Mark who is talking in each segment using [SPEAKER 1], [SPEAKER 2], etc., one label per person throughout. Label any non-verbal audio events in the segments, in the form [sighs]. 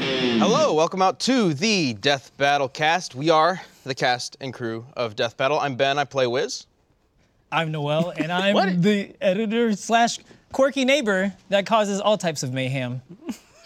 [SPEAKER 1] Hello, welcome out to the Death Battle cast. We are the cast and crew of Death Battle. I'm Ben, I play Wiz.
[SPEAKER 2] I'm Noel, and
[SPEAKER 1] What?
[SPEAKER 2] I'm the editor slash quirky neighbor that causes all types of mayhem.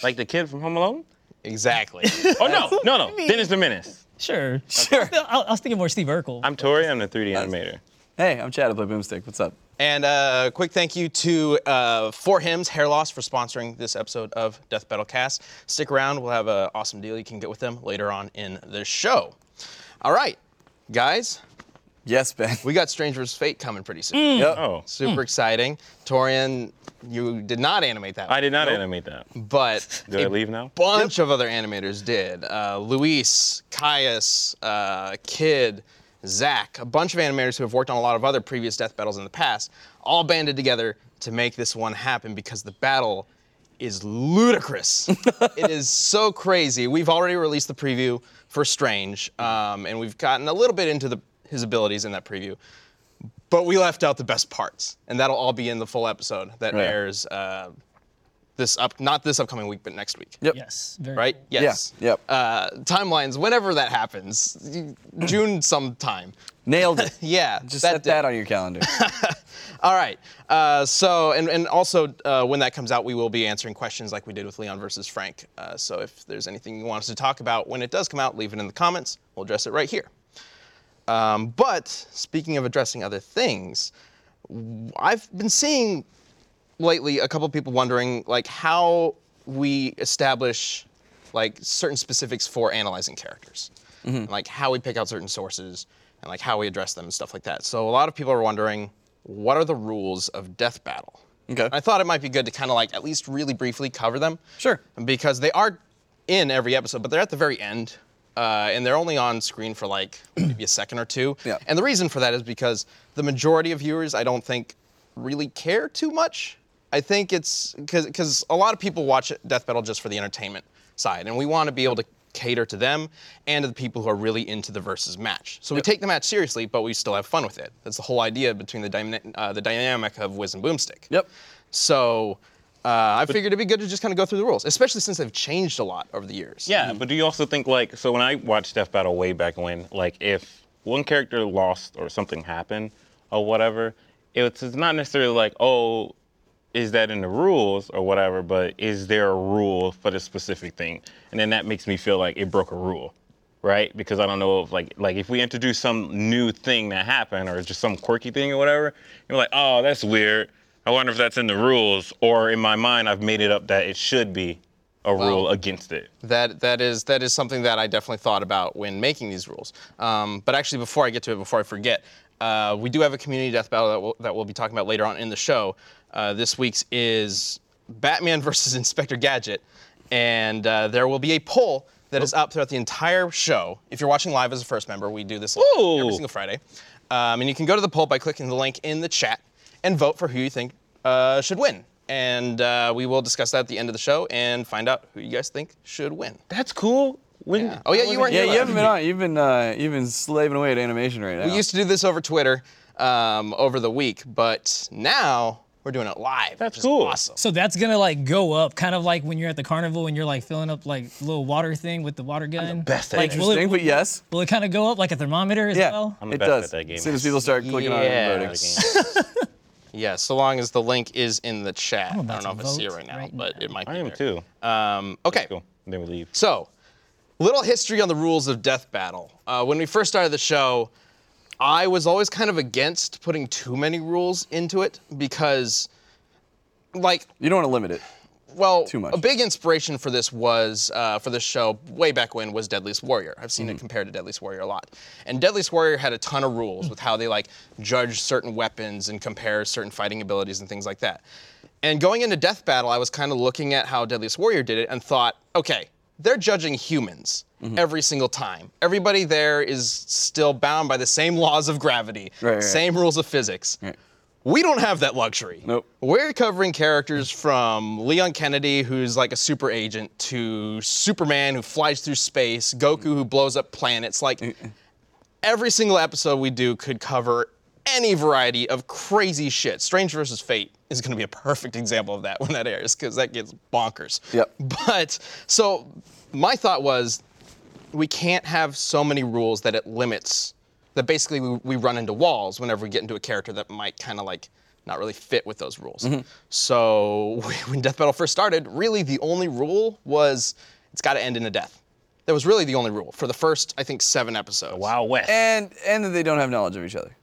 [SPEAKER 3] Like the kid from Home Alone? [laughs]
[SPEAKER 1] Exactly.
[SPEAKER 3] Oh no, no, no. Dennis the Menace.
[SPEAKER 2] Sure, sure. I was thinking more Steve Urkel.
[SPEAKER 3] I'm Tori. I'm the 3D animator.
[SPEAKER 4] Hey, I'm Chad. I play Boomstick. What's up?
[SPEAKER 1] and uh, quick thank you to uh, Four Hymns Hair Loss for sponsoring this episode of Death Battle cast. Stick around, we'll have an awesome deal you can get with them later on in the show. All right, guys,
[SPEAKER 4] Yes,
[SPEAKER 1] [laughs]
[SPEAKER 4] Ben.
[SPEAKER 1] we got Stranger's Fate coming pretty soon.
[SPEAKER 4] Yep.
[SPEAKER 3] Oh,
[SPEAKER 1] Super exciting. Torian, you did not animate that.
[SPEAKER 3] I did not animate that. [laughs]
[SPEAKER 1] but
[SPEAKER 3] Do I leave now?
[SPEAKER 1] bunch of other animators did. Uh, Luis, Caius, uh, Kid, Zach, a bunch of animators who have worked on a lot of other previous death battles in the past, all banded together to make this one happen because the battle is ludicrous. it is so crazy. We've already released the preview for Strange, um, and we've gotten a little bit into the, his abilities in that preview. But we left out the best parts, and that'll all be in the full episode that
[SPEAKER 4] Right.
[SPEAKER 1] airs uh, this up, not this upcoming week, but next week
[SPEAKER 4] Yep.
[SPEAKER 2] yes,
[SPEAKER 1] [laughs]
[SPEAKER 2] very
[SPEAKER 1] right?
[SPEAKER 2] cool.
[SPEAKER 1] Yes.
[SPEAKER 4] Yeah, yep.
[SPEAKER 1] Uh, timelines, whenever that happens, June sometime.
[SPEAKER 4] Nailed it.
[SPEAKER 1] [laughs] Yeah.
[SPEAKER 4] Just
[SPEAKER 1] that
[SPEAKER 4] set
[SPEAKER 1] day.
[SPEAKER 4] that on
[SPEAKER 1] [laughs]
[SPEAKER 4] your calendar.
[SPEAKER 1] All right. Uh, so, and, and also, uh, when that comes out, we will be answering questions like we did with Leon versus Frank. Uh, so, if there's anything you want us to talk about when it does come out, leave it in the comments. We'll address it right here. Um, but speaking of addressing other things, w- I've been seeing lately a couple people wondering like how we establish like certain specifics for analyzing characters And,
[SPEAKER 4] Mm-hmm.
[SPEAKER 1] like how we pick out certain sources and like how we address them and stuff like that so a lot of people are wondering what are the rules of death battle
[SPEAKER 4] Okay.
[SPEAKER 1] i thought it might be good to kind of like at least really briefly cover them
[SPEAKER 4] Sure.
[SPEAKER 1] because they are in every episode but they're at the very end uh, and they're only on screen for like [clears throat] maybe a second or two
[SPEAKER 4] Yeah.
[SPEAKER 1] and the reason for that is because the majority of viewers, I don't think, really care too much. I think it's because a lot of people watch Death Battle just for the entertainment side, and we want to be able to cater to them and to the people who are really into the versus match. So we take the match seriously, but we still have fun with it. That's the whole idea between the, dyna- uh, the dynamic of Wiz and Boomstick.
[SPEAKER 4] Yep.
[SPEAKER 1] So uh, I figured it'd be good to just kind of go through the rules, especially since they've changed a lot over the years.
[SPEAKER 3] Yeah, but do you also think like so when I watched Death Battle way back when, like if one character lost or something happened or whatever, it's, it's not necessarily like oh, is that in the rules or whatever, but is there a rule for the specific thing? And then that makes me feel like it broke a rule, right? Because I don't know if like like if we introduce some new thing that happened or just some quirky thing or whatever, you're like oh that's weird. I wonder if that's in the rules or in my mind I've made it up that it should be a rule against it.
[SPEAKER 1] That that is that is something that I definitely thought about when making these rules. Um, but actually, before I get to it, before I forget, uh, we do have a community death battle that we'll, that we'll be talking about later on in the show. Uh, this week's is Batman [laughs] versus Inspector Gadget, and uh, there will be a poll that
[SPEAKER 3] Oh.
[SPEAKER 1] is up throughout the entire show. If you're watching live as a first member, we do this live every
[SPEAKER 3] Ooh.
[SPEAKER 1] single Friday, um, and you can go to the poll by clicking the link in the chat and vote for who you think uh, should win. And uh, we will discuss that at the end of the show and find out who you guys think should win.
[SPEAKER 3] That's cool. When,
[SPEAKER 1] Oh yeah, you weren't
[SPEAKER 4] Yeah,
[SPEAKER 1] here.
[SPEAKER 4] you haven't
[SPEAKER 1] last-
[SPEAKER 4] been on. You've been uh, you've been slaving away at animation right now.
[SPEAKER 1] We used to do this over Twitter um, over the week, but now we're doing it live.
[SPEAKER 3] That's
[SPEAKER 1] which is
[SPEAKER 3] cool.
[SPEAKER 1] Awesome.
[SPEAKER 2] So that's gonna like go up, kind of like when you're at the carnival and you're like filling up like little water thing with the water gun.
[SPEAKER 3] best at
[SPEAKER 2] like,
[SPEAKER 3] it.
[SPEAKER 2] will
[SPEAKER 4] Interesting, but yes.
[SPEAKER 2] Will it kind of go up like a thermometer as
[SPEAKER 4] Yeah,
[SPEAKER 2] well?
[SPEAKER 3] I'm the
[SPEAKER 4] it
[SPEAKER 3] best at
[SPEAKER 4] does.
[SPEAKER 3] that game.
[SPEAKER 4] As soon as people start clicking on it and voting.
[SPEAKER 3] [laughs] I
[SPEAKER 1] Yeah, so long as the link is in the chat. I don't
[SPEAKER 2] about
[SPEAKER 1] know if
[SPEAKER 2] to
[SPEAKER 1] it's here
[SPEAKER 2] vote
[SPEAKER 1] right now,
[SPEAKER 2] right
[SPEAKER 1] but it might be.
[SPEAKER 3] am
[SPEAKER 1] there.
[SPEAKER 3] too.
[SPEAKER 1] Um, okay.
[SPEAKER 3] Cool. Then we leave.
[SPEAKER 1] So, little history on the rules of Death Battle. Uh, when we first started the show, I was always kind of against putting too many rules into it because, like,
[SPEAKER 4] You don't want to limit it.
[SPEAKER 1] Well,
[SPEAKER 4] much.
[SPEAKER 1] a big inspiration for this was uh, for this show way back when was Deadliest Warrior. I've seen it
[SPEAKER 4] Mm-hmm.
[SPEAKER 1] compared to Deadliest Warrior a lot, and Deadliest Warrior had a ton of rules with how they like judge certain weapons and compare certain fighting abilities and things like that. And going into Death Battle, I was kind of looking at how Deadliest Warrior did it and thought, okay, they're judging humans
[SPEAKER 4] Mm-hmm.
[SPEAKER 1] every single time. Everybody there is still bound by the same laws of gravity,
[SPEAKER 4] Right, right,
[SPEAKER 1] same rules of physics. We don't have that luxury.
[SPEAKER 4] Nope.
[SPEAKER 1] We're covering characters from Leon Kennedy, who's like a super agent, to Superman, who flies through space, Goku, who blows up planets. Like, every single episode we do could cover any variety of crazy shit. Strange versus Fate is going to be a perfect example of that when that airs because that gets bonkers.
[SPEAKER 4] Yep.
[SPEAKER 1] But so my thought was we can't have so many rules that it limits that basically we, we run into walls whenever we get into a character that might kind of like not really fit with those rules. So [laughs] when Death Battle first started, really the only rule was it's got to end in a death. That was really the only rule for the first, I think, seven episodes.
[SPEAKER 3] Wow, West.
[SPEAKER 1] Eh.
[SPEAKER 4] And and that they don't have knowledge of each other.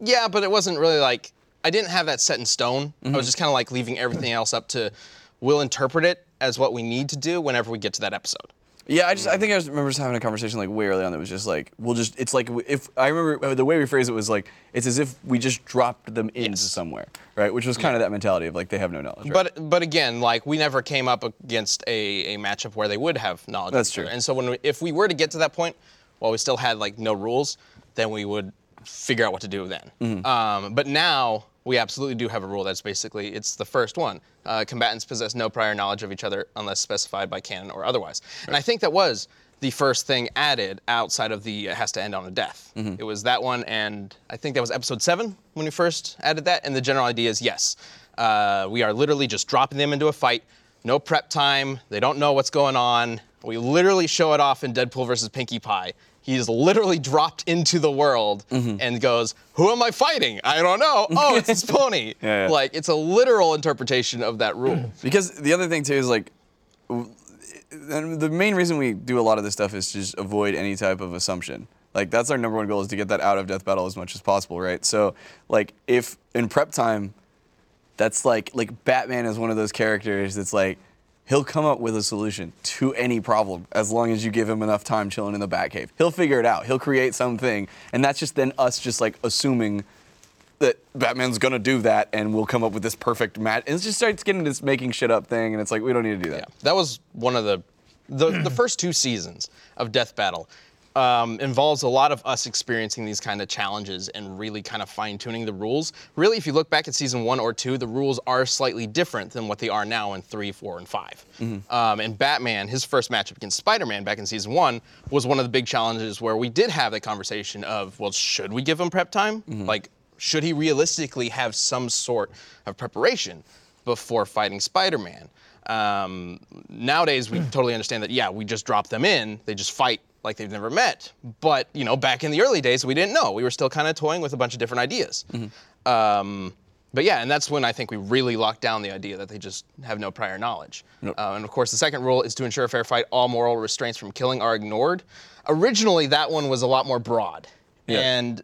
[SPEAKER 1] Yeah, but it wasn't really like I didn't have that set in stone. I was just kind of like leaving everything else up to we'll interpret it as what we need to do whenever we get to that episode.
[SPEAKER 4] Yeah, I just I think I just remember just having a conversation like way early on that was just like we'll just it's like if I remember uh, the way we phrased it was like it's as if we just dropped them into somewhere, right? Which was kind of that mentality of like they have no knowledge. right?
[SPEAKER 1] But but again, like we never came up against a, a matchup where they would have knowledge. of
[SPEAKER 4] That's
[SPEAKER 1] each other.
[SPEAKER 4] true.
[SPEAKER 1] And so when we, if we were to get to that point, while we still had like no rules, then we would figure out what to do then.
[SPEAKER 4] Mm-hmm.
[SPEAKER 1] Um, but now we absolutely do have a rule that's basically it's the first one. Uh, combatants possess no prior knowledge of each other unless specified by canon or otherwise. And I think that was the first thing added outside of the it has to end on a death.
[SPEAKER 4] Mm-hmm.
[SPEAKER 1] It was that one, and I think that was episode seven when we first added that. And the general idea is yes, uh, we are literally just dropping them into a fight, no prep time, they don't know what's going on. We literally show it off in Deadpool versus Pinkie Pie. He is literally dropped into the world
[SPEAKER 4] Mm-hmm.
[SPEAKER 1] and goes, Who am I fighting? I don't know. Oh,
[SPEAKER 4] [laughs]
[SPEAKER 1] it's this pony.
[SPEAKER 4] Yeah, yeah.
[SPEAKER 1] Like, it's a literal interpretation of that rule.
[SPEAKER 4] Because the other thing too is like, w- and the main reason we do a lot of this stuff is to just avoid any type of assumption. Like that's our number one goal is to get that out of death battle as much as possible, right? So like if in prep time, that's like like Batman is one of those characters that's like he'll come up with a solution to any problem as long as you give him enough time chilling in the Batcave. He'll figure it out. He'll create something, and that's just then us just like assuming that Batman's gonna do that and we'll come up with this perfect match. And it just starts getting this making shit up thing, and it's like we don't need to do that.
[SPEAKER 1] That was one of the the, the first two seasons of Death Battle um, involves a lot of us experiencing these kind of challenges and really kind of fine tuning the rules. Really, if you look back at season one or two, the rules are slightly different than what they are now in three, four, and 5 Um, and Batman, his first matchup against Spider-Man back in season one, was one of the big challenges where we did have the conversation of, well, should we give him prep time? Like, should he realistically have some sort of preparation before fighting Spider-Man? Um, nowadays, we totally understand that. Yeah, we just drop them in; they just fight like they've never met. But you know, back in the early days, we didn't know. We were still kind of toying with a bunch of different ideas. Um, but yeah, and that's when I think we really locked down the idea that they just have no prior knowledge. Uh, and of course, the second rule is to ensure a fair fight. All moral restraints from killing are ignored. Originally, that one was a lot more broad,
[SPEAKER 4] Yeah.
[SPEAKER 1] and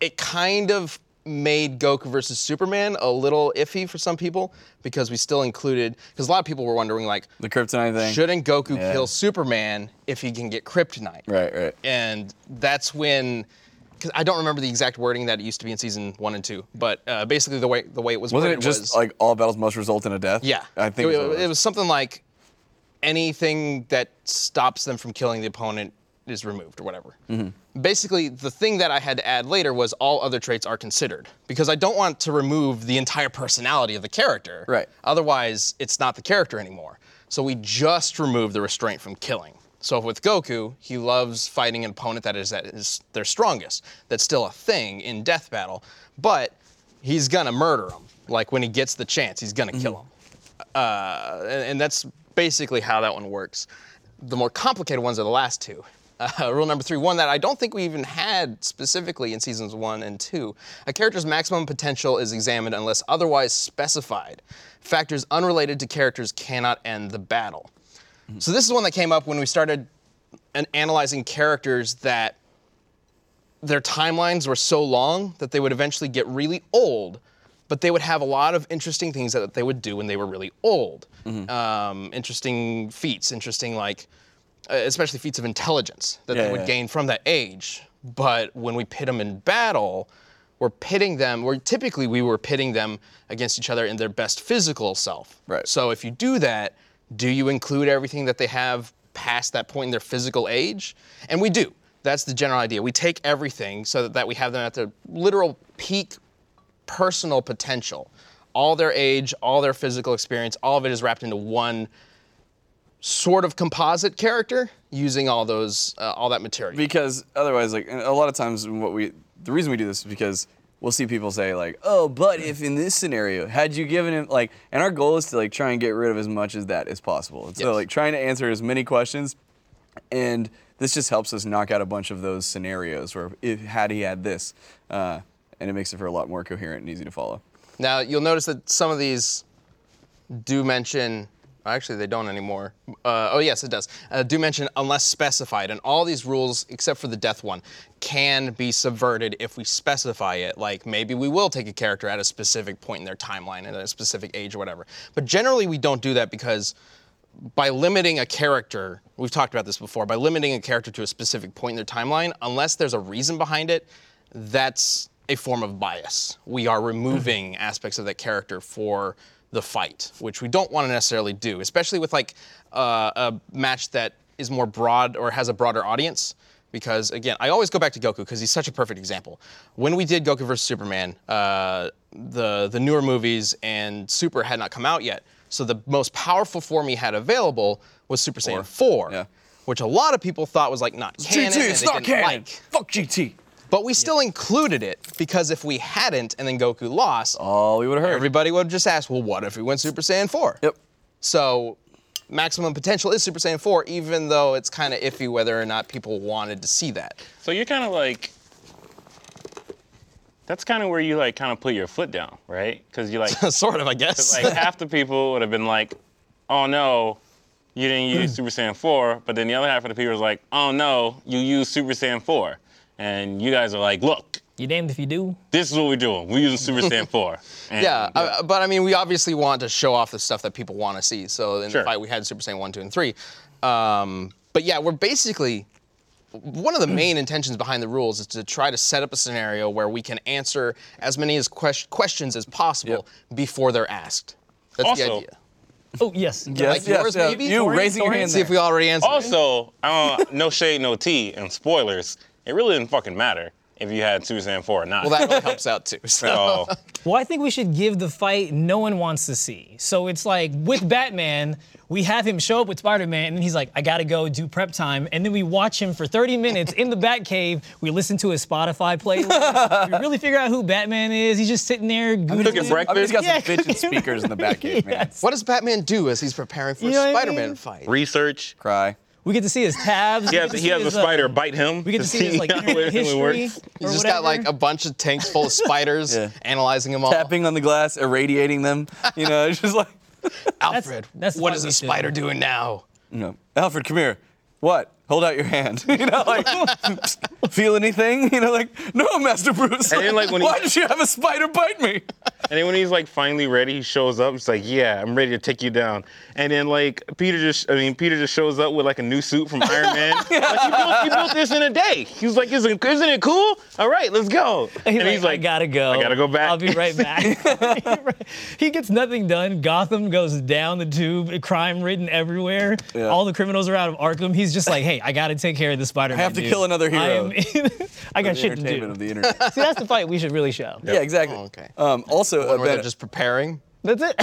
[SPEAKER 1] it kind of made Goku versus Superman a little iffy for some people because we still included because a lot of people were wondering like,
[SPEAKER 4] The kryptonite thing.
[SPEAKER 1] shouldn't Goku
[SPEAKER 4] Yeah.
[SPEAKER 1] kill Superman if he can get kryptonite?
[SPEAKER 4] Right, right.
[SPEAKER 1] And that's when. Because I don't remember the exact wording that it used to be in season one and two, but uh, basically the way the way it was
[SPEAKER 4] Wasn't it
[SPEAKER 1] worded
[SPEAKER 4] just
[SPEAKER 1] was-
[SPEAKER 4] like all battles must result in a death?
[SPEAKER 1] yeah,
[SPEAKER 4] I think
[SPEAKER 1] it,
[SPEAKER 4] is what
[SPEAKER 1] it was something like anything that stops them from killing the opponent is removed or whatever.
[SPEAKER 4] Mm-hmm.
[SPEAKER 1] Basically, the thing that I had to add later was all other traits are considered because I don't want to remove the entire personality of the character.
[SPEAKER 4] Right.
[SPEAKER 1] Otherwise, it's not the character anymore. So we just remove the restraint from killing. So with Goku, he loves fighting an opponent that is at his, their strongest. That's still a thing in death battle, but he's gonna murder him. Like when he gets the chance, he's gonna
[SPEAKER 4] Mm-hmm.
[SPEAKER 1] kill him and, and that's basically how that one works. The more complicated ones are the last two. Uh, rule number three, one that I don't think we even had specifically in seasons one and two. A character's maximum potential is examined unless otherwise specified. Factors unrelated to characters cannot end the battle. So this is one that came up when we started an- analyzing characters that their timelines were so long that they would eventually get really old, but they would have a lot of interesting things that they would do when they were really old.
[SPEAKER 4] Mm-hmm.
[SPEAKER 1] Um, interesting feats, interesting like, uh, especially feats of intelligence that
[SPEAKER 4] Yeah,
[SPEAKER 1] they would
[SPEAKER 4] yeah.
[SPEAKER 1] gain from that age. But when we pit them in battle, we're pitting them. We're typically we were pitting them against each other in their best physical self.
[SPEAKER 4] Right.
[SPEAKER 1] So if you do that, do you include everything that they have past that point in their physical age? And we do. That's the general idea. We take everything so that, that we have them at their literal peak personal potential. All their age, all their physical experience, all of it is wrapped into one sort of composite character using all those uh, all that material.
[SPEAKER 4] because otherwise like and a lot of times what we the reason we do this is because we'll see people say like, "Oh, but if in this scenario, had you given him like," and our goal is to like try and get rid of as much as that as possible. And So
[SPEAKER 1] Yes.
[SPEAKER 4] like trying to answer as many questions, and this just helps us knock out a bunch of those scenarios where if had he had this, uh, and it makes it for a lot more coherent and easy to follow.
[SPEAKER 1] Now you'll notice that some of these do mention. Actually, they don't anymore. Uh, oh yes, it does. Uh, do mention unless specified, and all these rules except for the death one can be subverted if we specify it. Like maybe we will take a character at a specific point in their timeline and at a specific age or whatever. But generally, we don't do that because by limiting a character, we've talked about this before, by limiting a character to a specific point in their timeline, unless there's a reason behind it, that's a form of bias. We are removing aspects of that character for the fight, which we don't want to necessarily do, especially with like uh, a match that is more broad or has a broader audience. Because again, I always go back to Goku because he's such a perfect example. When we did Goku versus Superman, uh, the the newer movies and Super had not come out yet, so the most powerful form he had available was Super Saiyan 4,
[SPEAKER 4] Yeah.
[SPEAKER 1] which a lot of people thought was like not canon. and they didn't Like.
[SPEAKER 4] Fuck GT.
[SPEAKER 1] But we still included it because if we hadn't and then Goku lost,
[SPEAKER 4] Oh, we would have heard.
[SPEAKER 1] everybody would just ask, well, what if we went Super Saiyan 4?
[SPEAKER 4] Yep.
[SPEAKER 1] So maximum potential is Super Saiyan 4, even though it's kind of iffy whether or not people wanted to see that. [laughs]
[SPEAKER 3] So you're kind of like, that's kind of where you like kind of put your foot down, right? Because you like, [laughs]
[SPEAKER 1] sort of, I guess.
[SPEAKER 3] like half the people would have been like, oh no, you didn't use Super Saiyan 4, but then the other half of the people was like, oh no, you used Super Saiyan 4, and you guys are like, look,
[SPEAKER 2] You damned if you do.
[SPEAKER 3] this is what we're doing. We're using Super Saiyan [laughs] 4. And
[SPEAKER 1] yeah, uh, but I mean, we obviously want to show off the stuff that people want to see. So in
[SPEAKER 3] Sure.
[SPEAKER 1] the fight, we had Super Saiyan 1, 2, and 3. Um, but yeah, we're basically. One of the main intentions behind the rules is to try to set up a scenario where we can answer as many as ques- questions as possible before they're asked. That's the
[SPEAKER 3] Also-
[SPEAKER 1] idea.
[SPEAKER 2] Oh yes.
[SPEAKER 4] Yes,
[SPEAKER 1] Like
[SPEAKER 4] yes,
[SPEAKER 1] yours,
[SPEAKER 4] yeah.
[SPEAKER 1] maybe?
[SPEAKER 4] You
[SPEAKER 1] Sorry,
[SPEAKER 4] raising your
[SPEAKER 2] sorry.
[SPEAKER 4] hand
[SPEAKER 1] See
[SPEAKER 4] there.
[SPEAKER 1] if we already answered. it.
[SPEAKER 3] Also, uh, no shade, no tea, and spoilers, it really didn't fucking matter if you had Super Saiyan 4 or not.
[SPEAKER 1] well, that really helps out too. So.
[SPEAKER 3] so,
[SPEAKER 2] Well, I think we should give the fight no one wants to see. So it's like with Batman, we have him show up with Spider-Man, and then he's like, "I gotta go do prep time," and then we watch him for 30 minutes in the Batcave. We listen to his Spotify playlist. we really figure out who Batman is. He's just sitting there. goofing.
[SPEAKER 4] [laughs]
[SPEAKER 3] cooking
[SPEAKER 4] I mean, he's
[SPEAKER 3] breakfast,
[SPEAKER 4] got
[SPEAKER 2] Yeah.
[SPEAKER 4] some bitchin' speakers in the back cave, man.
[SPEAKER 1] What does Batman do as he's preparing for
[SPEAKER 2] You know what
[SPEAKER 1] a
[SPEAKER 2] I
[SPEAKER 1] Spider-Man
[SPEAKER 2] mean?
[SPEAKER 1] fight?
[SPEAKER 3] research.
[SPEAKER 4] Cry.
[SPEAKER 2] We get to see his tabs.
[SPEAKER 3] He has, he has a spider bite him.
[SPEAKER 2] uh,
[SPEAKER 3] [laughs]
[SPEAKER 2] We get to see his like
[SPEAKER 3] how
[SPEAKER 2] internet
[SPEAKER 3] it
[SPEAKER 2] history.
[SPEAKER 3] works.
[SPEAKER 1] He's
[SPEAKER 2] or
[SPEAKER 1] just got
[SPEAKER 2] whatever.
[SPEAKER 1] like a bunch of tanks full of spiders,
[SPEAKER 4] Yeah.
[SPEAKER 1] analyzing them all.
[SPEAKER 4] Tapping on the glass, irradiating them. You know, it's just like,
[SPEAKER 1] Alfred,
[SPEAKER 2] that's
[SPEAKER 1] what
[SPEAKER 2] what
[SPEAKER 1] is
[SPEAKER 2] we
[SPEAKER 1] a
[SPEAKER 2] do.
[SPEAKER 1] spider doing now?
[SPEAKER 4] you know, Alfred, come here. What? Hold out your hand. [laughs] You know, like, feel anything? You know, like, no, Master Bruce.
[SPEAKER 3] And then, like,
[SPEAKER 4] [laughs]
[SPEAKER 3] when he-
[SPEAKER 4] why did you have a spider bite me?
[SPEAKER 3] And then when he's like finally ready, he shows up. He's like, "Yeah, I'm ready to take you down." And then like Peter just, I mean, Peter just shows up with like a new suit
[SPEAKER 2] [laughs]
[SPEAKER 3] from Iron Man. like, he built, he built this in a day. He was like, "Isn't, isn't it cool? All right, let's go."
[SPEAKER 2] [laughs] He's
[SPEAKER 3] and
[SPEAKER 2] like, I gotta go.
[SPEAKER 3] I gotta go back."
[SPEAKER 2] I'll be
[SPEAKER 3] [laughs]
[SPEAKER 2] right back. [laughs] he gets nothing done. Gotham goes down the tube. Crime ridden everywhere.
[SPEAKER 4] Yeah.
[SPEAKER 2] All the criminals are out of Arkham. He's just like, hey, I gotta take care of this Spider-Man.
[SPEAKER 4] have to
[SPEAKER 2] dude.
[SPEAKER 4] kill another
[SPEAKER 2] I,
[SPEAKER 4] hero."
[SPEAKER 2] am [laughs] I got
[SPEAKER 4] The
[SPEAKER 2] shit to
[SPEAKER 4] entertainment
[SPEAKER 2] do.
[SPEAKER 4] of the internet.
[SPEAKER 2] See, that's the fight we should really show.
[SPEAKER 4] yeah, exactly.
[SPEAKER 1] Oh, okay.
[SPEAKER 4] Um, also, uh,
[SPEAKER 1] Or they're
[SPEAKER 4] Ben-
[SPEAKER 1] just preparing.
[SPEAKER 2] That's it.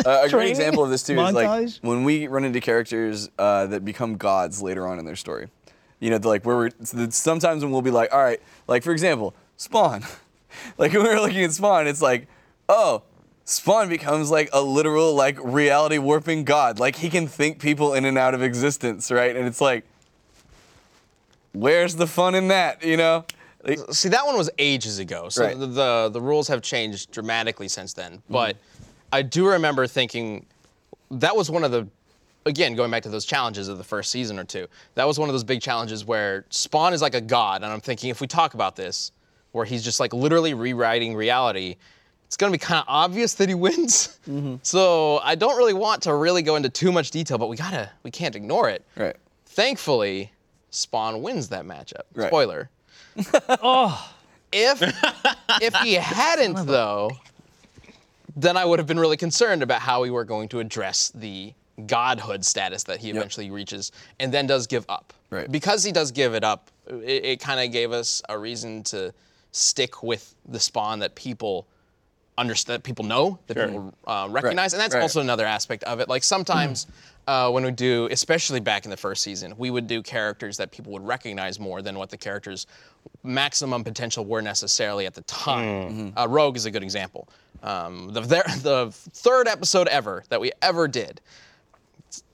[SPEAKER 2] [laughs]
[SPEAKER 4] Uh, a great
[SPEAKER 2] Training?
[SPEAKER 4] example of this too is like
[SPEAKER 2] Montage?
[SPEAKER 4] when we run into characters uh, that become gods later on in their story. You know, they're like where we're it's the- sometimes when we'll be like, all right, like for example, Spawn. [laughs] like when we were looking at Spawn, it's like, oh, Spawn becomes like a literal like reality warping god. Like he can think people in and out of existence, right? And it's like, where's the fun in that? You know. Like,
[SPEAKER 1] See, that one was ages ago. So
[SPEAKER 4] Right.
[SPEAKER 1] the, the the rules have changed dramatically since then. But I do remember thinking that was one of the again going back to those challenges of the first season or two. That was one of those big challenges where Spawn is like a god, and I'm thinking if we talk about this, where he's just like literally rewriting reality. It's gonna be kind of obvious that he wins, so I don't really want to really go into too much detail, but we gotta, we can't ignore it.
[SPEAKER 4] right.
[SPEAKER 1] Thankfully, Spawn wins that matchup.
[SPEAKER 4] Right.
[SPEAKER 1] Spoiler. If if he hadn't though, then I would have been really concerned about how we were going to address the godhood status that he eventually reaches and then does give up.
[SPEAKER 4] Right.
[SPEAKER 1] Because he does give it up, it, it kind of gave us a reason to stick with the spawn that people understand, that people know, that
[SPEAKER 3] Sure.
[SPEAKER 1] people uh, recognize, and that's
[SPEAKER 4] Right. Hmm.
[SPEAKER 1] also another aspect of it. Like sometimes uh, when we do, especially back in the first season, we would do characters that people would recognize more than what the characters' maximum potential were necessarily at the
[SPEAKER 4] Hmm.
[SPEAKER 1] time.
[SPEAKER 4] Mm-hmm.
[SPEAKER 1] Uh, Rogue is a good example. Um, the, ver- [laughs] the third episode ever that we ever did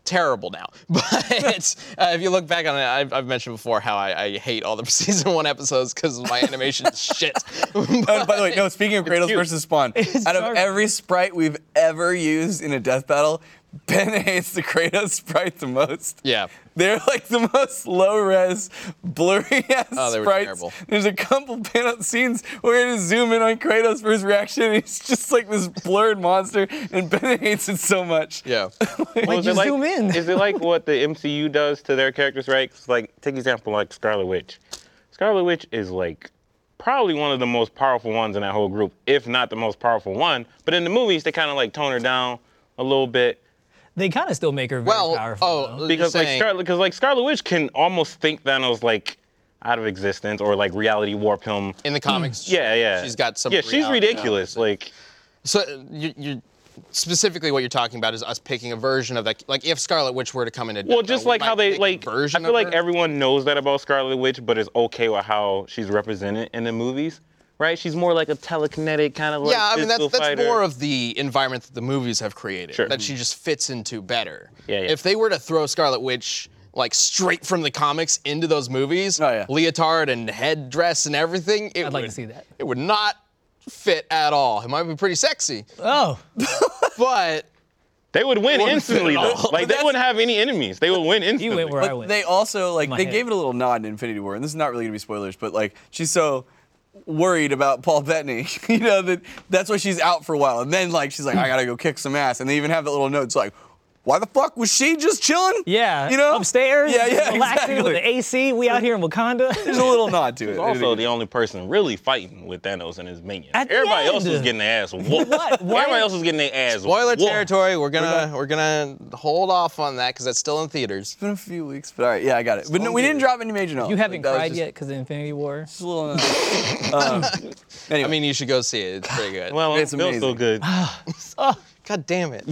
[SPEAKER 1] terrible now. [laughs] But uh, if you look back on it, I've, I've mentioned before how I, I hate all the [laughs] season one episodes because my animation is shit. [laughs]
[SPEAKER 4] Oh, [laughs] by the way, no. Speaking of Kratos
[SPEAKER 3] cute.
[SPEAKER 4] versus Spawn, out of
[SPEAKER 2] dark.
[SPEAKER 4] every sprite we've ever used in a death battle, Ben [laughs] hates the Kratos sprite the most.
[SPEAKER 1] Yeah.
[SPEAKER 4] They're like the most low res, blurry ass
[SPEAKER 1] Oh, they were
[SPEAKER 4] sprites.
[SPEAKER 1] terrible.
[SPEAKER 4] There's a couple pan scenes where you zoom in on Kratos for his reaction, and he's just like this blurred monster, and Ben [laughs] hates it so much.
[SPEAKER 1] yeah.
[SPEAKER 3] Well, is
[SPEAKER 2] you
[SPEAKER 3] it like,
[SPEAKER 2] zoom in.
[SPEAKER 3] Is it
[SPEAKER 2] [laughs]
[SPEAKER 3] like what the MCU does to their characters, right? 'Cause, like, take example like Scarlet Witch. Scarlet Witch is like probably one of the most powerful ones in that whole group, if not the most powerful one. But in the movies, they kind of like tone her down a little bit
[SPEAKER 2] They kind of still make her very
[SPEAKER 1] Well,
[SPEAKER 2] powerful.
[SPEAKER 1] oh,
[SPEAKER 2] though.
[SPEAKER 1] you're
[SPEAKER 3] because like
[SPEAKER 1] saying-
[SPEAKER 3] Scarlet, because like Scarlet Witch can almost think Thanos like out of existence or like reality warp him.
[SPEAKER 1] in the comics.
[SPEAKER 3] Mm. Yeah, yeah.
[SPEAKER 1] She's got some.
[SPEAKER 3] Yeah, she's
[SPEAKER 1] reality
[SPEAKER 3] ridiculous. Like,
[SPEAKER 1] So uh, you, you specifically what you're talking about is us picking a version of that. Like if Scarlet Witch were to come into
[SPEAKER 3] well, just
[SPEAKER 1] we
[SPEAKER 3] like
[SPEAKER 1] might
[SPEAKER 3] how they
[SPEAKER 1] pick a
[SPEAKER 3] like. I
[SPEAKER 1] version
[SPEAKER 3] feel
[SPEAKER 1] of
[SPEAKER 3] like
[SPEAKER 1] her.
[SPEAKER 3] everyone knows that about Scarlet Witch, but is okay with how she's represented in the movies, right? She's more like a telekinetic kind of like.
[SPEAKER 1] Yeah, I mean that's
[SPEAKER 3] physical
[SPEAKER 1] that's
[SPEAKER 3] fighter.
[SPEAKER 1] more of the environment that the movies have created
[SPEAKER 3] Sure.
[SPEAKER 1] that she just fits into better.
[SPEAKER 3] Yeah, yeah.
[SPEAKER 1] If they were to throw Scarlet Witch like straight from the comics into those movies,
[SPEAKER 4] Oh, yeah.
[SPEAKER 1] leotard and headdress and everything, it
[SPEAKER 2] I'd
[SPEAKER 1] would,
[SPEAKER 2] like to see that.
[SPEAKER 1] It would not fit at all. It might be pretty sexy,
[SPEAKER 2] Oh,
[SPEAKER 1] but
[SPEAKER 3] They would win
[SPEAKER 1] Wouldn't fit
[SPEAKER 3] instantly
[SPEAKER 1] at
[SPEAKER 3] though.
[SPEAKER 1] all.
[SPEAKER 3] Like they
[SPEAKER 4] That's-
[SPEAKER 3] wouldn't have any enemies. They would win instantly.
[SPEAKER 2] you went where I
[SPEAKER 4] But
[SPEAKER 2] went.
[SPEAKER 4] they also like
[SPEAKER 2] my
[SPEAKER 4] they
[SPEAKER 2] head.
[SPEAKER 4] gave it a little nod in Infinity War, and this is not really gonna be spoilers, but like she's so worried about Paul Bettany, [laughs] you know that that's why she's out for a while, and then like she's like I gotta go kick some ass, and they even have that little note. It's like, why the fuck was she just chilling?
[SPEAKER 2] yeah,
[SPEAKER 4] you know,
[SPEAKER 2] upstairs,
[SPEAKER 4] Yeah, yeah,
[SPEAKER 2] relaxing
[SPEAKER 4] exactly.
[SPEAKER 2] with the AC. We out here in Wakanda.
[SPEAKER 4] There's a little nod to it.
[SPEAKER 3] Also, the only person really fighting with Thanos and his minions.
[SPEAKER 2] At the
[SPEAKER 3] Everybody else
[SPEAKER 2] end.
[SPEAKER 3] was getting their ass whooped.
[SPEAKER 2] What? Why-
[SPEAKER 3] [laughs] Everybody else was getting their ass
[SPEAKER 1] spoiler
[SPEAKER 3] whooped.
[SPEAKER 1] territory. We're gonna we're gonna hold off on that because that's still in theaters.
[SPEAKER 4] It's been a few weeks, but all right, yeah, I got it. But no, we didn't drop any major
[SPEAKER 2] [laughs]
[SPEAKER 4] notes.
[SPEAKER 2] You haven't
[SPEAKER 4] That was
[SPEAKER 2] cried
[SPEAKER 4] just-
[SPEAKER 2] yet because of Infinity War.
[SPEAKER 4] Just a little
[SPEAKER 2] [laughs]
[SPEAKER 4] nod. Um, anyway,
[SPEAKER 1] I mean, you should go see it. It's pretty
[SPEAKER 4] [sighs]
[SPEAKER 1] good.
[SPEAKER 3] Well, it
[SPEAKER 4] It's
[SPEAKER 3] feels so
[SPEAKER 2] [sighs]
[SPEAKER 4] amazing.
[SPEAKER 3] good.
[SPEAKER 1] God damn it.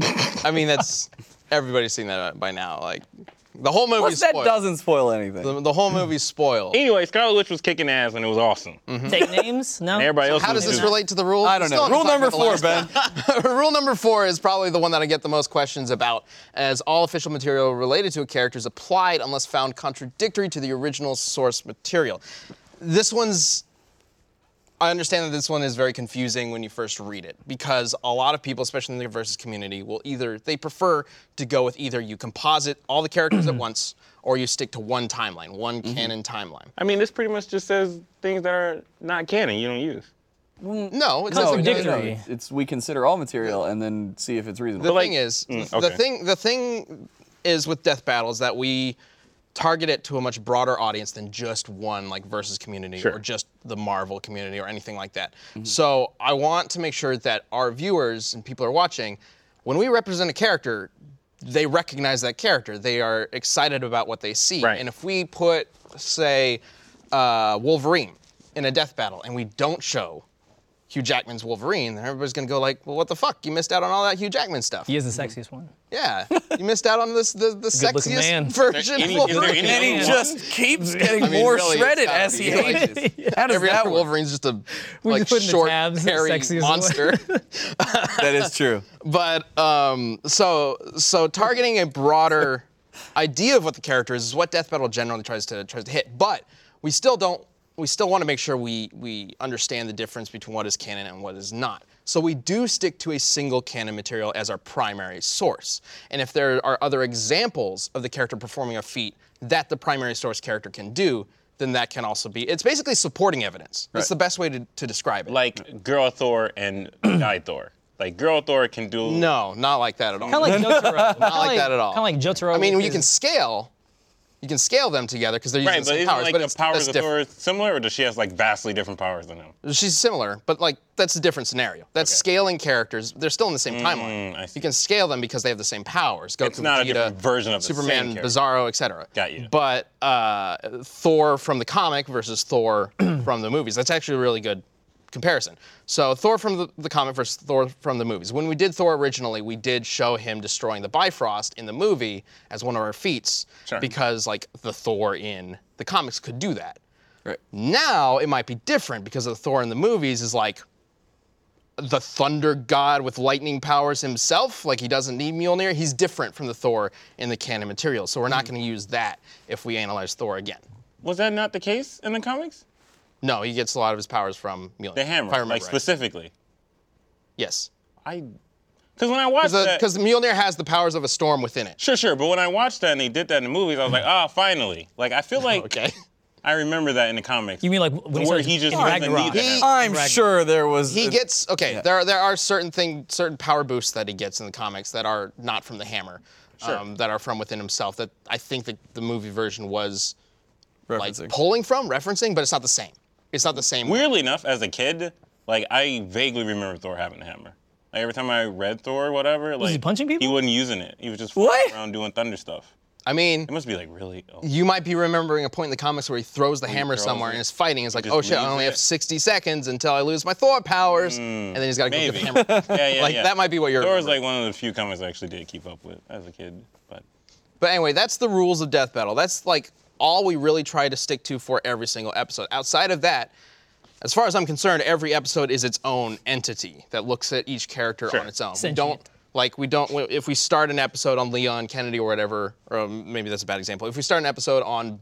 [SPEAKER 1] I mean,
[SPEAKER 4] [laughs]
[SPEAKER 1] that's everybody's seen that by now. Like, the whole movie's
[SPEAKER 4] plus that
[SPEAKER 1] spoiled.
[SPEAKER 4] doesn't spoil anything.
[SPEAKER 1] the, the whole movie's spoiled.
[SPEAKER 3] Anyway, Scarlet Witch was kicking ass and it was awesome.
[SPEAKER 1] Mm.
[SPEAKER 2] Take names? No.
[SPEAKER 3] And everybody else
[SPEAKER 1] How
[SPEAKER 3] was
[SPEAKER 1] does this
[SPEAKER 3] just-
[SPEAKER 1] relate to the rules?
[SPEAKER 4] I don't
[SPEAKER 1] We still
[SPEAKER 4] know. Rule
[SPEAKER 1] haven't
[SPEAKER 4] number
[SPEAKER 1] talked
[SPEAKER 4] four,
[SPEAKER 1] about the [laughs]
[SPEAKER 4] Ben.
[SPEAKER 1] last- Rule number four is probably the one that I get the most questions about, as all official material related to a character is applied unless found contradictory to the original source material. This one's I understand that this one is very confusing when you first read it because a lot of people, especially in the versus community, will either they prefer to go with either you composite all the characters at once or you stick to one timeline, one canon timeline.
[SPEAKER 3] I mean, this pretty much just says things that are not canon. You don't use.
[SPEAKER 1] No, it's
[SPEAKER 4] no,
[SPEAKER 1] not
[SPEAKER 4] no,
[SPEAKER 2] contradictory.
[SPEAKER 4] no, it's, it's we consider all material and then see if it's reasonable.
[SPEAKER 1] the
[SPEAKER 3] like-
[SPEAKER 1] thing is,
[SPEAKER 3] Mm,
[SPEAKER 1] the
[SPEAKER 3] okay.
[SPEAKER 1] thing the thing is with death battles that we target it to a much broader audience than just one like versus community
[SPEAKER 3] Sure. Mm-hmm.
[SPEAKER 1] or just the Marvel community or anything like that. So I want to make sure that our viewers and people who are watching, when we represent a character, they recognize that character. They are excited about what they see.
[SPEAKER 3] Right.
[SPEAKER 1] And if we put, say, uh, Wolverine in a death battle and we don't show Hugh Jackman's Wolverine, then everybody's gonna go like, well, what the fuck? You missed out on all that Hugh Jackman stuff.
[SPEAKER 2] He is the sexiest one.
[SPEAKER 1] Yeah, you missed out on this the, the
[SPEAKER 2] Good-looking man.
[SPEAKER 1] sexiest version
[SPEAKER 3] Any-
[SPEAKER 1] of
[SPEAKER 3] is there
[SPEAKER 1] Wolverine.
[SPEAKER 2] [laughs]
[SPEAKER 3] any
[SPEAKER 4] and he
[SPEAKER 3] Yeah.
[SPEAKER 4] just [laughs] keeps getting
[SPEAKER 1] I mean,
[SPEAKER 4] more
[SPEAKER 1] really, it's
[SPEAKER 4] shredded
[SPEAKER 1] gotta
[SPEAKER 4] as
[SPEAKER 1] be
[SPEAKER 2] E
[SPEAKER 4] he
[SPEAKER 1] like-
[SPEAKER 4] ages. How does
[SPEAKER 1] Every
[SPEAKER 4] that
[SPEAKER 1] other
[SPEAKER 3] [laughs]
[SPEAKER 4] work?
[SPEAKER 1] Wolverine's just a
[SPEAKER 2] We're
[SPEAKER 1] like
[SPEAKER 2] just putting the
[SPEAKER 1] short,
[SPEAKER 2] tabs, [laughs] the
[SPEAKER 1] hairy
[SPEAKER 2] sexiest one.
[SPEAKER 1] monster.
[SPEAKER 4] That is true.
[SPEAKER 1] but um, so so targeting a broader idea of what the character is is what Death Battle generally tries to tries to hit. But we still don't we still want to make sure we we understand the difference between what is canon and what is not. So we do stick to a single canon material as our primary source. And if there are other examples of the character performing a feat that the primary source character can do, then that can also be it's basically supporting evidence. That's the best way to, to describe it.
[SPEAKER 3] Like Girl Thor and Guy Thor. Like Girl Thor can do.
[SPEAKER 1] no, not like that at all.
[SPEAKER 3] [laughs]
[SPEAKER 2] Kind of like Jotaro. Not
[SPEAKER 1] I don't like that at all.
[SPEAKER 2] Kind of like Jotaro.
[SPEAKER 1] I mean,
[SPEAKER 2] with
[SPEAKER 1] you can
[SPEAKER 2] his-
[SPEAKER 1] scale. You can scale them together because they're using
[SPEAKER 3] Right,
[SPEAKER 1] the
[SPEAKER 3] but
[SPEAKER 1] same
[SPEAKER 3] isn't
[SPEAKER 1] powers,
[SPEAKER 3] like
[SPEAKER 1] but
[SPEAKER 3] the
[SPEAKER 1] it's
[SPEAKER 3] powers
[SPEAKER 1] that's
[SPEAKER 3] of
[SPEAKER 1] different.
[SPEAKER 3] Thor similar, or does she have like vastly different powers than him?
[SPEAKER 1] She's similar, but like that's the difference in area. That's scaling characters. They're still in the same timeline.
[SPEAKER 3] Mm, I see.
[SPEAKER 1] You can scale them because they have the same powers. Goku,
[SPEAKER 3] It's not a
[SPEAKER 1] Vegeta,
[SPEAKER 3] different version of the same
[SPEAKER 1] Superman,
[SPEAKER 3] character.
[SPEAKER 1] Bizarro, etc.
[SPEAKER 3] Got you.
[SPEAKER 1] But [clears throat] uh, Thor from the comic versus Thor from the movies. That's actually a really good comparison. So Thor from the, the comic versus Thor from the movies. When we did Thor originally, we did show him destroying the Bifrost in the movie as one of our feats
[SPEAKER 3] Sure.
[SPEAKER 1] because like the Thor in the comics could do that.
[SPEAKER 4] Right.
[SPEAKER 1] Now it might be different because the Thor in the movies is like the thunder god with lightning powers himself. Like he doesn't need Mjolnir. He's different from the Thor in the canon material. So we're not going to use that if we analyze Thor again.
[SPEAKER 3] Was that not the case in the comics?
[SPEAKER 1] No, he gets a lot of his powers from Mjolnir.
[SPEAKER 3] The
[SPEAKER 1] if I
[SPEAKER 3] hammer,
[SPEAKER 1] remember right.
[SPEAKER 3] like specifically.
[SPEAKER 1] Yes.
[SPEAKER 3] I, because when I watched that,
[SPEAKER 1] Because Mjolnir has the powers of a storm within it.
[SPEAKER 3] sure, sure. But when I watched that and they did that in the movies, I was like, ah, finally. Like
[SPEAKER 1] [laughs]
[SPEAKER 3] I feel like
[SPEAKER 1] Mm. Okay.
[SPEAKER 3] I remember that in the comics.
[SPEAKER 2] You mean like when
[SPEAKER 3] where
[SPEAKER 2] starts
[SPEAKER 3] he
[SPEAKER 2] in
[SPEAKER 3] just doesn't need
[SPEAKER 2] Ragnarok? [laughs]
[SPEAKER 3] the hammer.
[SPEAKER 4] I'm
[SPEAKER 2] Ragnar-
[SPEAKER 4] sure there was.
[SPEAKER 1] He
[SPEAKER 4] a-
[SPEAKER 1] gets okay. There, there are certain thing, certain power boosts that he gets in the comics that are not from the hammer, um,
[SPEAKER 3] Sure.
[SPEAKER 1] that are from within himself. That I think that the movie version was like
[SPEAKER 4] referencing.
[SPEAKER 1] pulling from, referencing, but it's not the same. It's not the same.
[SPEAKER 3] Weirdly enough, as a kid, like I vaguely remember Thor having a hammer. Like every time I read Thor, or whatever, like
[SPEAKER 2] he punching people?
[SPEAKER 3] He wasn't using it. He was just
[SPEAKER 4] What?
[SPEAKER 3] flying around doing thunder stuff.
[SPEAKER 1] I mean,
[SPEAKER 3] It must be like really. Oh.
[SPEAKER 1] you might be remembering a point in the comics where he throws the hammer
[SPEAKER 3] throws
[SPEAKER 1] somewhere
[SPEAKER 3] it.
[SPEAKER 1] and is fighting. It's like,
[SPEAKER 3] just
[SPEAKER 1] oh shit, I
[SPEAKER 3] leaves
[SPEAKER 1] only
[SPEAKER 3] it. Hmm.
[SPEAKER 1] have 60 seconds until I lose my Thor powers, and then he's got to go get the
[SPEAKER 3] Maybe. yeah,
[SPEAKER 1] hammer.
[SPEAKER 3] [laughs]
[SPEAKER 1] [laughs]
[SPEAKER 3] yeah,
[SPEAKER 1] Like,
[SPEAKER 3] yeah.
[SPEAKER 1] that might be what you're
[SPEAKER 3] Thor was like
[SPEAKER 1] remembering.
[SPEAKER 3] one of the few comics I actually did keep up with as a kid, but
[SPEAKER 1] But anyway, that's the rules of Death Battle. That's like all we really try to stick to for every single episode. Outside of that, as far as I'm concerned, every episode is its own entity that looks at each character
[SPEAKER 3] Sure.
[SPEAKER 1] on its own.
[SPEAKER 2] Sentient.
[SPEAKER 1] We don't like we don't if we start an episode on Leon Kennedy or whatever, or um, maybe that's a bad example. If we start an episode on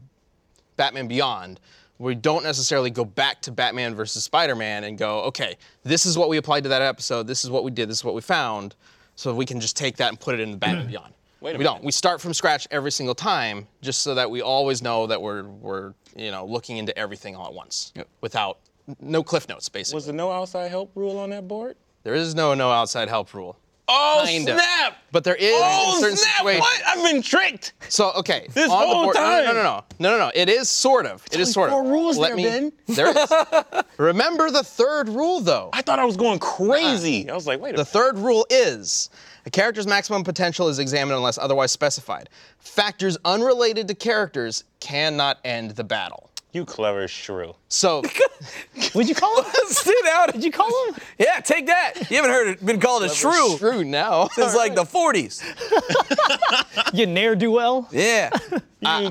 [SPEAKER 1] Batman Beyond, we don't necessarily go back to Batman versus Spider-Man and go, okay, this is what we applied to that episode. This is what we did. This is what we found. So we can just take that and put it in the Batman Beyond.
[SPEAKER 3] Wait a
[SPEAKER 1] we
[SPEAKER 3] minute.
[SPEAKER 1] don't. We start from scratch every single time, just so that we always know that we're we're you know looking into everything all at once,
[SPEAKER 4] Yep.
[SPEAKER 1] without no cliff notes basically.
[SPEAKER 3] was the no outside help rule on that board?
[SPEAKER 1] there is no no outside help rule.
[SPEAKER 3] Oh
[SPEAKER 1] Kinda.
[SPEAKER 3] snap!
[SPEAKER 1] But there is
[SPEAKER 3] oh
[SPEAKER 1] in certain
[SPEAKER 3] snap!
[SPEAKER 1] situations.
[SPEAKER 3] What? I've been tricked.
[SPEAKER 1] So okay,
[SPEAKER 3] This
[SPEAKER 1] on the
[SPEAKER 3] whole
[SPEAKER 1] board,
[SPEAKER 3] time.
[SPEAKER 1] No, no, no, no, no, no. It is sort of. It is sort
[SPEAKER 3] only four
[SPEAKER 1] of.
[SPEAKER 3] rules
[SPEAKER 1] Let
[SPEAKER 3] there,
[SPEAKER 1] me,
[SPEAKER 3] Ben.
[SPEAKER 1] There is.
[SPEAKER 3] [laughs]
[SPEAKER 1] Remember the third rule, though.
[SPEAKER 3] I thought I was going crazy. I was like, wait a
[SPEAKER 1] Uh-uh. The
[SPEAKER 3] minute.
[SPEAKER 1] third rule is a character's maximum potential is examined unless otherwise specified. Factors unrelated to characters cannot end the battle.
[SPEAKER 3] you clever shrew. [laughs]
[SPEAKER 1] So
[SPEAKER 2] Would you call him?
[SPEAKER 4] Sit out.
[SPEAKER 2] Did you call [laughs] him?
[SPEAKER 4] Yeah, take that. You haven't heard it. Been called a shrew since
[SPEAKER 1] true now. [laughs]
[SPEAKER 4] like the 40s.
[SPEAKER 2] You ne'er do well.
[SPEAKER 4] Yeah.
[SPEAKER 3] You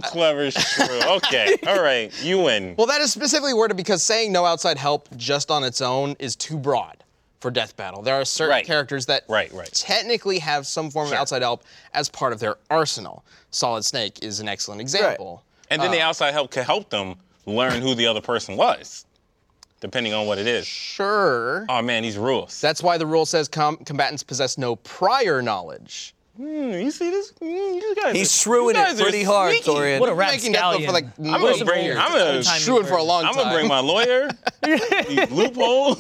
[SPEAKER 1] [laughs]
[SPEAKER 3] clever shrew. Okay, all right, you win.
[SPEAKER 1] Uh, Well, that is specifically worded because saying no outside help just on its own is too broad for Death Battle. There are certain
[SPEAKER 3] Right.
[SPEAKER 1] characters that
[SPEAKER 3] Right, right.
[SPEAKER 1] technically have some form
[SPEAKER 3] Sure.
[SPEAKER 1] of outside help as part of their arsenal. Solid Snake is an excellent example.
[SPEAKER 3] And then
[SPEAKER 1] uh,
[SPEAKER 3] the outside help could help them learn who the other person was, depending on what it is.
[SPEAKER 1] Sure.
[SPEAKER 3] Oh man, these rules.
[SPEAKER 1] That's why the rule says com- combatants possess no prior knowledge.
[SPEAKER 3] Mm, you see this? Mm, you guys
[SPEAKER 4] He's
[SPEAKER 3] are-
[SPEAKER 4] shrewing
[SPEAKER 3] you
[SPEAKER 4] it
[SPEAKER 3] guys are
[SPEAKER 4] pretty hard,
[SPEAKER 3] sneaky.
[SPEAKER 4] Torian.
[SPEAKER 2] What a
[SPEAKER 1] I've been making that
[SPEAKER 2] rapscallion.
[SPEAKER 1] up for like
[SPEAKER 3] I'm gonna
[SPEAKER 1] years.
[SPEAKER 3] bring. I'm gonna.
[SPEAKER 2] Time
[SPEAKER 1] Shrewing for a long
[SPEAKER 3] I'm
[SPEAKER 1] time.
[SPEAKER 3] gonna bring my lawyer.
[SPEAKER 1] [laughs]
[SPEAKER 3] These loopholes.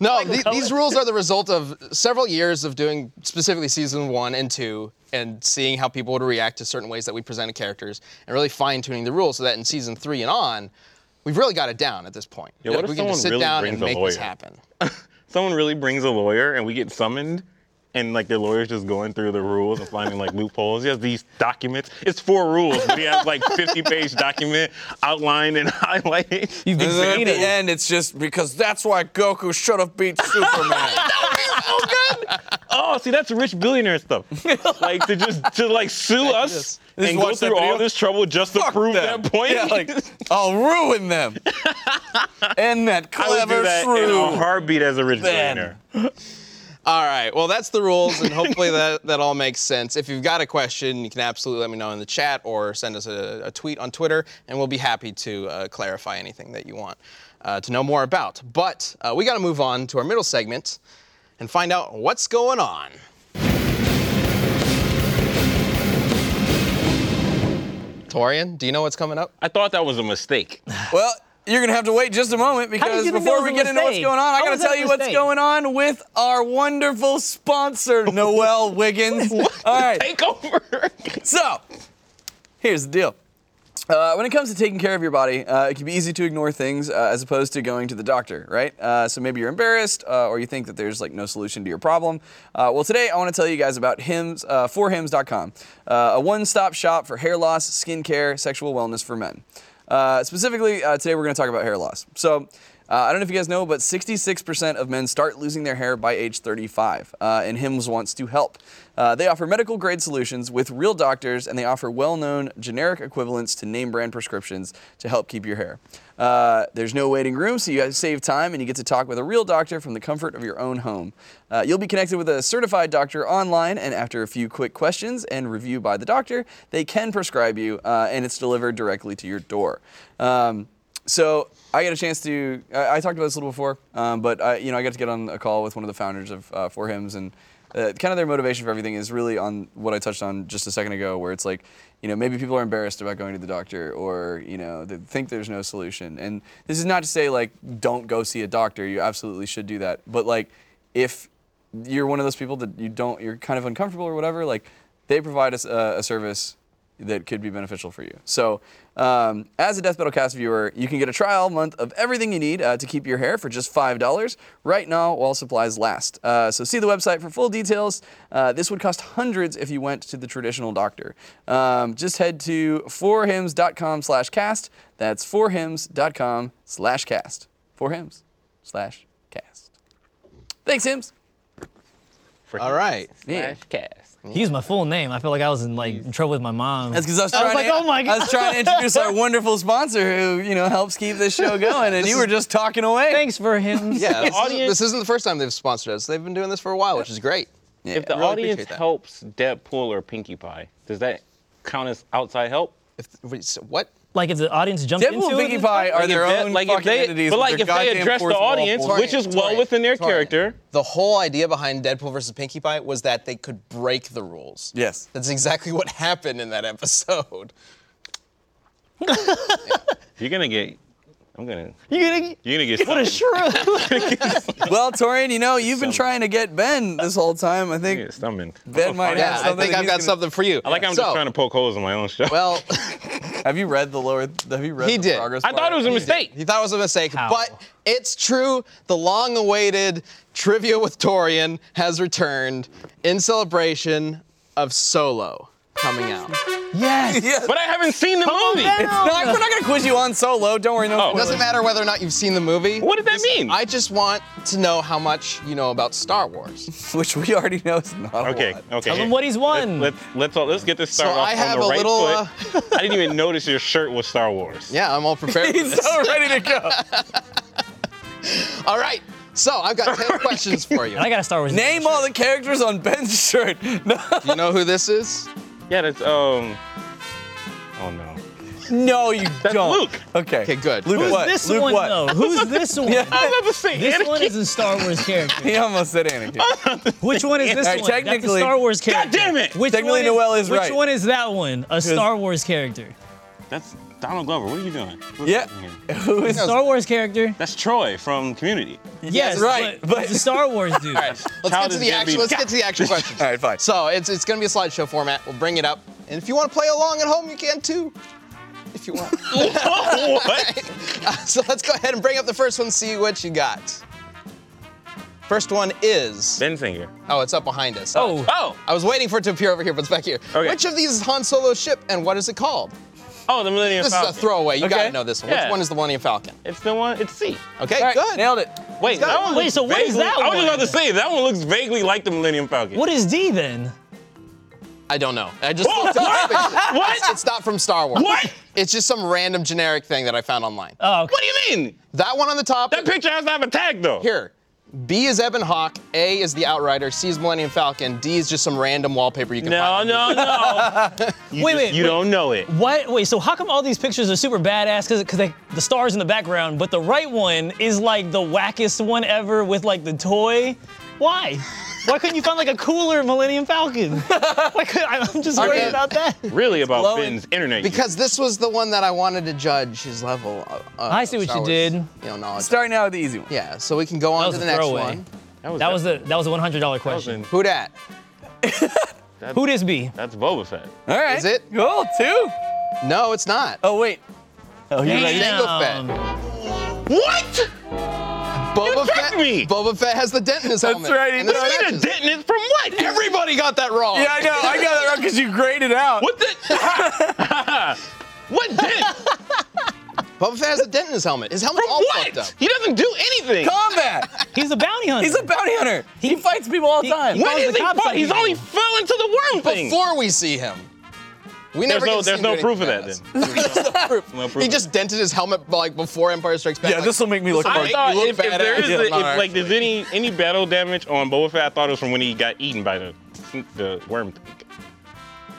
[SPEAKER 1] No, the- these rules are the result of several years of doing specifically season one and two and seeing how people would react to certain ways that we presented characters and really fine tuning the rules so that in season three and on, we've really got it down at this point.
[SPEAKER 3] Yeah, what if
[SPEAKER 1] we can
[SPEAKER 3] someone
[SPEAKER 1] just sit
[SPEAKER 3] really
[SPEAKER 1] down
[SPEAKER 3] brings
[SPEAKER 1] and
[SPEAKER 3] a
[SPEAKER 1] make this
[SPEAKER 3] lawyer?
[SPEAKER 1] happen.
[SPEAKER 3] Someone really brings a lawyer, and we get summoned. And like the lawyer's just going through the rules and finding like loopholes. He has these documents. It's four rules, but he has like 50-page document outlined and [laughs] highlighted.
[SPEAKER 2] You've been
[SPEAKER 4] And then at the
[SPEAKER 2] creative.
[SPEAKER 4] end, it's just because that's why Goku should have beat Superman.
[SPEAKER 3] Oh, see, that's rich billionaire
[SPEAKER 4] [laughs]
[SPEAKER 3] stuff. like to just to like sue us
[SPEAKER 1] Just-
[SPEAKER 4] just
[SPEAKER 3] and go
[SPEAKER 4] watch that
[SPEAKER 3] through all
[SPEAKER 4] video.
[SPEAKER 3] this trouble just to
[SPEAKER 4] Fuck
[SPEAKER 3] [laughs] prove
[SPEAKER 4] them.
[SPEAKER 3] that point.
[SPEAKER 4] Yeah, like, I'll ruin them. and that
[SPEAKER 3] [laughs] I would do
[SPEAKER 4] clever
[SPEAKER 3] that in
[SPEAKER 4] shrew.
[SPEAKER 3] a heartbeat as a rich
[SPEAKER 4] Then.
[SPEAKER 3] billionaire.
[SPEAKER 1] All right. Well, that's the rules, and hopefully that, that all makes sense. If you've got a question, you can absolutely let me know in the chat or send us a, a tweet on Twitter, and we'll be happy to uh, clarify anything that you want uh, to know more about. But uh, we got to move on to our middle segment and find out what's going on. Torian, do you know what's coming up?
[SPEAKER 3] I thought that was a mistake.
[SPEAKER 4] Well, you're gonna have to wait just a moment because
[SPEAKER 2] you think that
[SPEAKER 4] before
[SPEAKER 2] was
[SPEAKER 4] we
[SPEAKER 2] a
[SPEAKER 4] get into what's
[SPEAKER 2] mistake?
[SPEAKER 4] going on,
[SPEAKER 2] How
[SPEAKER 4] I gotta
[SPEAKER 2] was that
[SPEAKER 4] tell
[SPEAKER 2] a
[SPEAKER 4] you what's
[SPEAKER 2] mistake?
[SPEAKER 4] going on with our
[SPEAKER 2] [laughs]
[SPEAKER 4] wonderful sponsor, Noel Wiggins. All right,
[SPEAKER 3] Take over.
[SPEAKER 4] [laughs] so here's the deal. Uh, when it comes to taking care of your body, uh, it can be easy to ignore things uh, as opposed to going to the doctor, right? Uh, so maybe you're embarrassed uh, or you think that there's like no solution to your problem. Uh, well, today I want to tell you guys about Hims, uh, forhims.com, uh, a one-stop shop for hair loss, skincare, sexual wellness for men. Uh, specifically, uh, today we're going to talk about hair loss. So Uh, I don't know if you guys know, but 66% of men start losing their hair by age 35, uh, and Hims wants to help. Uh, they offer medical grade solutions with real doctors, and they offer well known generic equivalents to name brand prescriptions to help keep your hair. Uh, there's no waiting room, so you guys save time and you get to talk with a real doctor from the comfort of your own home. Uh, you'll be connected with a certified doctor online, and after a few quick questions and review by the doctor, they can prescribe you, uh, and it's delivered directly to your door. Um, so I got a chance to. I, I talked about this a little before, um, but I, you know, I got to get on a call with one of the founders of uh, Four Hims, and uh, kind of their motivation for everything is really on what I touched on just a second ago, where it's like, you know, maybe people are embarrassed about going to the doctor, or you know, they think there's no solution. And this is not to say like don't go see a doctor. You absolutely should do that, but like if you're one of those people that you don't, you're kind of uncomfortable or whatever, like they provide us a, a service that could be beneficial for you. So, um, as a Death Metal Cast viewer, you can get a trial month of everything you need uh, to keep your hair for just $5 right now while supplies last. Uh, so, see the website for full details. Uh, this would cost hundreds if you went to the traditional doctor. Um, just head to forhims.com slash cast. That's forhims.com slash cast. Forhims slash cast. Thanks, Hims.
[SPEAKER 1] All right.
[SPEAKER 4] Yeah.
[SPEAKER 3] cast.
[SPEAKER 2] He used my full name. I felt like I was in like in trouble with my mom.
[SPEAKER 4] That's because I was
[SPEAKER 2] I
[SPEAKER 4] trying.
[SPEAKER 2] was like,
[SPEAKER 4] to,
[SPEAKER 2] oh my
[SPEAKER 4] I was
[SPEAKER 2] God.
[SPEAKER 4] trying to
[SPEAKER 2] [laughs]
[SPEAKER 4] introduce our wonderful sponsor, who you know helps keep this show going, and you were just talking away.
[SPEAKER 2] Thanks for
[SPEAKER 1] [laughs]
[SPEAKER 2] him. [laughs]
[SPEAKER 1] Yeah, this, isn't,
[SPEAKER 3] audience-
[SPEAKER 1] this isn't the first time they've sponsored us. They've been doing this for a while, which is great.
[SPEAKER 4] Yeah.
[SPEAKER 3] If the
[SPEAKER 1] really
[SPEAKER 3] audience
[SPEAKER 1] appreciate that.
[SPEAKER 3] helps Deadpool or Pinkie Pie, does that count as outside help?
[SPEAKER 1] If, wait, so what?
[SPEAKER 2] Like if the audience jumped
[SPEAKER 4] Deadpool
[SPEAKER 2] into
[SPEAKER 4] and
[SPEAKER 2] it,
[SPEAKER 4] Pinkie
[SPEAKER 2] it's
[SPEAKER 4] Pie are
[SPEAKER 3] Like,
[SPEAKER 4] their
[SPEAKER 3] if that-
[SPEAKER 4] own
[SPEAKER 3] like, if
[SPEAKER 4] fucking
[SPEAKER 3] they-
[SPEAKER 4] entities.
[SPEAKER 3] but
[SPEAKER 4] with
[SPEAKER 3] like,
[SPEAKER 4] their
[SPEAKER 3] if they
[SPEAKER 4] goddamn
[SPEAKER 3] address
[SPEAKER 4] fourth
[SPEAKER 3] the
[SPEAKER 4] wall
[SPEAKER 3] audience,
[SPEAKER 4] bullshit.
[SPEAKER 3] Which is well within their character.
[SPEAKER 1] The whole idea behind Deadpool versus Pinkie Pie was that they could break the rules.
[SPEAKER 4] Yes.
[SPEAKER 1] That's exactly [laughs] what happened in that episode.
[SPEAKER 3] You're gonna get. I'm gonna.
[SPEAKER 2] You gonna
[SPEAKER 3] You're gonna get.
[SPEAKER 2] what a
[SPEAKER 3] something.
[SPEAKER 2] shrew.
[SPEAKER 4] well, Torian, you know you've been trying to get Ben this whole time. I
[SPEAKER 3] You're gonna
[SPEAKER 4] think
[SPEAKER 3] get something.
[SPEAKER 4] Ben might
[SPEAKER 1] Yeah,
[SPEAKER 4] have
[SPEAKER 1] I
[SPEAKER 4] something.
[SPEAKER 1] think
[SPEAKER 4] that
[SPEAKER 1] I've
[SPEAKER 4] he's
[SPEAKER 1] got
[SPEAKER 4] gonna-
[SPEAKER 1] something for you.
[SPEAKER 3] I like. I'm
[SPEAKER 1] so,
[SPEAKER 3] just trying to poke holes in my own show.
[SPEAKER 1] Well, [laughs]
[SPEAKER 4] Have you read the lower? Have you read
[SPEAKER 1] He
[SPEAKER 4] the
[SPEAKER 1] did.
[SPEAKER 4] progress?
[SPEAKER 3] I thought
[SPEAKER 4] bar?
[SPEAKER 3] it was a mistake.
[SPEAKER 1] he thought it was a mistake,
[SPEAKER 2] How?
[SPEAKER 1] but it's true. The long-awaited trivia with Torian has returned in celebration of Solo coming out.
[SPEAKER 3] [laughs]
[SPEAKER 2] yes.
[SPEAKER 4] Yes.
[SPEAKER 3] But I haven't seen the movie.
[SPEAKER 4] No, we're not gonna quiz you on solo. Don't worry. No.
[SPEAKER 3] Oh.
[SPEAKER 4] spoilers.
[SPEAKER 1] Doesn't matter whether or not you've seen the movie.
[SPEAKER 3] What does that
[SPEAKER 1] Just-
[SPEAKER 3] mean?
[SPEAKER 1] I just want to know how much you know about Star Wars.
[SPEAKER 4] Which we already know is not a
[SPEAKER 3] Okay.
[SPEAKER 4] lot.
[SPEAKER 3] Okay.
[SPEAKER 2] Tell him what he's won.
[SPEAKER 3] Let's let's all, let's get this started
[SPEAKER 1] So
[SPEAKER 3] off
[SPEAKER 1] I have
[SPEAKER 3] on the
[SPEAKER 1] a
[SPEAKER 3] right
[SPEAKER 1] little, uh,
[SPEAKER 3] foot. I didn't even notice your shirt was Star Wars.
[SPEAKER 1] Yeah, I'm all
[SPEAKER 4] [laughs]
[SPEAKER 1] prepared. for
[SPEAKER 4] [laughs] He's
[SPEAKER 1] this.
[SPEAKER 4] so ready to go.
[SPEAKER 1] all right. So I've
[SPEAKER 4] [laughs]
[SPEAKER 1] got 10 questions for you.
[SPEAKER 2] And I gotta start with
[SPEAKER 4] Name all the characters on Ben's shirt. [laughs] No.
[SPEAKER 1] You know who this is?
[SPEAKER 3] Yeah. That's um. Oh no.
[SPEAKER 4] No, you
[SPEAKER 3] That's
[SPEAKER 4] don't.
[SPEAKER 3] Luke.
[SPEAKER 4] Okay.
[SPEAKER 1] Okay, good.
[SPEAKER 4] Luke
[SPEAKER 2] Who's
[SPEAKER 4] what?
[SPEAKER 2] this
[SPEAKER 4] Luke
[SPEAKER 2] one
[SPEAKER 4] what?
[SPEAKER 2] though? Who's
[SPEAKER 1] [laughs]
[SPEAKER 2] this one?
[SPEAKER 4] Yeah. [laughs]
[SPEAKER 3] I was about to say
[SPEAKER 2] This one
[SPEAKER 3] Anakin.
[SPEAKER 2] is a Star Wars character.
[SPEAKER 4] He almost said Anakin.
[SPEAKER 1] Oh,
[SPEAKER 2] Which one is this
[SPEAKER 4] Alright,
[SPEAKER 2] one? That's a
[SPEAKER 4] technically-
[SPEAKER 2] Star Wars character.
[SPEAKER 3] damn it!
[SPEAKER 2] Which
[SPEAKER 4] Technically,
[SPEAKER 2] one
[SPEAKER 4] Noel is
[SPEAKER 2] Which
[SPEAKER 4] right.
[SPEAKER 2] one is that one? A Star Wars character.
[SPEAKER 3] That's Donald Glover. What are you doing? What-
[SPEAKER 4] Yeah. Who is
[SPEAKER 2] Star Wars character.
[SPEAKER 3] That's Troy
[SPEAKER 1] [laughs]
[SPEAKER 3] from Community.
[SPEAKER 2] Yes,
[SPEAKER 4] right,
[SPEAKER 2] But,
[SPEAKER 4] but-
[SPEAKER 2] it's a Star Wars dude.
[SPEAKER 1] Let's get
[SPEAKER 3] Child
[SPEAKER 1] to the
[SPEAKER 3] is gonna be-
[SPEAKER 1] actual. Let's get to the
[SPEAKER 4] [laughs]
[SPEAKER 1] actual questions.
[SPEAKER 4] All right, fine.
[SPEAKER 1] So it's it's gonna be a slideshow format. We'll bring it up, and if you want to play along at home, you can too, if you want.
[SPEAKER 4] [laughs]
[SPEAKER 1] [laughs]
[SPEAKER 3] what?
[SPEAKER 1] Uh, so let's go ahead and bring up the first one. See what you got. First one is.
[SPEAKER 3] Ben Singer.
[SPEAKER 1] Oh, it's up behind us.
[SPEAKER 2] Oh.
[SPEAKER 3] Oh.
[SPEAKER 1] I was waiting for it to appear over here, but it's back here.
[SPEAKER 3] Okay.
[SPEAKER 1] Which of these is Han Solo's ship, and what is it called?
[SPEAKER 3] Oh, the Millennium
[SPEAKER 1] This
[SPEAKER 3] Falcon.
[SPEAKER 1] is a throwaway. You gotta
[SPEAKER 4] Okay.
[SPEAKER 1] know this one.
[SPEAKER 3] Yeah.
[SPEAKER 1] Which one is the Millennium Falcon?
[SPEAKER 3] It's the one. It's C.
[SPEAKER 1] Okay,
[SPEAKER 4] All right,
[SPEAKER 1] good.
[SPEAKER 4] Nailed it.
[SPEAKER 3] Wait, that one.
[SPEAKER 2] Wait,
[SPEAKER 3] looks
[SPEAKER 2] so what is
[SPEAKER 3] vaguely-
[SPEAKER 2] that
[SPEAKER 3] I was just
[SPEAKER 2] one?
[SPEAKER 3] about to say that one looks vaguely like the Millennium Falcon.
[SPEAKER 2] What is D then?
[SPEAKER 1] I don't know. I just
[SPEAKER 3] Oh,
[SPEAKER 1] looked it up.
[SPEAKER 3] [laughs] What?
[SPEAKER 1] It's- It's not from Star Wars.
[SPEAKER 3] What?
[SPEAKER 1] It's just some random generic thing that I found online.
[SPEAKER 2] Oh, okay.
[SPEAKER 3] What do you mean?
[SPEAKER 1] that one on the top.
[SPEAKER 3] That picture has to have a tag though.
[SPEAKER 1] Here. B is Ebon Hawk, A is the Outrider, C is Millennium Falcon, D is just some random wallpaper you can
[SPEAKER 3] No,
[SPEAKER 1] find. [laughs]
[SPEAKER 3] no, no. you
[SPEAKER 2] Wait,
[SPEAKER 3] just-
[SPEAKER 2] wait,
[SPEAKER 3] You
[SPEAKER 2] wait.
[SPEAKER 3] don't know it.
[SPEAKER 2] What? Wait. So how come all these pictures are super badass? Cause, 'cause they, the stars in the background, but the right one is like the wackest one ever with like the toy. Why? Why couldn't you find like a cooler Millennium Falcon? Why could, I'm just worried
[SPEAKER 1] mean-
[SPEAKER 2] about that.
[SPEAKER 3] Really about
[SPEAKER 4] glowing.
[SPEAKER 3] Ben's internet. use.
[SPEAKER 1] Because this was the one that I wanted to judge his level. Uh,
[SPEAKER 2] I see what you did.
[SPEAKER 1] You know, knowledge.
[SPEAKER 4] Starting out with the easy one.
[SPEAKER 1] Yeah, so we can go on
[SPEAKER 2] was
[SPEAKER 1] to the
[SPEAKER 2] a
[SPEAKER 1] next
[SPEAKER 2] throwaway.
[SPEAKER 1] one.
[SPEAKER 2] That was the that was a $100 question.
[SPEAKER 1] Who dat?
[SPEAKER 2] Who this be?
[SPEAKER 3] That's Boba Fett.
[SPEAKER 4] All right.
[SPEAKER 1] Is it?
[SPEAKER 4] Cool. Two.
[SPEAKER 1] No, it's not.
[SPEAKER 4] Oh wait. Oh, you ready?
[SPEAKER 1] Jango
[SPEAKER 2] Damn.
[SPEAKER 1] Fett.
[SPEAKER 3] um, What?
[SPEAKER 1] Boba
[SPEAKER 3] tricked
[SPEAKER 1] Fett.
[SPEAKER 3] me.
[SPEAKER 1] Boba Fett has the dent in his helmet.
[SPEAKER 4] right, he
[SPEAKER 1] and the
[SPEAKER 4] does.
[SPEAKER 3] I
[SPEAKER 1] scratches.
[SPEAKER 3] mean, a detonant from what?
[SPEAKER 1] Everybody got that wrong.
[SPEAKER 4] Yeah, I know. I got that wrong because you graded out.
[SPEAKER 3] What the? what dent?
[SPEAKER 1] Boba Fett has a dent in his helmet. His helmet's all fucked up.
[SPEAKER 3] He doesn't do anything.
[SPEAKER 4] Combat!
[SPEAKER 2] He's a bounty hunter.
[SPEAKER 4] He's a bounty hunter. He, fights people all the
[SPEAKER 2] he-
[SPEAKER 4] time.
[SPEAKER 2] What?
[SPEAKER 3] when
[SPEAKER 2] Follows
[SPEAKER 3] is
[SPEAKER 2] the
[SPEAKER 3] he?
[SPEAKER 2] cops
[SPEAKER 3] Fought?
[SPEAKER 2] like
[SPEAKER 3] He's
[SPEAKER 2] he-
[SPEAKER 3] only fell into the worm thing.
[SPEAKER 1] Before we see him, we
[SPEAKER 3] there's
[SPEAKER 1] never. get
[SPEAKER 3] no,
[SPEAKER 1] to
[SPEAKER 3] there's
[SPEAKER 1] see
[SPEAKER 3] no
[SPEAKER 1] him do
[SPEAKER 3] proof of that.
[SPEAKER 1] anything
[SPEAKER 3] Then
[SPEAKER 1] badass.
[SPEAKER 4] There's no proof.
[SPEAKER 3] No proof
[SPEAKER 1] He
[SPEAKER 3] of
[SPEAKER 1] just dented his helmet like before Empire Strikes Back.
[SPEAKER 4] Yeah,
[SPEAKER 1] like,
[SPEAKER 4] this'll make me look
[SPEAKER 1] this will
[SPEAKER 4] smart.
[SPEAKER 3] I
[SPEAKER 1] make
[SPEAKER 3] thought
[SPEAKER 1] you look
[SPEAKER 3] if, if there
[SPEAKER 1] badass.
[SPEAKER 3] is
[SPEAKER 1] Yeah,
[SPEAKER 3] if,
[SPEAKER 1] not
[SPEAKER 3] like
[SPEAKER 1] actually.
[SPEAKER 3] there's any any battle damage on Boba Fett, I thought it was from when he got eaten by the the worm thing.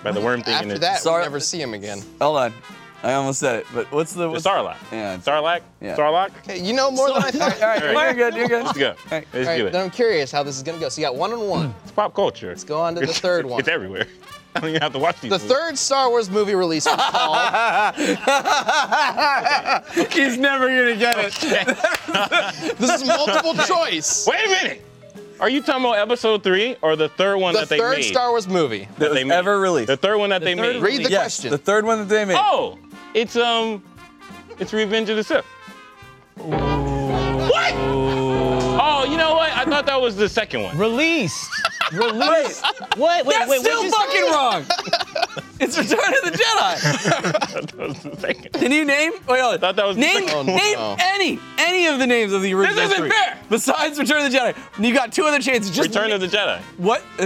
[SPEAKER 3] By the worm thing in
[SPEAKER 1] After
[SPEAKER 3] the,
[SPEAKER 1] that,
[SPEAKER 4] Sorry.
[SPEAKER 1] we never see him again.
[SPEAKER 4] Hold on. I almost said it, but what's the.
[SPEAKER 3] the
[SPEAKER 4] What's
[SPEAKER 3] Sarlacc.
[SPEAKER 4] Yeah.
[SPEAKER 3] Sarlacc.
[SPEAKER 4] Yeah.
[SPEAKER 3] Sarlacc.
[SPEAKER 1] Hey, you know more than I
[SPEAKER 3] [laughs]
[SPEAKER 1] thought.
[SPEAKER 4] All right, all right, you're good, you're good.
[SPEAKER 3] Let's go.
[SPEAKER 4] right.
[SPEAKER 3] Let's
[SPEAKER 1] All
[SPEAKER 3] do
[SPEAKER 1] right,
[SPEAKER 3] it.
[SPEAKER 1] then I'm curious how this is gonna go. So you got one on
[SPEAKER 3] [clears throat]
[SPEAKER 1] one.
[SPEAKER 3] It's pop culture. Let's
[SPEAKER 1] go on to the third one.
[SPEAKER 3] It's everywhere. [laughs] I don't even have to watch these.
[SPEAKER 1] The
[SPEAKER 3] movies.
[SPEAKER 1] third Star Wars movie release was
[SPEAKER 3] [laughs]
[SPEAKER 1] called.
[SPEAKER 4] He's never gonna get it.
[SPEAKER 1] this is multiple choice.
[SPEAKER 3] Wait a minute. Are you talking about episode three or the third one
[SPEAKER 1] The
[SPEAKER 3] that they
[SPEAKER 1] third
[SPEAKER 3] made?
[SPEAKER 1] Star Wars movie.
[SPEAKER 3] that they
[SPEAKER 4] was
[SPEAKER 3] made?
[SPEAKER 4] ever released.
[SPEAKER 3] The third one that they
[SPEAKER 2] third
[SPEAKER 3] made.
[SPEAKER 2] one.
[SPEAKER 1] Read the
[SPEAKER 4] yes,
[SPEAKER 1] question.
[SPEAKER 4] the third one that they made.
[SPEAKER 3] Oh, it's um, it's Revenge of the Sith. What? Oh, you know what? I thought that was the
[SPEAKER 2] [laughs]
[SPEAKER 3] second [laughs] one.
[SPEAKER 2] Released.
[SPEAKER 4] Wait,
[SPEAKER 2] Released. what? Wait,
[SPEAKER 4] that's
[SPEAKER 2] wait,
[SPEAKER 4] still
[SPEAKER 2] what'd you say?
[SPEAKER 4] fucking wrong. it's Return of the Jedi.
[SPEAKER 3] that was the second.
[SPEAKER 4] Can you name? Wait, hold on.
[SPEAKER 3] Thought that was the
[SPEAKER 4] name
[SPEAKER 1] second one.
[SPEAKER 4] name
[SPEAKER 1] Oh, no.
[SPEAKER 4] any any of the names of the original
[SPEAKER 3] isn't
[SPEAKER 4] three.
[SPEAKER 3] fair.
[SPEAKER 4] Besides Return of the Jedi, you got two other chances. Just
[SPEAKER 3] Return of the Jedi.
[SPEAKER 4] what? [laughs]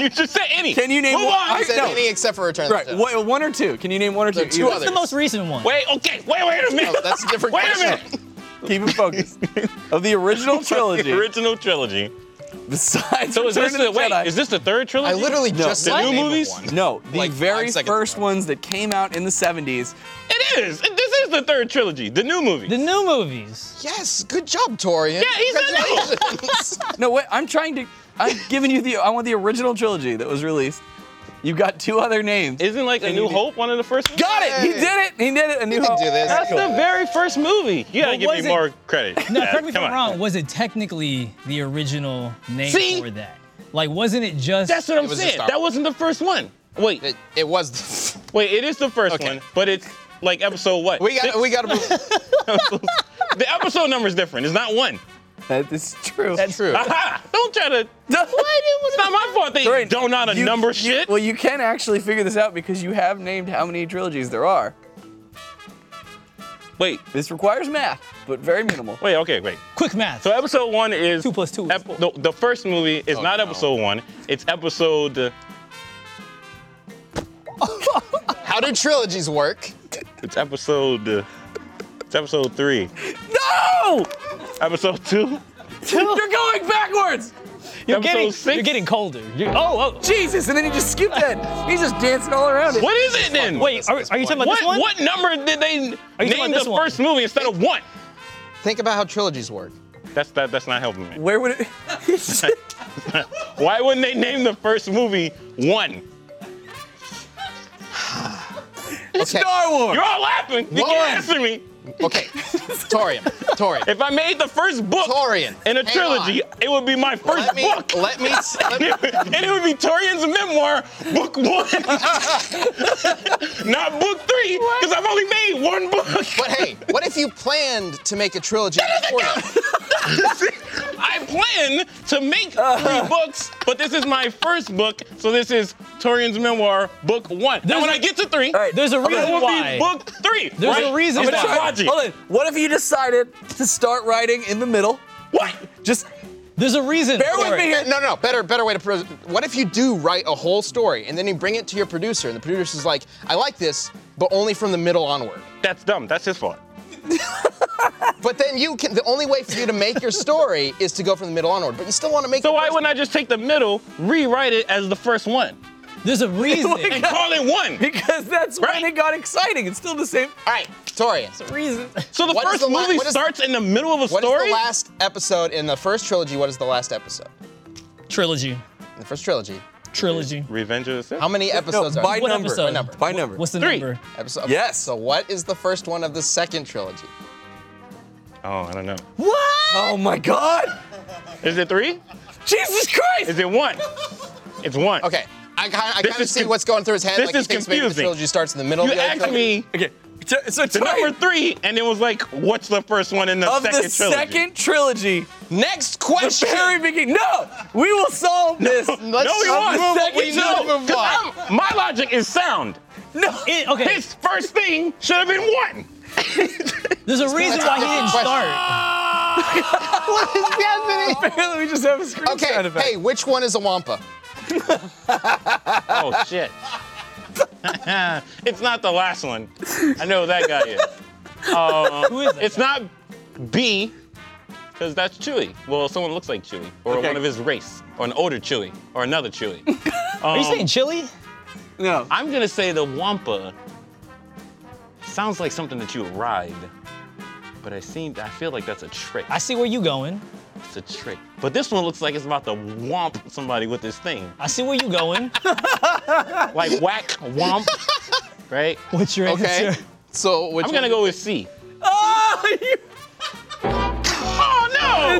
[SPEAKER 3] You just said any.
[SPEAKER 4] Can you name
[SPEAKER 3] Move
[SPEAKER 4] one?
[SPEAKER 3] on.
[SPEAKER 1] I said
[SPEAKER 4] no.
[SPEAKER 1] any except for Return of the
[SPEAKER 4] right,
[SPEAKER 1] Jedi.
[SPEAKER 4] what, one or two. Can you name one or two?
[SPEAKER 1] There are two
[SPEAKER 4] Either.
[SPEAKER 1] others.
[SPEAKER 2] The most recent one.
[SPEAKER 3] Wait. Okay. Wait. Wait a minute.
[SPEAKER 1] No, Oh, that's a different
[SPEAKER 3] Wait a
[SPEAKER 1] question.
[SPEAKER 3] minute.
[SPEAKER 4] Keep it focused. of
[SPEAKER 1] [laughs]
[SPEAKER 4] the original trilogy,
[SPEAKER 3] The [laughs] original trilogy.
[SPEAKER 4] besides
[SPEAKER 3] So is
[SPEAKER 4] Return
[SPEAKER 3] this
[SPEAKER 4] of
[SPEAKER 3] the
[SPEAKER 4] the
[SPEAKER 3] wait?
[SPEAKER 4] Jedi.
[SPEAKER 3] Is this the third trilogy?
[SPEAKER 1] I literally
[SPEAKER 4] No.
[SPEAKER 1] just
[SPEAKER 4] The
[SPEAKER 1] said
[SPEAKER 3] new
[SPEAKER 1] name of
[SPEAKER 3] movies?
[SPEAKER 1] one.
[SPEAKER 4] no, the
[SPEAKER 1] Like,
[SPEAKER 4] very
[SPEAKER 1] five seconds
[SPEAKER 4] first
[SPEAKER 1] ago.
[SPEAKER 4] ones that came out in the 70s.
[SPEAKER 3] It is. This is the third trilogy. The new movie.
[SPEAKER 2] The new movies.
[SPEAKER 1] Yes, good job, Torian.
[SPEAKER 3] Yeah, he said no.
[SPEAKER 1] Congratulations. [laughs]
[SPEAKER 4] No, wait, I'm trying to. I'm giving you the. I want the original trilogy that was released. You've got two other names.
[SPEAKER 3] Isn't like a
[SPEAKER 4] And
[SPEAKER 3] New
[SPEAKER 4] you did-
[SPEAKER 3] Hope one of the first ones?
[SPEAKER 4] got it. He
[SPEAKER 1] Hey.
[SPEAKER 4] did it. He did it. A new
[SPEAKER 1] can
[SPEAKER 4] Hope.
[SPEAKER 1] do this.
[SPEAKER 3] That's the very first movie. You gotta
[SPEAKER 2] But
[SPEAKER 3] give me
[SPEAKER 2] was it-
[SPEAKER 3] more
[SPEAKER 2] [laughs]
[SPEAKER 3] credit.
[SPEAKER 2] No,
[SPEAKER 3] Yeah,
[SPEAKER 2] correct me if
[SPEAKER 3] come
[SPEAKER 2] I'm
[SPEAKER 3] on.
[SPEAKER 2] wrong. Was it technically the original name
[SPEAKER 3] See?
[SPEAKER 2] for that? Like, wasn't it just?
[SPEAKER 3] That's what I'm
[SPEAKER 1] was
[SPEAKER 3] saying.
[SPEAKER 1] just our-
[SPEAKER 3] That wasn't the first one. Wait,
[SPEAKER 1] it, it was. The,
[SPEAKER 3] wait, it is the first
[SPEAKER 1] Okay.
[SPEAKER 3] one, but it's like episode what?
[SPEAKER 1] we got.
[SPEAKER 3] Six?
[SPEAKER 1] We got to
[SPEAKER 3] [laughs]
[SPEAKER 1] move.
[SPEAKER 3] the episode number is different. It's
[SPEAKER 1] [laughs]
[SPEAKER 3] not one.
[SPEAKER 4] That is true. [laughs]
[SPEAKER 1] That's true.
[SPEAKER 3] Aha! Don't try to.
[SPEAKER 4] No,
[SPEAKER 3] It's not my fault they
[SPEAKER 4] Dorian,
[SPEAKER 3] don't know how to
[SPEAKER 4] you-
[SPEAKER 3] number
[SPEAKER 4] you-
[SPEAKER 3] shit.
[SPEAKER 4] Well, you can actually figure this out because you have named how many trilogies there are.
[SPEAKER 3] Wait,
[SPEAKER 4] This requires math, but very minimal.
[SPEAKER 3] wait, okay, wait.
[SPEAKER 2] Quick math.
[SPEAKER 3] So episode one is
[SPEAKER 2] Two plus two is
[SPEAKER 3] ep-
[SPEAKER 2] four.
[SPEAKER 3] the, the first movie is
[SPEAKER 1] Oh,
[SPEAKER 3] not
[SPEAKER 1] no.
[SPEAKER 3] episode one. It's episode. uh,
[SPEAKER 1] How do trilogies work?
[SPEAKER 3] It's episode. uh, It's episode three.
[SPEAKER 4] No!
[SPEAKER 3] Episode two.
[SPEAKER 4] You're going backwards!
[SPEAKER 2] you're
[SPEAKER 3] episode
[SPEAKER 2] getting,
[SPEAKER 3] six?
[SPEAKER 2] you're getting colder. You're- oh, oh.
[SPEAKER 4] Jesus, and then he just skipped it. He's just dancing all around it.
[SPEAKER 3] What is it then?
[SPEAKER 2] Wait, are, are you talking about
[SPEAKER 3] what
[SPEAKER 2] this one?
[SPEAKER 3] what number did they name
[SPEAKER 2] Are you talking about
[SPEAKER 3] the
[SPEAKER 2] this one?
[SPEAKER 3] first movie instead of one?
[SPEAKER 1] Think about how trilogies work.
[SPEAKER 3] That's that. That's not helping me.
[SPEAKER 4] Where would it?
[SPEAKER 3] Why wouldn't they name the first movie one?
[SPEAKER 1] Okay.
[SPEAKER 4] Star Wars!
[SPEAKER 3] You're all laughing. You
[SPEAKER 1] One.
[SPEAKER 3] can't answer me.
[SPEAKER 1] Okay. Torian. Torian.
[SPEAKER 3] If I made the first book
[SPEAKER 1] Torian.
[SPEAKER 3] in
[SPEAKER 1] hang
[SPEAKER 3] a trilogy,
[SPEAKER 1] on.
[SPEAKER 3] it would be my first
[SPEAKER 1] Let me.
[SPEAKER 3] book.
[SPEAKER 1] Let me. s- Let
[SPEAKER 3] [laughs]
[SPEAKER 1] me
[SPEAKER 3] and it would be Torian's memoir, book one. Not book three, because I've only made one book.
[SPEAKER 1] but hey, what if you planned to make a trilogy? before that?
[SPEAKER 3] I plan to make three books, but this is my first book, so this is Torian's memoir, book one. Now,
[SPEAKER 2] There's
[SPEAKER 3] when
[SPEAKER 2] a-
[SPEAKER 3] I get to three,
[SPEAKER 4] right,
[SPEAKER 2] There's a
[SPEAKER 4] Okay.
[SPEAKER 3] it
[SPEAKER 2] reason
[SPEAKER 3] will
[SPEAKER 2] why.
[SPEAKER 3] be book three.
[SPEAKER 2] There's
[SPEAKER 3] right?
[SPEAKER 2] a reason
[SPEAKER 3] It's
[SPEAKER 2] why.
[SPEAKER 3] not logic.
[SPEAKER 4] Hold on. What if you decided to start writing in the middle?
[SPEAKER 3] What?
[SPEAKER 4] Just
[SPEAKER 2] There's a reason.
[SPEAKER 4] bear
[SPEAKER 2] for
[SPEAKER 4] with me
[SPEAKER 2] it.
[SPEAKER 4] here.
[SPEAKER 1] No, no, better, better way to. Pres- what if you do write a whole story and then you bring it to your producer, and the producer's like, "I like this, but only from the middle onward."
[SPEAKER 3] That's dumb. That's his fault.
[SPEAKER 1] But then you can. The only way for you to make your story [laughs] is to go from the middle onward. But you still want to make.
[SPEAKER 3] So
[SPEAKER 1] the
[SPEAKER 3] why
[SPEAKER 1] first-
[SPEAKER 3] wouldn't I just take the middle, rewrite it as the first one,
[SPEAKER 2] There's a reason.
[SPEAKER 3] and [laughs] call it one?
[SPEAKER 4] Because that's
[SPEAKER 3] Right.
[SPEAKER 4] when it got exciting. It's still the same.
[SPEAKER 1] All right, Torian.
[SPEAKER 2] reason.
[SPEAKER 3] So the
[SPEAKER 1] What is
[SPEAKER 3] first
[SPEAKER 1] the la-
[SPEAKER 3] movie
[SPEAKER 1] what is-
[SPEAKER 3] starts in the middle of a
[SPEAKER 1] What is
[SPEAKER 3] story.
[SPEAKER 1] the last episode in the first trilogy? What is the last episode
[SPEAKER 2] Trilogy.
[SPEAKER 1] in the first trilogy?
[SPEAKER 2] Trilogy.
[SPEAKER 3] Revenge of the Sith.
[SPEAKER 1] How many episodes
[SPEAKER 4] by
[SPEAKER 1] are? there?
[SPEAKER 2] What
[SPEAKER 4] number.
[SPEAKER 2] episode?
[SPEAKER 1] By number.
[SPEAKER 4] By number.
[SPEAKER 2] What's the
[SPEAKER 3] Three.
[SPEAKER 2] number?
[SPEAKER 1] Episode.
[SPEAKER 4] Yes.
[SPEAKER 1] So what is the first one of the second trilogy?
[SPEAKER 3] Oh, I don't know.
[SPEAKER 2] What?
[SPEAKER 4] oh my God!
[SPEAKER 3] Is it three?
[SPEAKER 4] Jesus Christ!
[SPEAKER 3] Is it one? It's one.
[SPEAKER 1] Okay, I, ki- I
[SPEAKER 3] This
[SPEAKER 1] kind of
[SPEAKER 3] is
[SPEAKER 1] see
[SPEAKER 3] con-
[SPEAKER 1] what's going through his head.
[SPEAKER 3] this
[SPEAKER 1] like he
[SPEAKER 3] is
[SPEAKER 1] thinks maybe the
[SPEAKER 3] confusing.
[SPEAKER 1] trilogy starts in the middle.
[SPEAKER 3] You
[SPEAKER 1] of the other
[SPEAKER 3] asked
[SPEAKER 1] trilogy.
[SPEAKER 3] me
[SPEAKER 4] Okay. So, so
[SPEAKER 3] the
[SPEAKER 4] Torian,
[SPEAKER 3] number three, and it was like, what's the first one in the
[SPEAKER 4] of
[SPEAKER 3] second
[SPEAKER 4] the
[SPEAKER 3] trilogy?
[SPEAKER 4] second trilogy,
[SPEAKER 1] Next
[SPEAKER 4] the
[SPEAKER 1] question.
[SPEAKER 4] very beginning. No, we will solve this.
[SPEAKER 1] Let's
[SPEAKER 3] no, he
[SPEAKER 1] just
[SPEAKER 3] won.
[SPEAKER 1] move-
[SPEAKER 4] Second
[SPEAKER 1] we need to
[SPEAKER 4] trilogy.
[SPEAKER 1] move on. [laughs]
[SPEAKER 3] My logic is sound.
[SPEAKER 4] No, [laughs]
[SPEAKER 2] It- okay.
[SPEAKER 3] His first thing should have been one.
[SPEAKER 2] There's a reason why he didn't start.
[SPEAKER 4] Ah!
[SPEAKER 5] what is happening?
[SPEAKER 4] Apparently, we just have a screen sound
[SPEAKER 1] Okay,
[SPEAKER 4] effect.
[SPEAKER 1] hey, which one is a
[SPEAKER 3] [laughs]
[SPEAKER 1] Wampa?
[SPEAKER 3] Oh shit. [laughs] it's not the last one. I know who that guy is. Um,
[SPEAKER 2] Who is that?
[SPEAKER 3] It's not B, because that's Chewy. Well, someone looks like Chewy, or
[SPEAKER 4] Okay.
[SPEAKER 3] one of his race, or an older Chewy, or another Chewy.
[SPEAKER 2] Are you saying chili?
[SPEAKER 4] No.
[SPEAKER 3] I'm gonna say the Wampa sounds like something that you would ride, but I seem I feel like that's a trick.
[SPEAKER 2] I see where you going.
[SPEAKER 3] It's a trick. But this one looks like it's about to womp somebody with this thing,
[SPEAKER 2] I see where you
[SPEAKER 3] [laughs]
[SPEAKER 2] going.
[SPEAKER 3] like whack
[SPEAKER 2] [laughs]
[SPEAKER 3] womp, right?
[SPEAKER 2] What's your
[SPEAKER 5] Okay.
[SPEAKER 3] [laughs]
[SPEAKER 2] answer?
[SPEAKER 5] So which
[SPEAKER 3] I'm gonna
[SPEAKER 5] one-
[SPEAKER 3] go with C. [laughs]
[SPEAKER 4] Oh, you,
[SPEAKER 3] Oh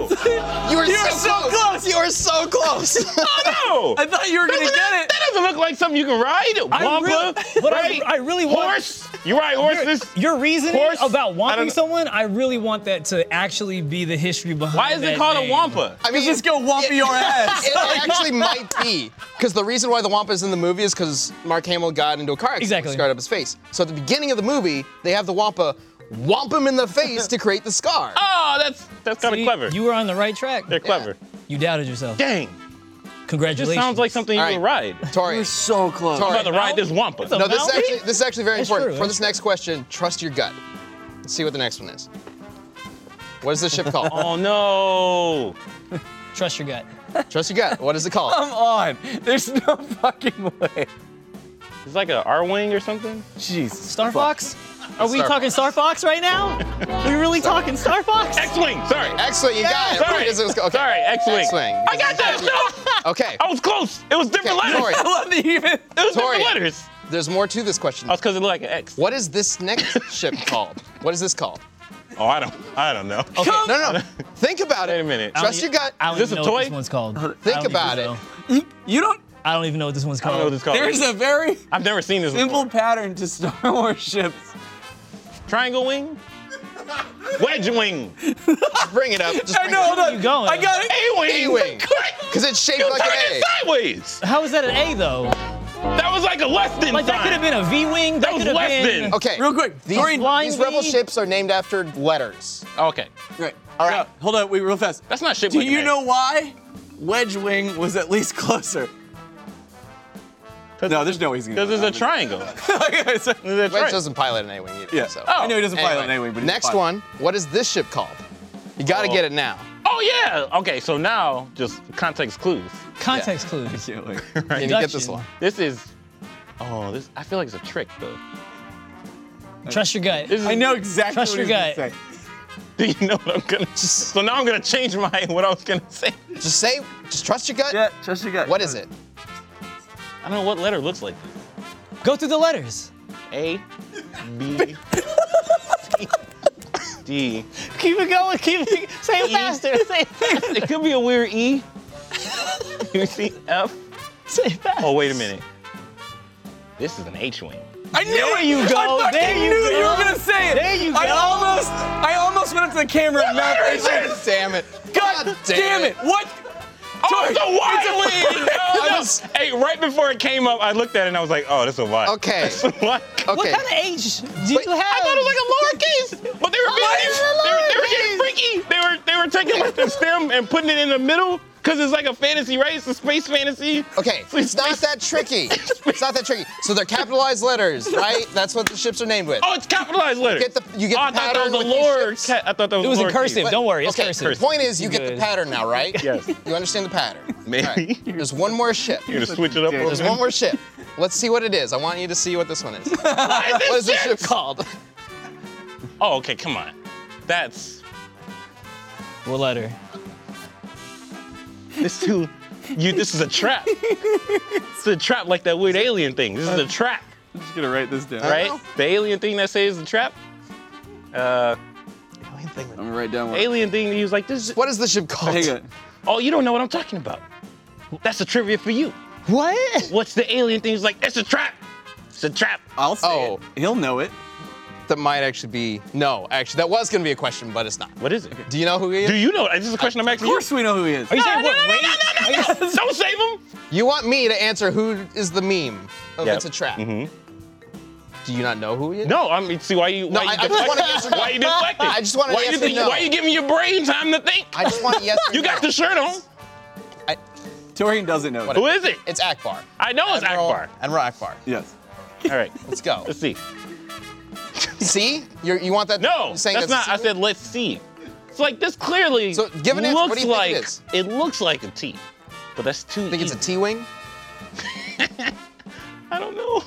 [SPEAKER 3] no!
[SPEAKER 5] You were
[SPEAKER 4] you were so close.
[SPEAKER 5] You were so
[SPEAKER 3] [laughs]
[SPEAKER 5] close.
[SPEAKER 3] No!
[SPEAKER 4] I thought you were gonna get it.
[SPEAKER 3] That doesn't look like something you can ride.
[SPEAKER 2] I
[SPEAKER 3] Wampa,
[SPEAKER 2] really- but I-
[SPEAKER 3] right?
[SPEAKER 2] I really want-
[SPEAKER 3] horse. You ride horses.
[SPEAKER 2] Your reasoning
[SPEAKER 3] Horse?
[SPEAKER 2] about
[SPEAKER 3] I don't
[SPEAKER 2] wamping
[SPEAKER 3] know.
[SPEAKER 2] someone, I really want that to actually be the history behind.
[SPEAKER 3] Why is it
[SPEAKER 2] that
[SPEAKER 3] called
[SPEAKER 2] name.
[SPEAKER 3] a Wampa?
[SPEAKER 1] I mean,
[SPEAKER 4] Just go whomp your
[SPEAKER 1] [laughs]
[SPEAKER 4] ass.
[SPEAKER 1] it actually might be. Because the reason why the Wampa's in the movie is because Mark Hamill got into a car accident.
[SPEAKER 2] Exactly.
[SPEAKER 1] Scarred up his face. So at the beginning of the movie, they have the Wampa womp him in the face to create the scar.
[SPEAKER 3] Oh, that's that's kind of
[SPEAKER 2] See,
[SPEAKER 3] clever.
[SPEAKER 2] You were on the right track.
[SPEAKER 3] They're clever.
[SPEAKER 2] You doubted yourself.
[SPEAKER 3] Dang. This
[SPEAKER 2] Congratulations.
[SPEAKER 3] sounds like something you
[SPEAKER 1] All
[SPEAKER 3] can
[SPEAKER 1] right.
[SPEAKER 3] ride.
[SPEAKER 1] Tori.
[SPEAKER 4] You're so close.
[SPEAKER 1] Sorry.
[SPEAKER 2] [laughs]
[SPEAKER 3] I'm about to ride this Wampa.
[SPEAKER 2] a-
[SPEAKER 1] No, this is
[SPEAKER 2] Mountain?
[SPEAKER 1] actually this is actually very
[SPEAKER 2] That's
[SPEAKER 1] important.
[SPEAKER 2] true,
[SPEAKER 1] For
[SPEAKER 2] that's
[SPEAKER 1] this next question, trust your gut. Let's see what the next one is. What is this ship
[SPEAKER 3] [laughs]
[SPEAKER 1] called?
[SPEAKER 3] oh no.
[SPEAKER 2] Trust your gut.
[SPEAKER 1] trust your gut. What is it called?
[SPEAKER 4] Come on. There's no fucking way.
[SPEAKER 3] It's like a R wing or something.
[SPEAKER 4] Jesus.
[SPEAKER 2] Star
[SPEAKER 4] fuck.
[SPEAKER 2] Fox? Are we
[SPEAKER 1] Star
[SPEAKER 2] talking Star Fox right
[SPEAKER 3] [laughs]
[SPEAKER 2] now? we really talking Star Fox?
[SPEAKER 3] X-wing. Sorry.
[SPEAKER 1] Excellent, you got it.
[SPEAKER 3] Sorry.
[SPEAKER 1] What is it called? Okay.
[SPEAKER 3] Sorry. X-wing.
[SPEAKER 1] X-wing.
[SPEAKER 3] I got that. No. Oh,
[SPEAKER 1] Okay.
[SPEAKER 3] I was close. It was different
[SPEAKER 1] Okay,
[SPEAKER 3] letters.
[SPEAKER 1] Tori.
[SPEAKER 4] I love that you even.
[SPEAKER 3] It was
[SPEAKER 1] Tori.
[SPEAKER 3] different letters.
[SPEAKER 1] There's more to this question.
[SPEAKER 3] Oh, it's because it looked like an X.
[SPEAKER 1] What is this next ship called? What is this called?
[SPEAKER 3] Oh, I don't. I don't know.
[SPEAKER 2] Okay.
[SPEAKER 1] No, no, no. Think about it.
[SPEAKER 3] Wait a minute.
[SPEAKER 1] Trust your gut.
[SPEAKER 2] I don't
[SPEAKER 3] Is
[SPEAKER 2] even know
[SPEAKER 3] this a
[SPEAKER 2] what this
[SPEAKER 3] toy?
[SPEAKER 2] one's called. I
[SPEAKER 1] Think
[SPEAKER 2] don't
[SPEAKER 1] about
[SPEAKER 2] even
[SPEAKER 1] it.
[SPEAKER 2] know.
[SPEAKER 4] You don't.
[SPEAKER 2] I don't even know what this one's
[SPEAKER 3] I
[SPEAKER 2] called.
[SPEAKER 3] don't know what this is called.
[SPEAKER 4] There's a very
[SPEAKER 3] I've never seen this
[SPEAKER 4] simple
[SPEAKER 3] before.
[SPEAKER 4] pattern to Star [laughs] Wars ships.
[SPEAKER 3] Triangle wing. Wedge wing.
[SPEAKER 1] Bring it up. Just
[SPEAKER 4] I know. Hold
[SPEAKER 2] Where are
[SPEAKER 4] on.
[SPEAKER 2] you going?
[SPEAKER 4] I got it.
[SPEAKER 3] A wing. [laughs]
[SPEAKER 1] A-wing. Because it's shaped
[SPEAKER 3] You
[SPEAKER 1] like
[SPEAKER 3] turned
[SPEAKER 1] an
[SPEAKER 3] it sideways.
[SPEAKER 2] How is that an A though?
[SPEAKER 3] That was like a less than
[SPEAKER 2] Like that
[SPEAKER 3] sign.
[SPEAKER 2] could have been a V wing. That,
[SPEAKER 3] was
[SPEAKER 2] could have
[SPEAKER 3] less
[SPEAKER 2] been.
[SPEAKER 3] than.
[SPEAKER 1] A. Okay.
[SPEAKER 4] Real quick.
[SPEAKER 1] These,
[SPEAKER 4] Tori-
[SPEAKER 2] Flying
[SPEAKER 1] these rebel
[SPEAKER 2] V?
[SPEAKER 1] ships are named after letters.
[SPEAKER 3] Okay.
[SPEAKER 4] Right.
[SPEAKER 1] All right.
[SPEAKER 4] No, hold on. Wait, real fast.
[SPEAKER 3] That's not shaped
[SPEAKER 4] Do
[SPEAKER 3] like an
[SPEAKER 4] you
[SPEAKER 3] A.
[SPEAKER 4] know why? Wedge wing was at least closer. No, there's no way he's gonna.
[SPEAKER 3] Because
[SPEAKER 4] do
[SPEAKER 3] it's a triangle.
[SPEAKER 4] [laughs] that. Okay, so-
[SPEAKER 3] It's a
[SPEAKER 1] Wedge
[SPEAKER 3] tri-
[SPEAKER 1] doesn't pilot an A-wing either.
[SPEAKER 4] Yeah.
[SPEAKER 1] So.
[SPEAKER 4] Oh, I know he doesn't
[SPEAKER 1] Anyway,
[SPEAKER 4] pilot anyway, but he's a
[SPEAKER 1] next
[SPEAKER 4] pilot. [laughs]
[SPEAKER 1] one. What is this ship called? You got to
[SPEAKER 3] Oh.
[SPEAKER 1] get it now.
[SPEAKER 3] Oh yeah. Okay. So now just context clues.
[SPEAKER 2] Context clues.
[SPEAKER 4] Can't wait.
[SPEAKER 1] Can you get this
[SPEAKER 2] Induction.
[SPEAKER 1] one?
[SPEAKER 3] This is. Oh, this. I feel like it's a trick though.
[SPEAKER 2] Trust your gut.
[SPEAKER 3] This is,
[SPEAKER 4] I know exactly
[SPEAKER 2] Trust your
[SPEAKER 4] what he's gonna
[SPEAKER 2] gut.
[SPEAKER 4] say.
[SPEAKER 3] Do [laughs] you know what I'm gonna? [laughs] so now I'm gonna change my what I was gonna say.
[SPEAKER 1] Just say, just trust your gut.
[SPEAKER 4] Yeah, trust your gut.
[SPEAKER 1] What is it?
[SPEAKER 3] I don't know what letter looks like this.
[SPEAKER 2] Go through the letters. [laughs]
[SPEAKER 3] A, [laughs] B, D. E.
[SPEAKER 2] Keep it going. Keep it. Say it faster. Say it faster.
[SPEAKER 3] [laughs] It could be a weird E. [laughs] You see F.
[SPEAKER 2] Say it faster.
[SPEAKER 3] Oh wait a minute. This is an H wing.
[SPEAKER 4] I knew
[SPEAKER 2] There
[SPEAKER 4] it.
[SPEAKER 2] you go,
[SPEAKER 4] I fucking
[SPEAKER 2] there you
[SPEAKER 4] knew
[SPEAKER 2] go.
[SPEAKER 4] you were gonna say it.
[SPEAKER 2] There you
[SPEAKER 4] I
[SPEAKER 2] go.
[SPEAKER 4] almost, I almost went up to the camera
[SPEAKER 3] [laughs]
[SPEAKER 4] and mouthed it.
[SPEAKER 1] Damn it.
[SPEAKER 4] God, damn it! What?
[SPEAKER 3] Oh, it's a Y
[SPEAKER 4] It's a
[SPEAKER 3] wing. [laughs]
[SPEAKER 4] wing.
[SPEAKER 3] No,
[SPEAKER 1] I
[SPEAKER 3] no.
[SPEAKER 1] was-
[SPEAKER 3] Hey, right before it came up, I looked at it and I was like, oh, this is a Y.
[SPEAKER 1] Okay.
[SPEAKER 3] [laughs] This is a Y.
[SPEAKER 2] What
[SPEAKER 1] [laughs] Okay.
[SPEAKER 2] kind of H do
[SPEAKER 1] Wait,
[SPEAKER 2] you
[SPEAKER 1] I
[SPEAKER 2] have?
[SPEAKER 3] I thought it was like a lowercase, but they were
[SPEAKER 1] Why
[SPEAKER 3] being,
[SPEAKER 1] is it
[SPEAKER 3] they were, they were
[SPEAKER 1] lowercase?
[SPEAKER 3] getting freaky. They were they were taking like the stem and putting it in the middle because it's like a fantasy, right? It's a space fantasy.
[SPEAKER 1] Okay, it's not
[SPEAKER 3] space-
[SPEAKER 1] that tricky. It's not that tricky. So they're capitalized letters, right? That's what the ships are named with.
[SPEAKER 3] Oh, it's capitalized letters.
[SPEAKER 1] get the- you get
[SPEAKER 3] oh, I
[SPEAKER 1] the
[SPEAKER 3] thought that
[SPEAKER 1] pattern
[SPEAKER 3] was a
[SPEAKER 1] with these
[SPEAKER 3] lower.
[SPEAKER 1] ships.
[SPEAKER 3] Ca- I thought that was.
[SPEAKER 2] It was in
[SPEAKER 3] lowercase.
[SPEAKER 2] cursive. Don't worry, it's
[SPEAKER 1] okay,
[SPEAKER 2] cursive.
[SPEAKER 1] Point is, you get the
[SPEAKER 2] Good.
[SPEAKER 1] pattern now,
[SPEAKER 4] [laughs]
[SPEAKER 1] right?
[SPEAKER 3] Yes.
[SPEAKER 1] You understand the
[SPEAKER 3] [laughs]
[SPEAKER 1] pattern.
[SPEAKER 3] Maybe.
[SPEAKER 1] All right, There's one more ship.
[SPEAKER 3] You're gonna switch it up. a little
[SPEAKER 1] There's
[SPEAKER 3] bit?
[SPEAKER 1] one more ship. Let's see what it is. I want you to see what this one
[SPEAKER 3] [laughs]
[SPEAKER 1] is. what
[SPEAKER 3] Why is
[SPEAKER 1] is this
[SPEAKER 3] shit?
[SPEAKER 1] ship called?
[SPEAKER 3] Oh, okay, come on. That's
[SPEAKER 2] What letter?
[SPEAKER 3] this too. You. This is a
[SPEAKER 1] [laughs]
[SPEAKER 3] trap. it's a trap like that weird alien thing. This is a trap,
[SPEAKER 4] I'm just gonna write this down.
[SPEAKER 3] right?
[SPEAKER 1] know.
[SPEAKER 3] The alien thing that says the trap. Uh,
[SPEAKER 4] I'm gonna write down what.
[SPEAKER 3] alien thing that he was like, this.
[SPEAKER 1] [laughs]
[SPEAKER 3] Is,
[SPEAKER 1] What is this ship called?
[SPEAKER 4] Hang on.
[SPEAKER 3] Oh, you don't know what I'm talking about. That's a trivia for you.
[SPEAKER 1] What?
[SPEAKER 3] What's the alien thing? He's like, it's a trap. It's a trap.
[SPEAKER 4] I'll say
[SPEAKER 1] Oh.
[SPEAKER 4] it. He'll know it.
[SPEAKER 1] That might actually be. No, actually, that was going to be a question, but it's not.
[SPEAKER 3] What is it?
[SPEAKER 1] Do you know who he
[SPEAKER 3] Do
[SPEAKER 1] is?
[SPEAKER 3] you know? This is a question I'm
[SPEAKER 4] Of
[SPEAKER 3] asking.
[SPEAKER 4] course we know who he is.
[SPEAKER 2] Are you
[SPEAKER 3] You. No,
[SPEAKER 2] saying
[SPEAKER 3] no,
[SPEAKER 2] what
[SPEAKER 3] no, no,
[SPEAKER 2] race?
[SPEAKER 3] no, no, no, no. Don't save him.
[SPEAKER 1] You want me to answer who is the meme of
[SPEAKER 3] Yep.
[SPEAKER 1] It's a Trap?
[SPEAKER 3] Mhm.
[SPEAKER 6] Do you not know who he is?
[SPEAKER 3] Mm-hmm. No, I mean, see why you why
[SPEAKER 1] I-
[SPEAKER 3] you
[SPEAKER 1] I just
[SPEAKER 3] deflecting?
[SPEAKER 1] wanna answer no.
[SPEAKER 3] Why you deflecting?
[SPEAKER 1] [laughs] I just wanna
[SPEAKER 3] why you
[SPEAKER 1] answer no.
[SPEAKER 3] Why you giving your brain time to think?
[SPEAKER 1] I just want yes or
[SPEAKER 3] [laughs] you
[SPEAKER 1] no.
[SPEAKER 3] got the shirt on.
[SPEAKER 4] Torian doesn't know.
[SPEAKER 3] Who is it?
[SPEAKER 1] It's Akbar.
[SPEAKER 3] I know it's
[SPEAKER 6] Admiral,
[SPEAKER 3] Akbar.
[SPEAKER 6] Admiral Akbar.
[SPEAKER 4] Yes.
[SPEAKER 3] All right,
[SPEAKER 1] Let's
[SPEAKER 3] [laughs]
[SPEAKER 1] go.
[SPEAKER 3] let's see.
[SPEAKER 1] See? You're, you want that?
[SPEAKER 3] No,
[SPEAKER 1] you're
[SPEAKER 3] that's
[SPEAKER 1] saying
[SPEAKER 3] not.
[SPEAKER 1] that's a
[SPEAKER 3] I
[SPEAKER 1] C?
[SPEAKER 3] said let's see. It's like this clearly
[SPEAKER 1] So, give an answer. What
[SPEAKER 3] looks
[SPEAKER 1] do you think
[SPEAKER 3] like
[SPEAKER 1] it is?
[SPEAKER 3] it looks like a T, but that's too.
[SPEAKER 1] think it's a T-wing.
[SPEAKER 3] I don't know.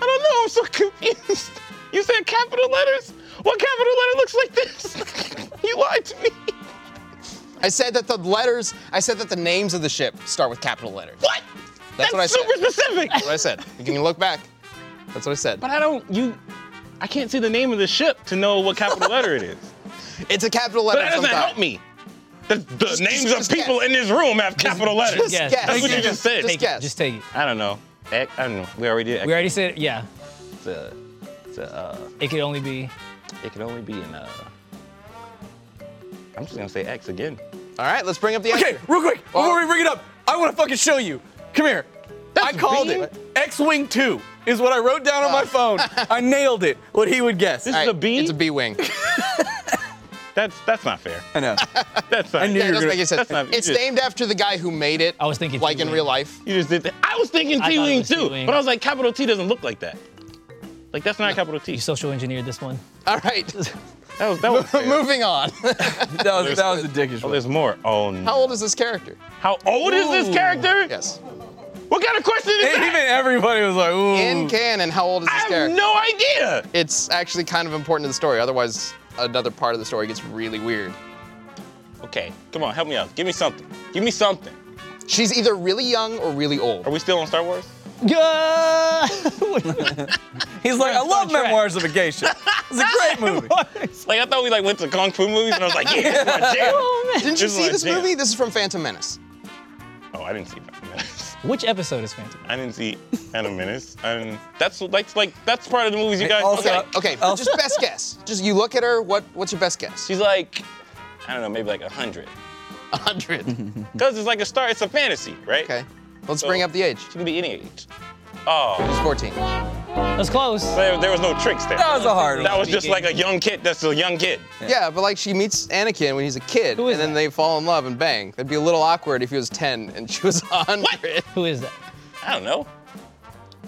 [SPEAKER 3] I don't know. I'm so confused. You said capital letters. What capital letter looks like this? [laughs] you lied to me.
[SPEAKER 1] I said that the letters. I said that the names of the ship start with capital letters.
[SPEAKER 3] What?
[SPEAKER 1] That's what I said.
[SPEAKER 3] super specific.
[SPEAKER 1] That's what I said. You can look back. That's what I said.
[SPEAKER 3] But I don't. You. I can't see the name of the ship to know what capital letter
[SPEAKER 1] [laughs]
[SPEAKER 3] it is.
[SPEAKER 1] It's a capital
[SPEAKER 3] But
[SPEAKER 1] letter.
[SPEAKER 3] that doesn't
[SPEAKER 1] sometime.
[SPEAKER 3] help me. The, the names
[SPEAKER 1] just
[SPEAKER 3] of people
[SPEAKER 1] guess.
[SPEAKER 3] in this room have capital letters.
[SPEAKER 2] guess.
[SPEAKER 1] Guess.
[SPEAKER 3] That's what you just said.
[SPEAKER 1] Just guess.
[SPEAKER 2] Just take it.
[SPEAKER 3] I don't know. I, I don't know. We already did.
[SPEAKER 2] We already said, yeah,
[SPEAKER 3] It's a, it's a, uh,
[SPEAKER 2] it could only be.
[SPEAKER 3] it can only be in uh. I'm just gonna say X again.
[SPEAKER 6] All right, let's bring up the
[SPEAKER 4] Okay,
[SPEAKER 6] answer.
[SPEAKER 4] real quick, before we bring it up, I want to fucking show you. Come here. I called
[SPEAKER 3] B?
[SPEAKER 4] it. X-Wing 2 is what I wrote down on my phone. I nailed it. What he would guess.
[SPEAKER 3] This
[SPEAKER 1] All
[SPEAKER 3] is a B.
[SPEAKER 1] It's a B wing.
[SPEAKER 3] That's that's not fair.
[SPEAKER 4] I know.
[SPEAKER 3] That's not.
[SPEAKER 4] I knew
[SPEAKER 1] Yeah, it
[SPEAKER 4] you were
[SPEAKER 1] doesn't make
[SPEAKER 4] gonna.
[SPEAKER 1] any sense.
[SPEAKER 3] that's not-
[SPEAKER 1] it's
[SPEAKER 3] you just-
[SPEAKER 1] named after the guy who made it.
[SPEAKER 2] I was thinking
[SPEAKER 1] like in
[SPEAKER 2] T-wing.
[SPEAKER 1] real
[SPEAKER 3] [laughs]
[SPEAKER 1] life.
[SPEAKER 3] You just did that. I was thinking
[SPEAKER 2] I thought it
[SPEAKER 3] T Wing
[SPEAKER 2] was
[SPEAKER 3] too,
[SPEAKER 2] T-Wing.
[SPEAKER 3] but I was like, capital T doesn't look like that. Like that's not a capital T.
[SPEAKER 2] You social engineered this one.
[SPEAKER 1] All right. [laughs]
[SPEAKER 3] That was [laughs] that was. fair.
[SPEAKER 1] Moving on. [laughs]
[SPEAKER 4] That was, that was a dickish
[SPEAKER 3] Oh,
[SPEAKER 4] one.
[SPEAKER 3] there's more. Oh no.
[SPEAKER 1] How old is this character?
[SPEAKER 3] How old is this
[SPEAKER 2] Ooh.
[SPEAKER 3] character?
[SPEAKER 1] Yes.
[SPEAKER 3] What kind of question is
[SPEAKER 4] And
[SPEAKER 3] that?
[SPEAKER 4] even everybody was like, ooh.
[SPEAKER 1] In canon, how old is
[SPEAKER 3] I
[SPEAKER 1] this
[SPEAKER 3] have
[SPEAKER 1] character?
[SPEAKER 3] no idea.
[SPEAKER 1] It's actually kind of important to the story. Otherwise, another part of the story gets really weird.
[SPEAKER 3] Okay, come on, help me out. Give me something. Give me something.
[SPEAKER 1] She's either really young or really old.
[SPEAKER 3] Are we still on Star Wars?
[SPEAKER 2] [laughs] Yeah.
[SPEAKER 4] He's like, I love
[SPEAKER 2] track.
[SPEAKER 4] Memoirs of a Geisha. It's a great movie.
[SPEAKER 3] Like I thought we like went to kung fu movies, and I was like, [laughs] yeah, this is my jam.
[SPEAKER 2] Oh,
[SPEAKER 1] Didn't you
[SPEAKER 3] This is
[SPEAKER 1] see
[SPEAKER 3] my
[SPEAKER 1] this
[SPEAKER 3] jam.
[SPEAKER 1] movie? This is from Phantom Menace.
[SPEAKER 3] Oh, I didn't see Phantom [laughs] Menace.
[SPEAKER 2] Which episode is Phantom?
[SPEAKER 3] I didn't see Phantom Menace. I didn't. That's that's like that's part of the movies you guys.
[SPEAKER 4] also-
[SPEAKER 3] okay.
[SPEAKER 1] Okay, okay. but
[SPEAKER 3] [laughs]
[SPEAKER 4] Elsa?
[SPEAKER 1] Just best guess. Just you look at her. What? What's your best guess?
[SPEAKER 3] She's like, I don't know, maybe like a hundred.
[SPEAKER 1] hundred.
[SPEAKER 3] Cause it's like a star. It's a fantasy, right?
[SPEAKER 1] [laughs] Okay. Let's
[SPEAKER 3] So-
[SPEAKER 1] bring up the age.
[SPEAKER 3] She can be any age. Oh,
[SPEAKER 1] She's 14.
[SPEAKER 2] That's close.
[SPEAKER 3] there, there was no tricks there.
[SPEAKER 4] That was a hard
[SPEAKER 3] That
[SPEAKER 4] one.
[SPEAKER 3] was just like a young kid. That's a young kid.
[SPEAKER 1] Yeah, but like she meets Anakin when he's a kid,
[SPEAKER 2] Who is
[SPEAKER 1] and then
[SPEAKER 2] that?
[SPEAKER 1] they fall in love and bang. That'd be a little awkward if he was 10 and she was 100.
[SPEAKER 2] Who is that?
[SPEAKER 3] I don't know.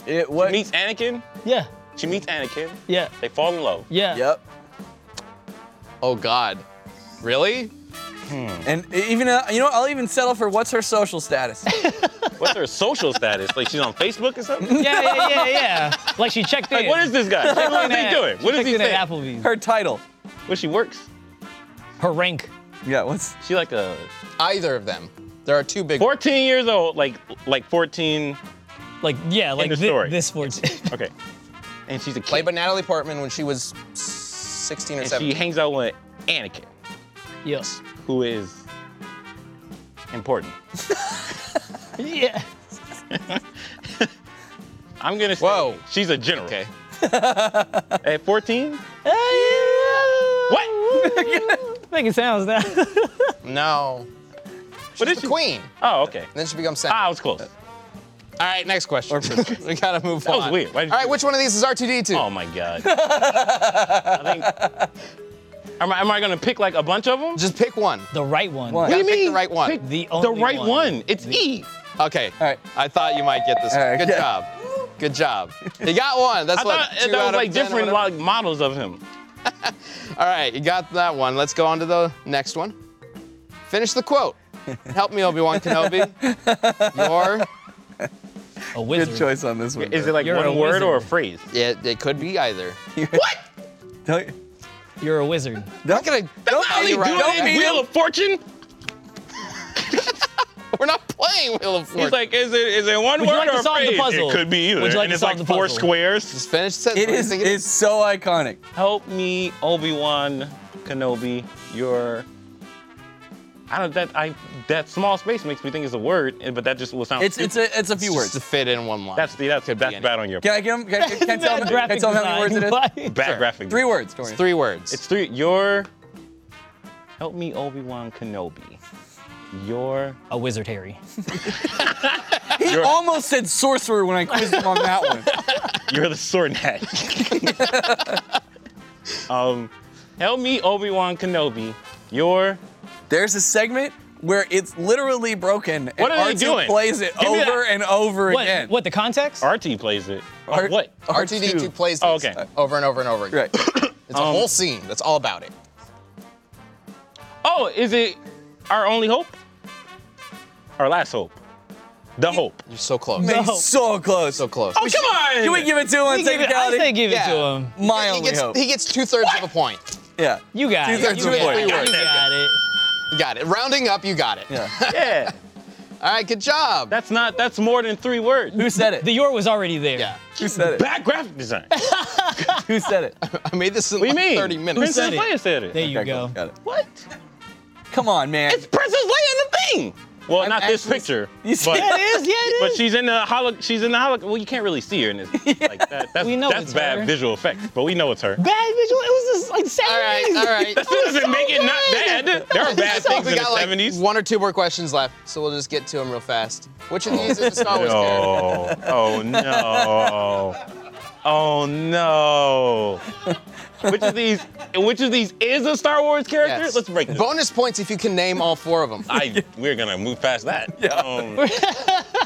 [SPEAKER 4] It what?
[SPEAKER 3] Meets Anakin.
[SPEAKER 2] Yeah.
[SPEAKER 3] She meets Anakin.
[SPEAKER 2] Yeah.
[SPEAKER 3] They fall in love.
[SPEAKER 2] Yeah.
[SPEAKER 4] Yep.
[SPEAKER 1] Oh God, really?
[SPEAKER 4] And even uh, you know, I'll even settle for what's her social status.
[SPEAKER 3] What's her social status? Like she's on Facebook or something?
[SPEAKER 2] Yeah, yeah, yeah, yeah.
[SPEAKER 3] [laughs]
[SPEAKER 2] Like she checked in.
[SPEAKER 3] Like what is this guy? What is he doing? What is
[SPEAKER 2] checked
[SPEAKER 3] he
[SPEAKER 2] in
[SPEAKER 3] saying?
[SPEAKER 2] at Applebee's. Her,
[SPEAKER 4] her title.
[SPEAKER 3] Where she works?
[SPEAKER 2] rank.
[SPEAKER 4] Yeah. What's?
[SPEAKER 3] She like a
[SPEAKER 1] Either of them. There are two big.
[SPEAKER 3] 14 years old, like like 14.
[SPEAKER 2] Like yeah, like
[SPEAKER 3] the
[SPEAKER 2] thi-
[SPEAKER 3] story.
[SPEAKER 2] this 14.
[SPEAKER 3] Okay. And she's a kid.
[SPEAKER 1] Played by Natalie Portman when she was 16 or
[SPEAKER 3] and she
[SPEAKER 1] 17.
[SPEAKER 3] hangs out with Anakin,
[SPEAKER 2] yes.
[SPEAKER 3] who is important.
[SPEAKER 2] Yeah.
[SPEAKER 3] I'm gonna say
[SPEAKER 1] Whoa.
[SPEAKER 3] she's a general.
[SPEAKER 1] Okay.
[SPEAKER 3] [laughs] At 14?
[SPEAKER 2] What?
[SPEAKER 1] [laughs]
[SPEAKER 2] Make it sounds now.
[SPEAKER 1] No. She's
[SPEAKER 3] What is
[SPEAKER 1] the
[SPEAKER 3] she?
[SPEAKER 1] queen.
[SPEAKER 3] Oh, okay.
[SPEAKER 1] Then she becomes Senate.
[SPEAKER 3] Ah, I was close.
[SPEAKER 1] All right, next question. [laughs] we gotta move
[SPEAKER 3] That
[SPEAKER 1] on.
[SPEAKER 3] was weird. Why did
[SPEAKER 1] All right,
[SPEAKER 3] you-
[SPEAKER 1] which one of these is R2D2?
[SPEAKER 3] Oh my
[SPEAKER 1] [laughs]
[SPEAKER 3] god. I think. Am I, am I gonna pick like a bunch of them?
[SPEAKER 1] Just pick one.
[SPEAKER 2] [laughs] The right one.
[SPEAKER 4] What?
[SPEAKER 1] You
[SPEAKER 4] What
[SPEAKER 1] gotta pick the right one.
[SPEAKER 3] Pick
[SPEAKER 2] The
[SPEAKER 3] the,
[SPEAKER 2] only
[SPEAKER 3] right
[SPEAKER 2] one.
[SPEAKER 3] one. It's E.
[SPEAKER 1] Okay.
[SPEAKER 4] All right.
[SPEAKER 1] I thought you might get this.
[SPEAKER 4] All right,
[SPEAKER 1] one. Good
[SPEAKER 4] yeah.
[SPEAKER 1] job. Good job. You got one. That's
[SPEAKER 3] I
[SPEAKER 1] what.
[SPEAKER 3] thought
[SPEAKER 1] two
[SPEAKER 3] that
[SPEAKER 1] out
[SPEAKER 3] was
[SPEAKER 1] of
[SPEAKER 3] like
[SPEAKER 1] 10 or
[SPEAKER 3] different
[SPEAKER 1] whatever.
[SPEAKER 3] like models of him.
[SPEAKER 1] All right, you got that one. Let's go on to the next one. Finish the quote. Help me, Obi Wan
[SPEAKER 3] [laughs]
[SPEAKER 1] Kenobi. Your
[SPEAKER 2] A
[SPEAKER 4] Good
[SPEAKER 2] wizard.
[SPEAKER 4] choice on this one.
[SPEAKER 3] Is it like
[SPEAKER 2] You're a
[SPEAKER 3] one word or a
[SPEAKER 2] wizard.
[SPEAKER 3] phrase?
[SPEAKER 1] it, it could be either.
[SPEAKER 4] Don't,
[SPEAKER 2] You're a [laughs] wizard.
[SPEAKER 4] don't,
[SPEAKER 1] Gonna-
[SPEAKER 4] don't
[SPEAKER 1] how
[SPEAKER 4] be-
[SPEAKER 1] you write
[SPEAKER 4] don't
[SPEAKER 1] it.
[SPEAKER 4] be-
[SPEAKER 3] Wheel of Fortune?
[SPEAKER 1] We're not playing Wheel of Fortune.
[SPEAKER 3] He's like, is it is it one
[SPEAKER 2] Would you
[SPEAKER 3] word
[SPEAKER 2] like to
[SPEAKER 3] or a
[SPEAKER 2] solve the
[SPEAKER 3] phrase?
[SPEAKER 2] puzzle?
[SPEAKER 3] It could be either.
[SPEAKER 2] Would you like
[SPEAKER 3] and
[SPEAKER 2] to
[SPEAKER 3] it's
[SPEAKER 2] solve the
[SPEAKER 3] like four
[SPEAKER 2] puzzle?
[SPEAKER 3] squares.
[SPEAKER 1] Finish the sentence.
[SPEAKER 4] It
[SPEAKER 1] What do you
[SPEAKER 4] is.
[SPEAKER 1] think it
[SPEAKER 4] It's so iconic.
[SPEAKER 3] Help me, Obi Wan Kenobi. Your I don't that I that small space makes me think it's a word, eh, but that just will sound.
[SPEAKER 4] It's it's a it's a few
[SPEAKER 1] Just to
[SPEAKER 4] words.
[SPEAKER 1] fit in one line.
[SPEAKER 3] that's the that's that's bad on your
[SPEAKER 4] Can I get him? Can
[SPEAKER 2] [laughs]
[SPEAKER 4] I, can I tell him? Can I
[SPEAKER 2] Graphic
[SPEAKER 4] tell him how many words it
[SPEAKER 2] design.
[SPEAKER 4] is?
[SPEAKER 2] Why?
[SPEAKER 3] bad graphic.
[SPEAKER 4] Three words. Torian.
[SPEAKER 1] three words.
[SPEAKER 3] It's three. Your help me, Obi Wan Kenobi. Your
[SPEAKER 2] A wizard, Harry.
[SPEAKER 4] He
[SPEAKER 3] You're,
[SPEAKER 4] Almost said sorcerer when I quizzed him on that one.
[SPEAKER 3] you're the sword head. um, help me, Obi Wan Kenobi. You're
[SPEAKER 4] There's a segment where it's literally broken.
[SPEAKER 3] What
[SPEAKER 4] and
[SPEAKER 3] are they
[SPEAKER 4] R2
[SPEAKER 3] doing?
[SPEAKER 4] Plays it
[SPEAKER 3] Give me that.
[SPEAKER 4] over and over again.
[SPEAKER 2] What, what, the context?
[SPEAKER 3] RT plays it.
[SPEAKER 4] R-
[SPEAKER 3] Or what?
[SPEAKER 1] RTD2 plays this
[SPEAKER 3] Oh, okay. Um,
[SPEAKER 1] over and over and over again.
[SPEAKER 4] Right.
[SPEAKER 1] It's a whole scene that's all about it.
[SPEAKER 3] Oh, is it our only hope? Our last hope. The hope.
[SPEAKER 1] You're so close.
[SPEAKER 4] Man,
[SPEAKER 2] No.
[SPEAKER 4] so close.
[SPEAKER 1] So close.
[SPEAKER 3] Oh, come on!
[SPEAKER 4] Can we give it to him on
[SPEAKER 2] We give it- I
[SPEAKER 4] technicality?
[SPEAKER 2] say give it to
[SPEAKER 1] Yeah.
[SPEAKER 2] him.
[SPEAKER 4] My
[SPEAKER 1] he
[SPEAKER 4] only
[SPEAKER 1] gets,
[SPEAKER 4] hope.
[SPEAKER 1] He gets two thirds of a point.
[SPEAKER 4] yeah.
[SPEAKER 2] You got it.
[SPEAKER 4] Two-thirds
[SPEAKER 2] You
[SPEAKER 4] of a
[SPEAKER 2] got
[SPEAKER 4] point.
[SPEAKER 2] it. You got it.
[SPEAKER 1] You got it. Rounding up, you got it.
[SPEAKER 4] Yeah.
[SPEAKER 3] Yeah.
[SPEAKER 1] All right, good job.
[SPEAKER 3] That's not, that's more than three words.
[SPEAKER 4] Who said it?
[SPEAKER 2] The your was already
[SPEAKER 1] [laughs]
[SPEAKER 2] there.
[SPEAKER 1] yeah.
[SPEAKER 4] Who said it?
[SPEAKER 3] Bad graphic design.
[SPEAKER 4] Who said it?
[SPEAKER 1] I made this in
[SPEAKER 3] What do you
[SPEAKER 1] like
[SPEAKER 3] mean?
[SPEAKER 1] 30 minutes.
[SPEAKER 3] Princess
[SPEAKER 2] said it?
[SPEAKER 3] Leia said it.
[SPEAKER 2] There you
[SPEAKER 4] Okay,
[SPEAKER 2] go.
[SPEAKER 4] cool. Got it.
[SPEAKER 3] What?
[SPEAKER 4] Come on, man.
[SPEAKER 3] It's Princess Leia in the thing. Well, not this
[SPEAKER 4] actually-
[SPEAKER 3] picture.
[SPEAKER 4] You
[SPEAKER 3] but,
[SPEAKER 4] said
[SPEAKER 2] Yeah, it is. Yeah, it
[SPEAKER 3] but
[SPEAKER 2] is.
[SPEAKER 3] she's in the holo. She's in the holo. Well, you can't really see her in this. Like that. That's,
[SPEAKER 2] We know
[SPEAKER 3] that's
[SPEAKER 2] it's
[SPEAKER 3] bad
[SPEAKER 2] her.
[SPEAKER 3] visual effects, but we know it's her.
[SPEAKER 2] Bad visual. It was just like seven
[SPEAKER 1] All right,
[SPEAKER 2] days.
[SPEAKER 1] all right.
[SPEAKER 3] That still doesn't make it not bad.
[SPEAKER 1] [laughs]
[SPEAKER 3] There are [laughs] bad
[SPEAKER 1] So
[SPEAKER 3] things
[SPEAKER 1] we
[SPEAKER 3] in the
[SPEAKER 1] got like
[SPEAKER 3] 70s.
[SPEAKER 1] one or two more questions left, so we'll just get to them real fast. Which of
[SPEAKER 3] Oh.
[SPEAKER 1] these is the Star Wars character?
[SPEAKER 3] No. Oh no. Oh no. Which of these which of these is a Star Wars character?
[SPEAKER 1] Yes.
[SPEAKER 3] Let's break this.
[SPEAKER 1] Bonus points if you can name all four of them.
[SPEAKER 3] I we're gonna move past that. Um, Yeah.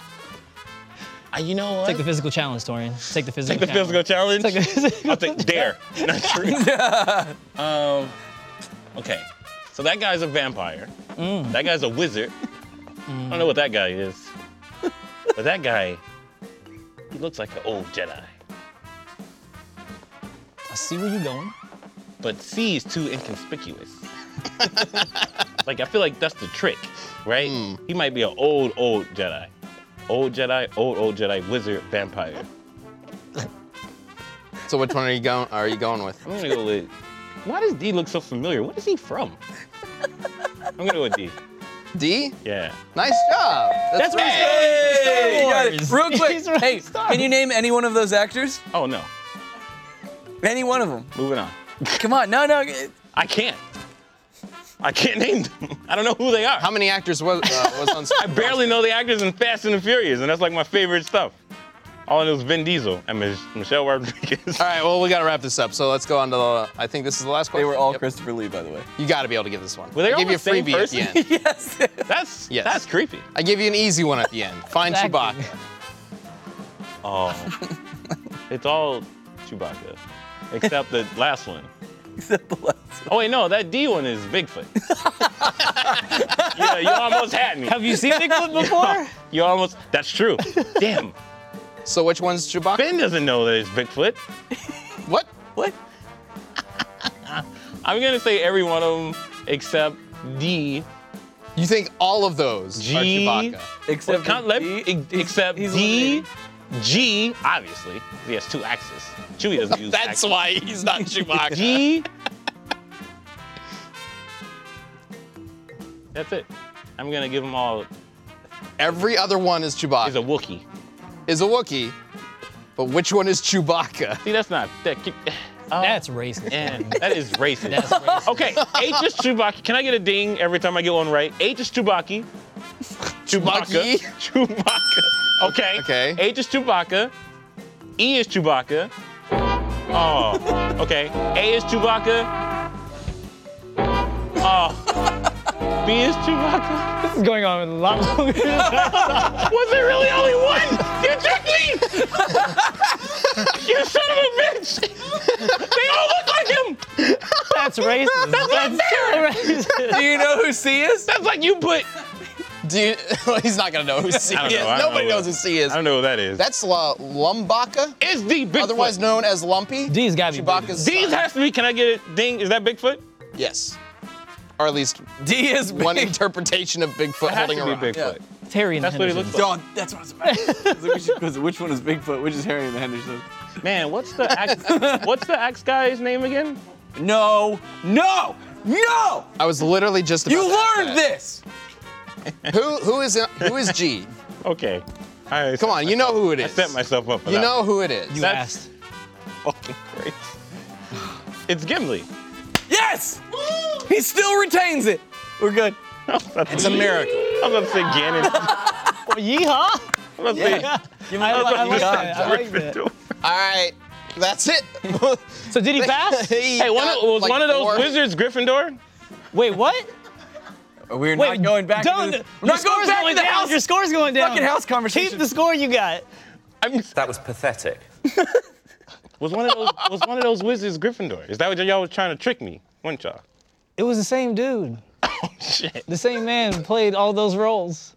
[SPEAKER 3] you know what?
[SPEAKER 2] Take the physical challenge, Torian. Take the physical.
[SPEAKER 3] Take the physical challenge.
[SPEAKER 2] Take the physical
[SPEAKER 3] I'll take dare. Not true. um Okay. So that guy's a vampire. That guy's a wizard. I don't know what that guy is. but that guy, he looks like an old Jedi.
[SPEAKER 2] I see where you're going.
[SPEAKER 3] but C is too inconspicuous. [laughs] like I feel like that's the trick, right? He might be an old, old Jedi, old Jedi, old, old Jedi, wizard, vampire.
[SPEAKER 1] So which one are you going? Are you going with?
[SPEAKER 3] I'm gonna go with. [laughs] Why does D look so familiar? What is he from? I'm gonna go with D.
[SPEAKER 1] D.
[SPEAKER 3] Yeah.
[SPEAKER 1] Nice job. That's,
[SPEAKER 2] what
[SPEAKER 1] right.
[SPEAKER 4] Hey, you got it.
[SPEAKER 2] Wars.
[SPEAKER 4] Real quick.
[SPEAKER 2] He's right,
[SPEAKER 4] Hey,
[SPEAKER 2] Star
[SPEAKER 4] can you name any one of those actors?
[SPEAKER 3] Oh no.
[SPEAKER 4] Any one of them.
[SPEAKER 3] Moving on.
[SPEAKER 4] Come on. No, no.
[SPEAKER 3] I can't. I can't name them. I don't know who they are.
[SPEAKER 1] How many actors was uh, was
[SPEAKER 3] [laughs]
[SPEAKER 1] on?
[SPEAKER 3] I barely know the actors in Fast and the Furious, and that's like my favorite stuff. All I know is Vin Diesel and Mich- Michelle Rodriguez.
[SPEAKER 1] All right. Well, we gotta wrap this up. So let's go on to the. I think this is the last
[SPEAKER 4] They
[SPEAKER 1] question.
[SPEAKER 4] were all
[SPEAKER 1] Yep.
[SPEAKER 4] Christopher Lee, by the way. [laughs]
[SPEAKER 1] You gotta be able to give this one.
[SPEAKER 3] they
[SPEAKER 1] I
[SPEAKER 3] all
[SPEAKER 1] give you a
[SPEAKER 3] the same
[SPEAKER 1] freebie at
[SPEAKER 3] person?
[SPEAKER 1] the end.
[SPEAKER 4] yes.
[SPEAKER 3] That's
[SPEAKER 1] Yes.
[SPEAKER 3] that's creepy.
[SPEAKER 1] I give you an easy one at the end. Find
[SPEAKER 2] Exactly.
[SPEAKER 1] Chewbacca.
[SPEAKER 3] Oh. it's all Chewbacca, except the last one.
[SPEAKER 4] Except the last one.
[SPEAKER 3] Oh wait, no, that D one is
[SPEAKER 4] [laughs]
[SPEAKER 3] Bigfoot. yeah, you almost had me.
[SPEAKER 2] Have you seen Bigfoot
[SPEAKER 4] [laughs]
[SPEAKER 2] before?
[SPEAKER 3] You almost. That's true. Damn.
[SPEAKER 1] So which one's Chewbacca?
[SPEAKER 3] Ben doesn't know that it's Bigfoot.
[SPEAKER 1] What?
[SPEAKER 4] What?
[SPEAKER 3] I'm gonna say every one of them except D.
[SPEAKER 1] You think all of those are
[SPEAKER 3] G-
[SPEAKER 1] Chewbacca?
[SPEAKER 4] Except
[SPEAKER 3] Well, count- let-
[SPEAKER 4] D-
[SPEAKER 3] ex-
[SPEAKER 4] he's-
[SPEAKER 3] except
[SPEAKER 4] he's
[SPEAKER 3] D,
[SPEAKER 4] eliminated.
[SPEAKER 3] G. Obviously, he has two axes. Chewie
[SPEAKER 4] [laughs]
[SPEAKER 3] doesn't use.
[SPEAKER 1] That's
[SPEAKER 3] axes.
[SPEAKER 1] why he's not Chewbacca.
[SPEAKER 3] G. That's it. I'm gonna give them all.
[SPEAKER 1] Every other one is Chewbacca.
[SPEAKER 3] He's a Wookiee.
[SPEAKER 1] is a Wookiee, but which one is Chewbacca?
[SPEAKER 3] See, that's not that. Keep, [laughs] oh,
[SPEAKER 2] That's racist.
[SPEAKER 3] man, that is racist.
[SPEAKER 2] That's racist.
[SPEAKER 3] okay, H is Chewbacca. Can I get a ding every time I get one right? H is Chewbacca. Chewbacca.
[SPEAKER 1] Chewbacca.
[SPEAKER 3] Chewbacca. Okay.
[SPEAKER 1] Okay.
[SPEAKER 3] H is Chewbacca. E is Chewbacca. Oh. Okay. A is Chewbacca. Oh. B is Chewbacca.
[SPEAKER 2] This is going on a lot longer.
[SPEAKER 3] Was there really only one? You tricked me! you son of a bitch! They all look like him!
[SPEAKER 2] That's racist. That's so racist.
[SPEAKER 4] Do you know who C is?
[SPEAKER 3] That's like you put.
[SPEAKER 1] Do you, [laughs] he's not gonna know who C
[SPEAKER 3] [laughs] I don't
[SPEAKER 1] is.
[SPEAKER 3] know, I don't
[SPEAKER 1] Nobody
[SPEAKER 3] know.
[SPEAKER 1] knows who C is.
[SPEAKER 3] I don't know what that is.
[SPEAKER 1] That's La Lumbaca,
[SPEAKER 3] It's the Bigfoot.
[SPEAKER 1] otherwise known as Lumpy.
[SPEAKER 2] D's gotta be
[SPEAKER 1] Chewbacca's
[SPEAKER 3] These
[SPEAKER 1] son.
[SPEAKER 3] has to be. Can I get a ding? Is that Bigfoot?
[SPEAKER 1] yes, or at least
[SPEAKER 4] D is
[SPEAKER 1] one
[SPEAKER 4] big.
[SPEAKER 1] interpretation of Bigfoot
[SPEAKER 3] It has
[SPEAKER 1] holding
[SPEAKER 3] to be
[SPEAKER 1] a rock.
[SPEAKER 3] Bigfoot.
[SPEAKER 2] Terry and
[SPEAKER 3] That's what he
[SPEAKER 2] Henderson.
[SPEAKER 3] looks like.
[SPEAKER 4] Don't. That's what it's about. It's like we should quiz it. which one is Bigfoot? Which is Harry and the Henderson?
[SPEAKER 3] Man, what's the axe, [laughs] what's the axe guy's name again?
[SPEAKER 4] No. No. No.
[SPEAKER 1] I was literally just about
[SPEAKER 4] You
[SPEAKER 1] to ask
[SPEAKER 4] learned
[SPEAKER 1] that.
[SPEAKER 4] this.
[SPEAKER 1] Who who is who is G?
[SPEAKER 3] Okay. I
[SPEAKER 1] Come on, you know who it
[SPEAKER 3] I
[SPEAKER 1] is.
[SPEAKER 3] set myself up for
[SPEAKER 1] You
[SPEAKER 3] that.
[SPEAKER 1] know who it is.
[SPEAKER 2] You
[SPEAKER 3] That's-
[SPEAKER 2] asked.
[SPEAKER 3] Fucking great. It's Gimli.
[SPEAKER 4] Yes. He still retains it. We're good.
[SPEAKER 3] That's
[SPEAKER 1] It's a miracle.
[SPEAKER 3] I was about to say
[SPEAKER 2] [laughs]
[SPEAKER 3] Ganon.
[SPEAKER 2] Well, yeehaw!
[SPEAKER 3] Must
[SPEAKER 2] Yeah. I, li- I like
[SPEAKER 4] God,
[SPEAKER 2] that. [laughs] I
[SPEAKER 1] [laughs]
[SPEAKER 2] like that.
[SPEAKER 1] All right, that's it. [laughs]
[SPEAKER 2] So did he pass?
[SPEAKER 1] He
[SPEAKER 3] Hey, one
[SPEAKER 1] got,
[SPEAKER 3] of, was
[SPEAKER 1] like,
[SPEAKER 3] one of those
[SPEAKER 1] four.
[SPEAKER 3] wizards Gryffindor?
[SPEAKER 2] Wait, what? Wait,
[SPEAKER 4] We're not going back.
[SPEAKER 2] Don't.
[SPEAKER 4] to the,
[SPEAKER 2] Your score's going down. Your score's going down.
[SPEAKER 4] Fucking house conversation.
[SPEAKER 2] Keep the score you got.
[SPEAKER 7] That was pathetic.
[SPEAKER 3] Was one
[SPEAKER 1] [laughs]
[SPEAKER 3] of those was one of those wizards Gryffindor? Is that what y'all was trying to trick me? Weren't y'all?
[SPEAKER 2] It was the same dude.
[SPEAKER 3] Shit.
[SPEAKER 2] The same man played all those roles.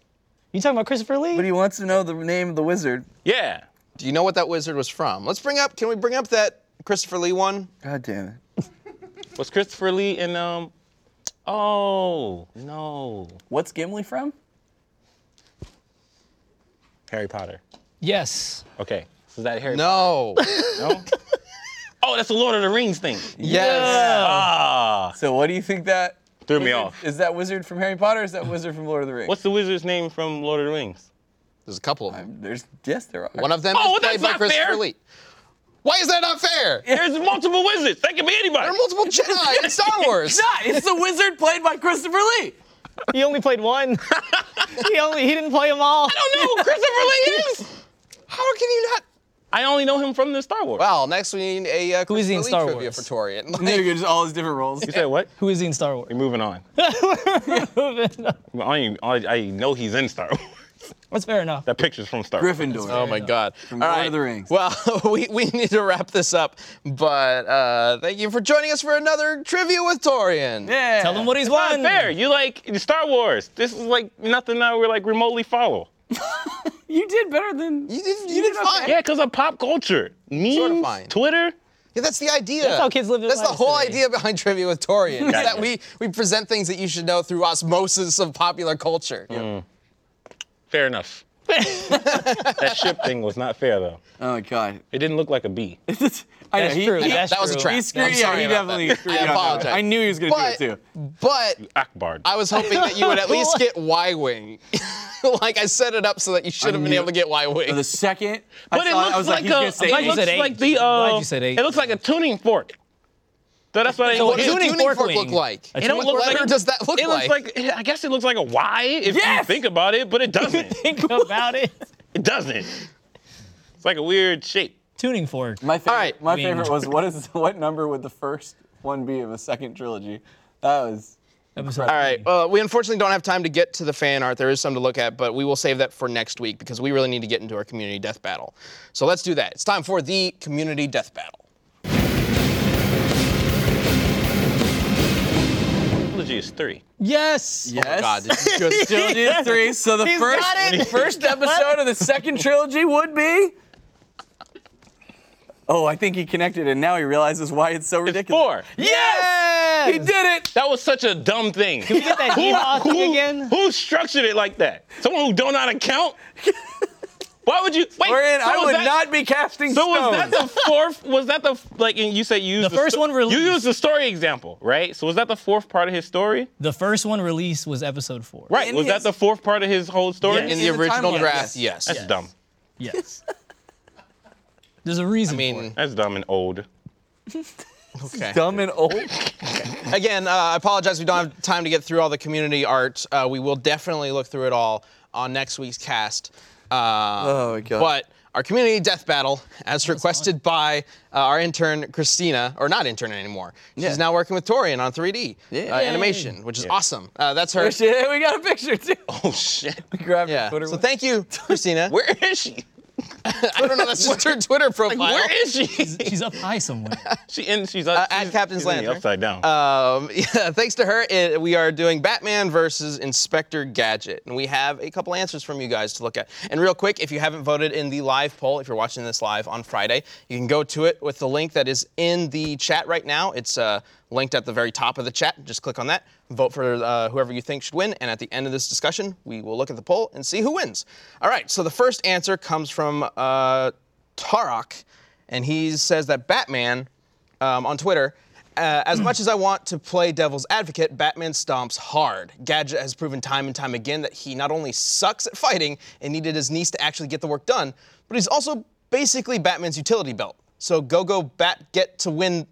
[SPEAKER 2] You talking about Christopher Lee?
[SPEAKER 4] But he wants to know the name of the wizard.
[SPEAKER 3] Yeah.
[SPEAKER 1] Do you know what that wizard was from? Let's bring up. Can we bring up that Christopher Lee one?
[SPEAKER 4] God damn it.
[SPEAKER 3] Was Christopher Lee in um Oh no.
[SPEAKER 4] What's Gimli from?
[SPEAKER 3] Harry Potter.
[SPEAKER 2] yes.
[SPEAKER 3] Okay. So is that Harry [laughs]
[SPEAKER 1] No.
[SPEAKER 3] No? oh, that's the Lord of the Rings thing.
[SPEAKER 1] yes.
[SPEAKER 3] Ah.
[SPEAKER 4] So what do you think that?
[SPEAKER 3] [laughs] Threw me off.
[SPEAKER 4] Is that wizard from Harry Potter? Or is that wizard from Lord of the Rings?
[SPEAKER 3] What's the wizard's name from Lord of the Rings?
[SPEAKER 1] There's a couple of them.
[SPEAKER 4] There's yes, there are.
[SPEAKER 1] One of them
[SPEAKER 3] Oh,
[SPEAKER 1] is played
[SPEAKER 3] that's
[SPEAKER 1] by
[SPEAKER 3] not
[SPEAKER 1] Christopher
[SPEAKER 3] fair.
[SPEAKER 1] Lee. Why is that not fair?
[SPEAKER 3] There's multiple wizards. That could be anybody.
[SPEAKER 1] There are
[SPEAKER 3] [laughs]
[SPEAKER 1] multiple Jedi in Star Wars.
[SPEAKER 4] not. It's the wizard played by Christopher Lee.
[SPEAKER 2] He only played one. [laughs] he only he didn't play them all.
[SPEAKER 3] I don't know who [laughs] Christopher Lee is.
[SPEAKER 1] How can you not?
[SPEAKER 3] I only know him from the Star Wars.
[SPEAKER 1] Well, next we need a uh,
[SPEAKER 2] Who is he
[SPEAKER 1] Christopher
[SPEAKER 2] in
[SPEAKER 1] Lee
[SPEAKER 2] Star
[SPEAKER 1] trivia
[SPEAKER 2] Wars?
[SPEAKER 1] for Torian.
[SPEAKER 2] [laughs]
[SPEAKER 4] There you go. Just all his different roles.
[SPEAKER 3] You said what?
[SPEAKER 2] Who is he in Star Wars? [laughs]
[SPEAKER 3] We're moving on. I, even- I, I know he's in Star Wars. [laughs]
[SPEAKER 2] That's fair enough.
[SPEAKER 3] That picture's from Star Wars.
[SPEAKER 4] Gryffindor.
[SPEAKER 1] Oh my God! All
[SPEAKER 4] Lord
[SPEAKER 1] right.
[SPEAKER 4] of the Rings.
[SPEAKER 1] Well, [laughs] we, we need to wrap this up, but uh, thank you for joining us for another trivia with Torian.
[SPEAKER 4] Yeah.
[SPEAKER 2] Tell him what he's
[SPEAKER 3] Not
[SPEAKER 2] won.
[SPEAKER 3] fair. You like Star Wars. This is like nothing that we're like remotely follow.
[SPEAKER 4] You did better than.
[SPEAKER 1] You did, you did fine.
[SPEAKER 3] Yeah, because of pop culture. Memes,
[SPEAKER 1] Sort of fine.
[SPEAKER 3] Twitter.
[SPEAKER 1] Yeah, that's the idea.
[SPEAKER 2] That's how kids live their
[SPEAKER 1] That's the
[SPEAKER 2] lives
[SPEAKER 1] whole
[SPEAKER 2] today.
[SPEAKER 1] idea behind trivia with Torian. is
[SPEAKER 3] Gotcha.
[SPEAKER 1] that we we present things that you should know through osmosis of popular culture.
[SPEAKER 3] Fair enough. [laughs] that ship thing was not fair though.
[SPEAKER 4] Oh my god.
[SPEAKER 3] It didn't look like a bee.
[SPEAKER 4] I know,
[SPEAKER 2] That's
[SPEAKER 4] he-
[SPEAKER 2] true.
[SPEAKER 4] He,
[SPEAKER 1] Yeah,
[SPEAKER 2] That's
[SPEAKER 1] that was a
[SPEAKER 2] true.
[SPEAKER 1] trap.
[SPEAKER 4] he screwed.
[SPEAKER 1] I'm
[SPEAKER 4] Yeah,
[SPEAKER 1] sorry
[SPEAKER 4] he
[SPEAKER 1] about that.
[SPEAKER 4] definitely screwed.
[SPEAKER 1] I
[SPEAKER 4] you up.
[SPEAKER 1] apologize.
[SPEAKER 4] I knew he was gonna
[SPEAKER 1] But,
[SPEAKER 4] do it too.
[SPEAKER 1] but
[SPEAKER 3] Akbar.
[SPEAKER 1] I was hoping that you would
[SPEAKER 2] [laughs]
[SPEAKER 1] at least get Y Wing. [laughs] like I set it up so that you should have been
[SPEAKER 4] knew-
[SPEAKER 1] able to get Y Wing.
[SPEAKER 4] So the second.
[SPEAKER 3] but it
[SPEAKER 4] I saw I
[SPEAKER 3] looks
[SPEAKER 4] was
[SPEAKER 3] like,
[SPEAKER 4] like, he's gonna
[SPEAKER 3] a.
[SPEAKER 4] say
[SPEAKER 3] It
[SPEAKER 2] glad you
[SPEAKER 3] looks
[SPEAKER 2] said eight.
[SPEAKER 3] like the. Uh,
[SPEAKER 2] Glad you said eight.
[SPEAKER 3] It looks like a tuning fork. So that's what I.
[SPEAKER 2] So
[SPEAKER 1] what does a
[SPEAKER 2] tuning
[SPEAKER 1] tuning fork,
[SPEAKER 2] fork wing?
[SPEAKER 1] look like?
[SPEAKER 2] A
[SPEAKER 3] it don't
[SPEAKER 2] tuning
[SPEAKER 3] look
[SPEAKER 1] what
[SPEAKER 3] like-
[SPEAKER 1] letter does that look
[SPEAKER 3] It looks like I guess it looks like a Y if
[SPEAKER 4] Yes!
[SPEAKER 3] you think about it, but it doesn't.
[SPEAKER 1] [laughs]
[SPEAKER 2] Think about it.
[SPEAKER 3] it doesn't. It's like a weird shape.
[SPEAKER 2] Tuning fork.
[SPEAKER 4] My favorite,
[SPEAKER 1] right.
[SPEAKER 4] my
[SPEAKER 2] Winged.
[SPEAKER 4] favorite was what is [laughs] what number would the first one be of a second trilogy? That was
[SPEAKER 2] Episode
[SPEAKER 1] All right. Well, we unfortunately don't have time to get to the fan art. There is some to look at, but we will save that for next week because we really need to get into our community death battle. So let's do that. It's time for the community death battle.
[SPEAKER 3] Trilogy is three.
[SPEAKER 2] Yes.
[SPEAKER 4] yes.
[SPEAKER 1] God, did you just-
[SPEAKER 4] trilogy is three. So the
[SPEAKER 2] He's
[SPEAKER 4] first
[SPEAKER 2] got it.
[SPEAKER 4] first episode of the second trilogy would be. Oh, I think he connected, and now he realizes why it's so ridiculous.
[SPEAKER 3] Four.
[SPEAKER 4] Yes, he did it.
[SPEAKER 3] That was such a dumb thing.
[SPEAKER 2] Can we get that Yeehaw thing again?
[SPEAKER 3] Who structured it like that? Someone who don't know how to count? Why would you wait?
[SPEAKER 4] We're in.
[SPEAKER 3] so
[SPEAKER 4] I
[SPEAKER 3] was
[SPEAKER 4] would
[SPEAKER 3] that-
[SPEAKER 4] not be casting
[SPEAKER 3] So was
[SPEAKER 4] stones.
[SPEAKER 3] that the fourth? Was that the like? And you said you used
[SPEAKER 2] The first
[SPEAKER 3] sto-
[SPEAKER 2] one
[SPEAKER 3] You
[SPEAKER 2] released.
[SPEAKER 3] used the story example, right? So was that the fourth part of his story?
[SPEAKER 2] The first one released was episode four.
[SPEAKER 3] Right.
[SPEAKER 4] In
[SPEAKER 3] was
[SPEAKER 4] his-
[SPEAKER 3] that the fourth part of his whole story?
[SPEAKER 2] Yeah.
[SPEAKER 1] In
[SPEAKER 4] See
[SPEAKER 1] the
[SPEAKER 4] the
[SPEAKER 1] original
[SPEAKER 4] timeline,
[SPEAKER 1] draft, yes.
[SPEAKER 4] yes.
[SPEAKER 3] That's dumb.
[SPEAKER 2] Yes. There's a reason.
[SPEAKER 1] I mean,
[SPEAKER 3] That's dumb and old.
[SPEAKER 1] okay.
[SPEAKER 4] dumb and old?
[SPEAKER 1] Again, uh, I apologize. We don't have time to get through all the community art. Uh, we will definitely look through it all on next week's cast. Uh,
[SPEAKER 4] [laughs] Oh, my God.
[SPEAKER 1] But our community death battle, as requested by uh, our intern Christina, or not intern anymore. She's
[SPEAKER 4] Yeah.
[SPEAKER 1] now working with Torian on 3D
[SPEAKER 4] Yeah.
[SPEAKER 1] uh, animation, which is awesome. Uh, that's her.
[SPEAKER 4] Shit, we got a picture [laughs] too.
[SPEAKER 3] Oh shit.
[SPEAKER 4] We grabbed
[SPEAKER 1] Yeah.
[SPEAKER 4] yeah. Twitter.
[SPEAKER 1] So
[SPEAKER 4] one.
[SPEAKER 1] thank [laughs] you, Christina.
[SPEAKER 3] Where is she?
[SPEAKER 1] I don't know. That's just her Twitter profile.
[SPEAKER 3] Where is she?
[SPEAKER 2] She's up
[SPEAKER 1] [laughs]
[SPEAKER 2] high somewhere.
[SPEAKER 3] [laughs] she in, she's
[SPEAKER 1] at
[SPEAKER 3] she's-
[SPEAKER 1] Captain's
[SPEAKER 3] she's in the
[SPEAKER 1] Lantern.
[SPEAKER 3] Upside down.
[SPEAKER 1] Um, yeah, [laughs] thanks to her, it, we are doing Batman versus Inspector Gadget, and we have a couple answers from you guys to look at. And real quick, if you haven't voted in the live poll, if you're watching this live on Friday, you can go to it with the link that is in the chat right now. It's uh, linked at the very top of the chat. Just click on that, vote for uh, whoever you think should win, and at the end of this discussion, we will look at the poll and see who wins. All right. So the first answer comes from uh, Tarok, and he says that Batman um, on Twitter. Uh, as much as I want to play devil's advocate, Batman stomps hard. Gadget has proven time and time again that he not only sucks at fighting and needed his niece to actually get the work done, but he's also basically Batman's utility belt. So go go bat get to win.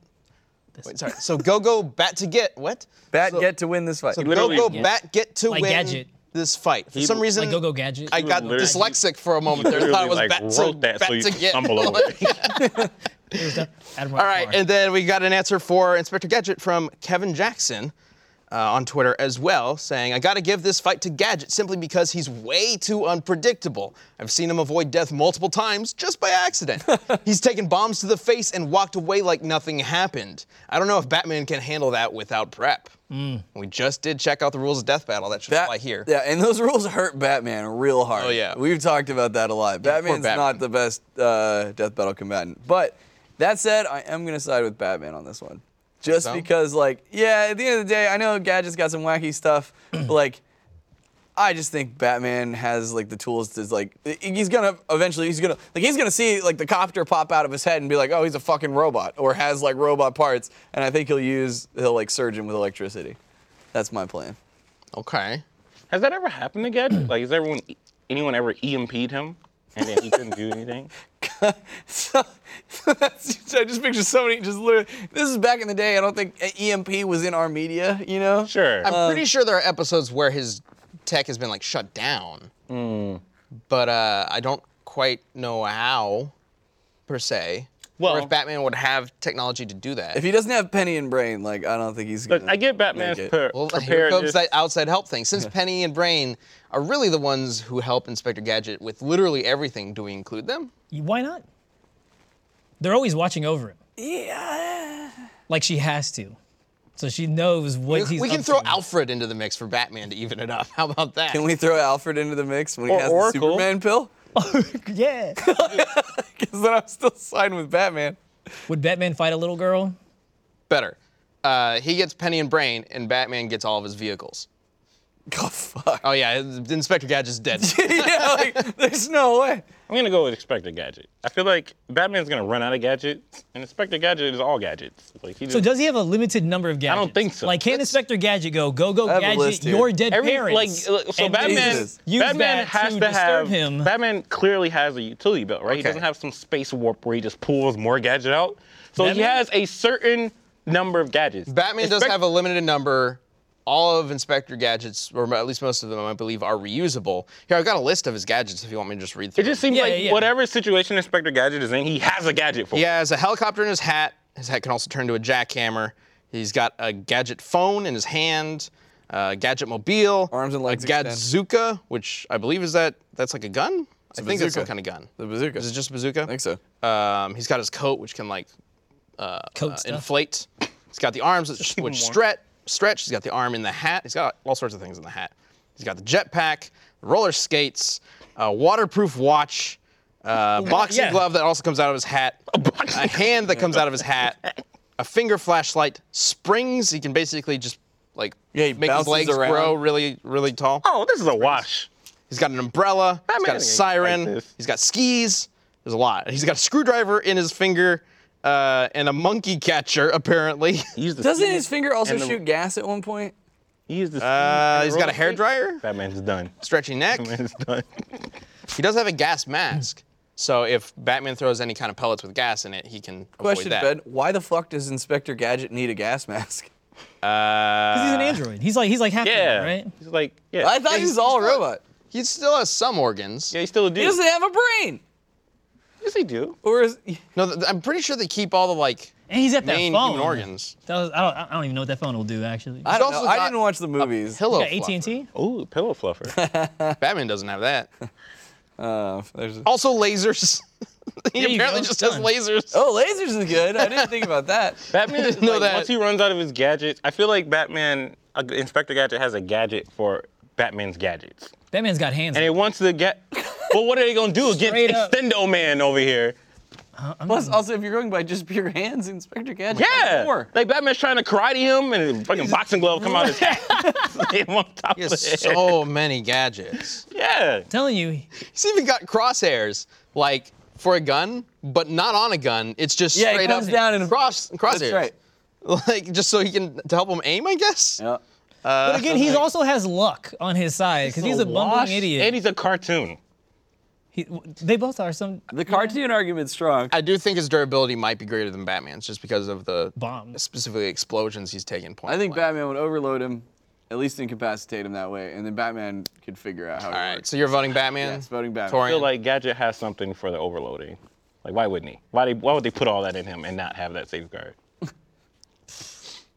[SPEAKER 1] Wait, sorry. So go go bat to get what?
[SPEAKER 4] Bat
[SPEAKER 1] so,
[SPEAKER 4] get to win this fight.
[SPEAKER 1] So go
[SPEAKER 3] literally-
[SPEAKER 1] go bat get to
[SPEAKER 2] Like
[SPEAKER 1] win
[SPEAKER 2] Gadget.
[SPEAKER 1] this fight. For some reason,
[SPEAKER 2] Like Go-Go Gadget?
[SPEAKER 1] I got
[SPEAKER 3] literally-
[SPEAKER 1] dyslexic for a moment there. I thought it was
[SPEAKER 3] Literally,
[SPEAKER 1] bet
[SPEAKER 3] wrote
[SPEAKER 1] to,
[SPEAKER 3] that
[SPEAKER 1] bet
[SPEAKER 3] so you
[SPEAKER 1] to
[SPEAKER 3] could
[SPEAKER 1] get. [laughs]
[SPEAKER 3] stumble over it.
[SPEAKER 2] Adam
[SPEAKER 1] All right, and then we got an answer for Inspector Gadget from Kevin Jackson uh, on Twitter as well, saying, I gotta give this fight to Gadget simply because he's way too unpredictable. I've seen him avoid death multiple times just by accident. he's taken bombs to the face and walked away like nothing happened. I don't know if Batman can handle that without prep. We just did check out the rules of Death Battle, that should
[SPEAKER 4] That-
[SPEAKER 1] apply here.
[SPEAKER 4] Yeah, and those rules hurt Batman real hard.
[SPEAKER 1] Oh, yeah.
[SPEAKER 4] We've talked about that a lot. Batman's
[SPEAKER 1] Batman.
[SPEAKER 4] not the best uh, death battle combatant. But that said, I am going to side with Batman on this one. Just
[SPEAKER 1] So?
[SPEAKER 4] because, like, yeah, at the end of the day, I know Gadget's got some wacky
[SPEAKER 1] [clears throat]
[SPEAKER 4] stuff, but, like, I just think Batman has like the tools to like he's gonna eventually he's gonna like he's gonna see like the copter pop out of his head and be like oh he's a fucking robot or has like robot parts and I think he'll use he'll like surge him with electricity. That's my plan.
[SPEAKER 1] Okay.
[SPEAKER 3] Has that ever happened to [clears throat] Gadget? Like, has everyone, anyone ever EMP'd him and then he couldn't do anything?
[SPEAKER 4] [laughs] So, that's, I just picture somebody just literally. This is back in the day. I don't think EMP was in our media. You know.
[SPEAKER 3] [laughs] Sure.
[SPEAKER 1] I'm pretty sure there are episodes where his tech has been like shut down. But uh, I don't quite know how, per se. or
[SPEAKER 3] Well-
[SPEAKER 1] if Batman would have technology to do that.
[SPEAKER 4] If he doesn't have penny and brain, like I don't think he's.
[SPEAKER 3] Look,
[SPEAKER 4] gonna
[SPEAKER 3] I get Batman's
[SPEAKER 4] make it.
[SPEAKER 3] per-
[SPEAKER 1] well, here
[SPEAKER 3] preparedness.
[SPEAKER 1] comes that outside help thing. Since Penny and Brain are really the ones who help Inspector Gadget with literally everything, do we include them?
[SPEAKER 2] Why not? They're always watching over him.
[SPEAKER 4] Yeah.
[SPEAKER 2] Like she has to. So she knows what he's
[SPEAKER 1] we can
[SPEAKER 2] up
[SPEAKER 1] throw
[SPEAKER 2] to.
[SPEAKER 1] Alfred into the mix for Batman to even it up. [laughs] How about that?
[SPEAKER 4] Can we throw Alfred into the mix when he
[SPEAKER 3] Or
[SPEAKER 4] has
[SPEAKER 3] Oracle.
[SPEAKER 4] the Superman pill?
[SPEAKER 2] [laughs]
[SPEAKER 1] [laughs]
[SPEAKER 4] [laughs]
[SPEAKER 2] Yeah.
[SPEAKER 4] Because then I'm still siding with Batman.
[SPEAKER 2] Would Batman fight a little girl?
[SPEAKER 1] Better. Uh, he gets Penny and Brain, and Batman gets all of his vehicles.
[SPEAKER 4] God fuck. [laughs]
[SPEAKER 1] Oh yeah, Inspector Gadget's dead.
[SPEAKER 4] yeah, like, there's no way.
[SPEAKER 3] I'm gonna go with Inspector Gadget. I feel like Batman's gonna run out of gadgets, and Inspector Gadget is all gadgets. Like he just,
[SPEAKER 2] So does he have a limited number of gadgets?
[SPEAKER 3] don't think so.
[SPEAKER 2] Like, can Inspector Gadget go, go, go,
[SPEAKER 4] I have a
[SPEAKER 2] Gadget,
[SPEAKER 4] list here.
[SPEAKER 2] your dead
[SPEAKER 3] every like uh,
[SPEAKER 2] parents?
[SPEAKER 3] so
[SPEAKER 2] and
[SPEAKER 3] Batman
[SPEAKER 4] Jesus.
[SPEAKER 2] use
[SPEAKER 3] Batman
[SPEAKER 2] that
[SPEAKER 3] has
[SPEAKER 2] to
[SPEAKER 3] to,
[SPEAKER 2] disturb
[SPEAKER 3] have
[SPEAKER 2] him.
[SPEAKER 3] Batman clearly has a utility belt, right? He
[SPEAKER 1] Okay.
[SPEAKER 3] doesn't have some space warp where he just pulls more gadget out. So he
[SPEAKER 2] Batman-
[SPEAKER 3] has a certain number of gadgets.
[SPEAKER 1] Batman does
[SPEAKER 3] Inspect-
[SPEAKER 1] have a limited number. All of Inspector Gadget's, or at least most of them, I believe, are reusable. Here, I've got a list of his gadgets if you want me to just read through
[SPEAKER 3] It just
[SPEAKER 1] them.
[SPEAKER 3] seems
[SPEAKER 2] Yeah,
[SPEAKER 3] like
[SPEAKER 2] yeah, yeah.
[SPEAKER 3] whatever situation Inspector Gadget is in, he has a gadget for.
[SPEAKER 1] He has a helicopter in his hat. His hat can also turn to a jackhammer. He's got a gadget phone in his hand, a gadget mobile,
[SPEAKER 4] Arms and legs
[SPEAKER 1] a
[SPEAKER 4] extend.
[SPEAKER 1] gadzuka, which I believe is that that's like a gun. I think that's some
[SPEAKER 4] bazooka.
[SPEAKER 1] kind of gun.
[SPEAKER 4] The bazooka.
[SPEAKER 1] Is it just a bazooka?
[SPEAKER 4] I think so.
[SPEAKER 1] Um, he's got his coat, which can like
[SPEAKER 2] Coat
[SPEAKER 1] uh,
[SPEAKER 2] stuff.
[SPEAKER 1] inflate. He's got the arms
[SPEAKER 2] [laughs]
[SPEAKER 1] that sh- which stretch. Stretch. He's got the arm in the hat. He's got all sorts of things in the hat. He's got the jetpack, roller skates, a waterproof watch,
[SPEAKER 2] [laughs]
[SPEAKER 1] a boxing
[SPEAKER 2] yeah.
[SPEAKER 1] glove that also comes out of his
[SPEAKER 2] [laughs]
[SPEAKER 1] hat, a hand that comes out of his hat, a finger flashlight, springs. He can basically just like
[SPEAKER 4] Yeah, he
[SPEAKER 1] make his
[SPEAKER 4] bounces
[SPEAKER 1] legs
[SPEAKER 4] around.
[SPEAKER 1] grow really, really tall.
[SPEAKER 3] Oh, this is a wash.
[SPEAKER 1] He's got an umbrella. he's
[SPEAKER 3] man
[SPEAKER 1] got a
[SPEAKER 3] ain't
[SPEAKER 1] siren.
[SPEAKER 3] like this.
[SPEAKER 1] he's got skis. There's a lot. He's got a screwdriver in his finger uh, and a monkey catcher, apparently. [laughs]
[SPEAKER 3] He's the
[SPEAKER 4] Doesn't his finger also
[SPEAKER 3] and the-
[SPEAKER 4] shoot gas at one point?
[SPEAKER 3] He's the.
[SPEAKER 1] Uh, he's got a
[SPEAKER 3] hair
[SPEAKER 1] hairdryer,
[SPEAKER 3] Batman's done. [laughs]
[SPEAKER 1] stretchy
[SPEAKER 4] [laughs]
[SPEAKER 1] neck.
[SPEAKER 3] Batman's done.
[SPEAKER 1] He does have a gas mask. So if Batman throws any kind of pellets with gas in it, he can avoid
[SPEAKER 4] Question,
[SPEAKER 1] that.
[SPEAKER 4] Ben. Why the fuck does Inspector Gadget need a gas mask? [laughs]
[SPEAKER 1] Uh,
[SPEAKER 2] 'Cause he's an android. He's like, he's like half
[SPEAKER 3] Ah. Yeah.
[SPEAKER 2] human, right?
[SPEAKER 3] He's like, yeah.
[SPEAKER 4] I thought he was all a robot.
[SPEAKER 1] He still has some organs.
[SPEAKER 3] yeah, he still a dude.
[SPEAKER 4] He doesn't have a brain.
[SPEAKER 3] Yes, he do.
[SPEAKER 4] Or is [laughs]
[SPEAKER 1] No, th- I'm pretty sure they keep all the like
[SPEAKER 2] And he's at that
[SPEAKER 1] main
[SPEAKER 2] phone.
[SPEAKER 1] human organs.
[SPEAKER 2] That was, I, don't, I don't even know what that phone will do, actually.
[SPEAKER 4] I don't
[SPEAKER 1] also
[SPEAKER 4] know. I
[SPEAKER 1] got
[SPEAKER 4] didn't watch the movies.
[SPEAKER 1] Pillow.
[SPEAKER 2] yeah, AT&T?
[SPEAKER 3] Ooh, pillow fluffer.
[SPEAKER 1] fluffer. Batman doesn't have that. [laughs]
[SPEAKER 4] Uh, there's-
[SPEAKER 1] Also lasers. [laughs] he
[SPEAKER 2] you
[SPEAKER 1] apparently
[SPEAKER 2] go.
[SPEAKER 1] just has
[SPEAKER 2] Done.
[SPEAKER 1] lasers.
[SPEAKER 4] oh, lasers is good. I didn't think about [laughs] that.
[SPEAKER 3] Batman, like,
[SPEAKER 1] know that.
[SPEAKER 3] once he runs out of his gadgets, I feel like Batman, uh, Inspector Gadget has a gadget for Batman's gadgets.
[SPEAKER 2] Batman's got hands.
[SPEAKER 3] And it wants to get. well, what are they gonna do against
[SPEAKER 2] Straight up.
[SPEAKER 3] Extendo Man over here?
[SPEAKER 4] Plus, also, if you're going by just pure hands, Inspector Gadget.
[SPEAKER 3] Yeah,
[SPEAKER 4] More.
[SPEAKER 3] like Batman's trying to karate him, and a fucking boxing glove come out his head. [laughs] Hit him on top
[SPEAKER 1] He
[SPEAKER 3] of
[SPEAKER 1] has
[SPEAKER 3] the head.
[SPEAKER 1] so many gadgets.
[SPEAKER 3] [laughs] yeah,
[SPEAKER 2] I'm telling you,
[SPEAKER 1] He's even got crosshairs, like for a gun, but not on a gun. It's just
[SPEAKER 4] Yeah, it
[SPEAKER 1] straight
[SPEAKER 4] comes
[SPEAKER 1] up
[SPEAKER 4] down in-
[SPEAKER 1] cross crosshairs.
[SPEAKER 4] That's right.
[SPEAKER 1] [laughs] Like just so he can to help him aim, I guess.
[SPEAKER 4] Yeah. Uh,
[SPEAKER 2] but again, he also has luck on his side because he's, a bumbling
[SPEAKER 4] washed
[SPEAKER 2] idiot.
[SPEAKER 3] and he's a cartoon.
[SPEAKER 2] He- they both are some
[SPEAKER 4] The cartoon argument's strong.
[SPEAKER 1] I do think his durability might be greater than Batman's, just because of the
[SPEAKER 2] Bombs.
[SPEAKER 1] specifically explosions he's taken. Point
[SPEAKER 4] I think
[SPEAKER 1] blank.
[SPEAKER 4] Batman would overload him. at least incapacitate him that way, and then Batman could figure out how.
[SPEAKER 1] All right, so you're voting Batman.
[SPEAKER 4] Yes, voting Batman.
[SPEAKER 3] I
[SPEAKER 1] Torian.
[SPEAKER 3] feel like Gadget has something for the overloading. Like, why wouldn't he? Why, they, why would they put all that in him and not have that safeguard?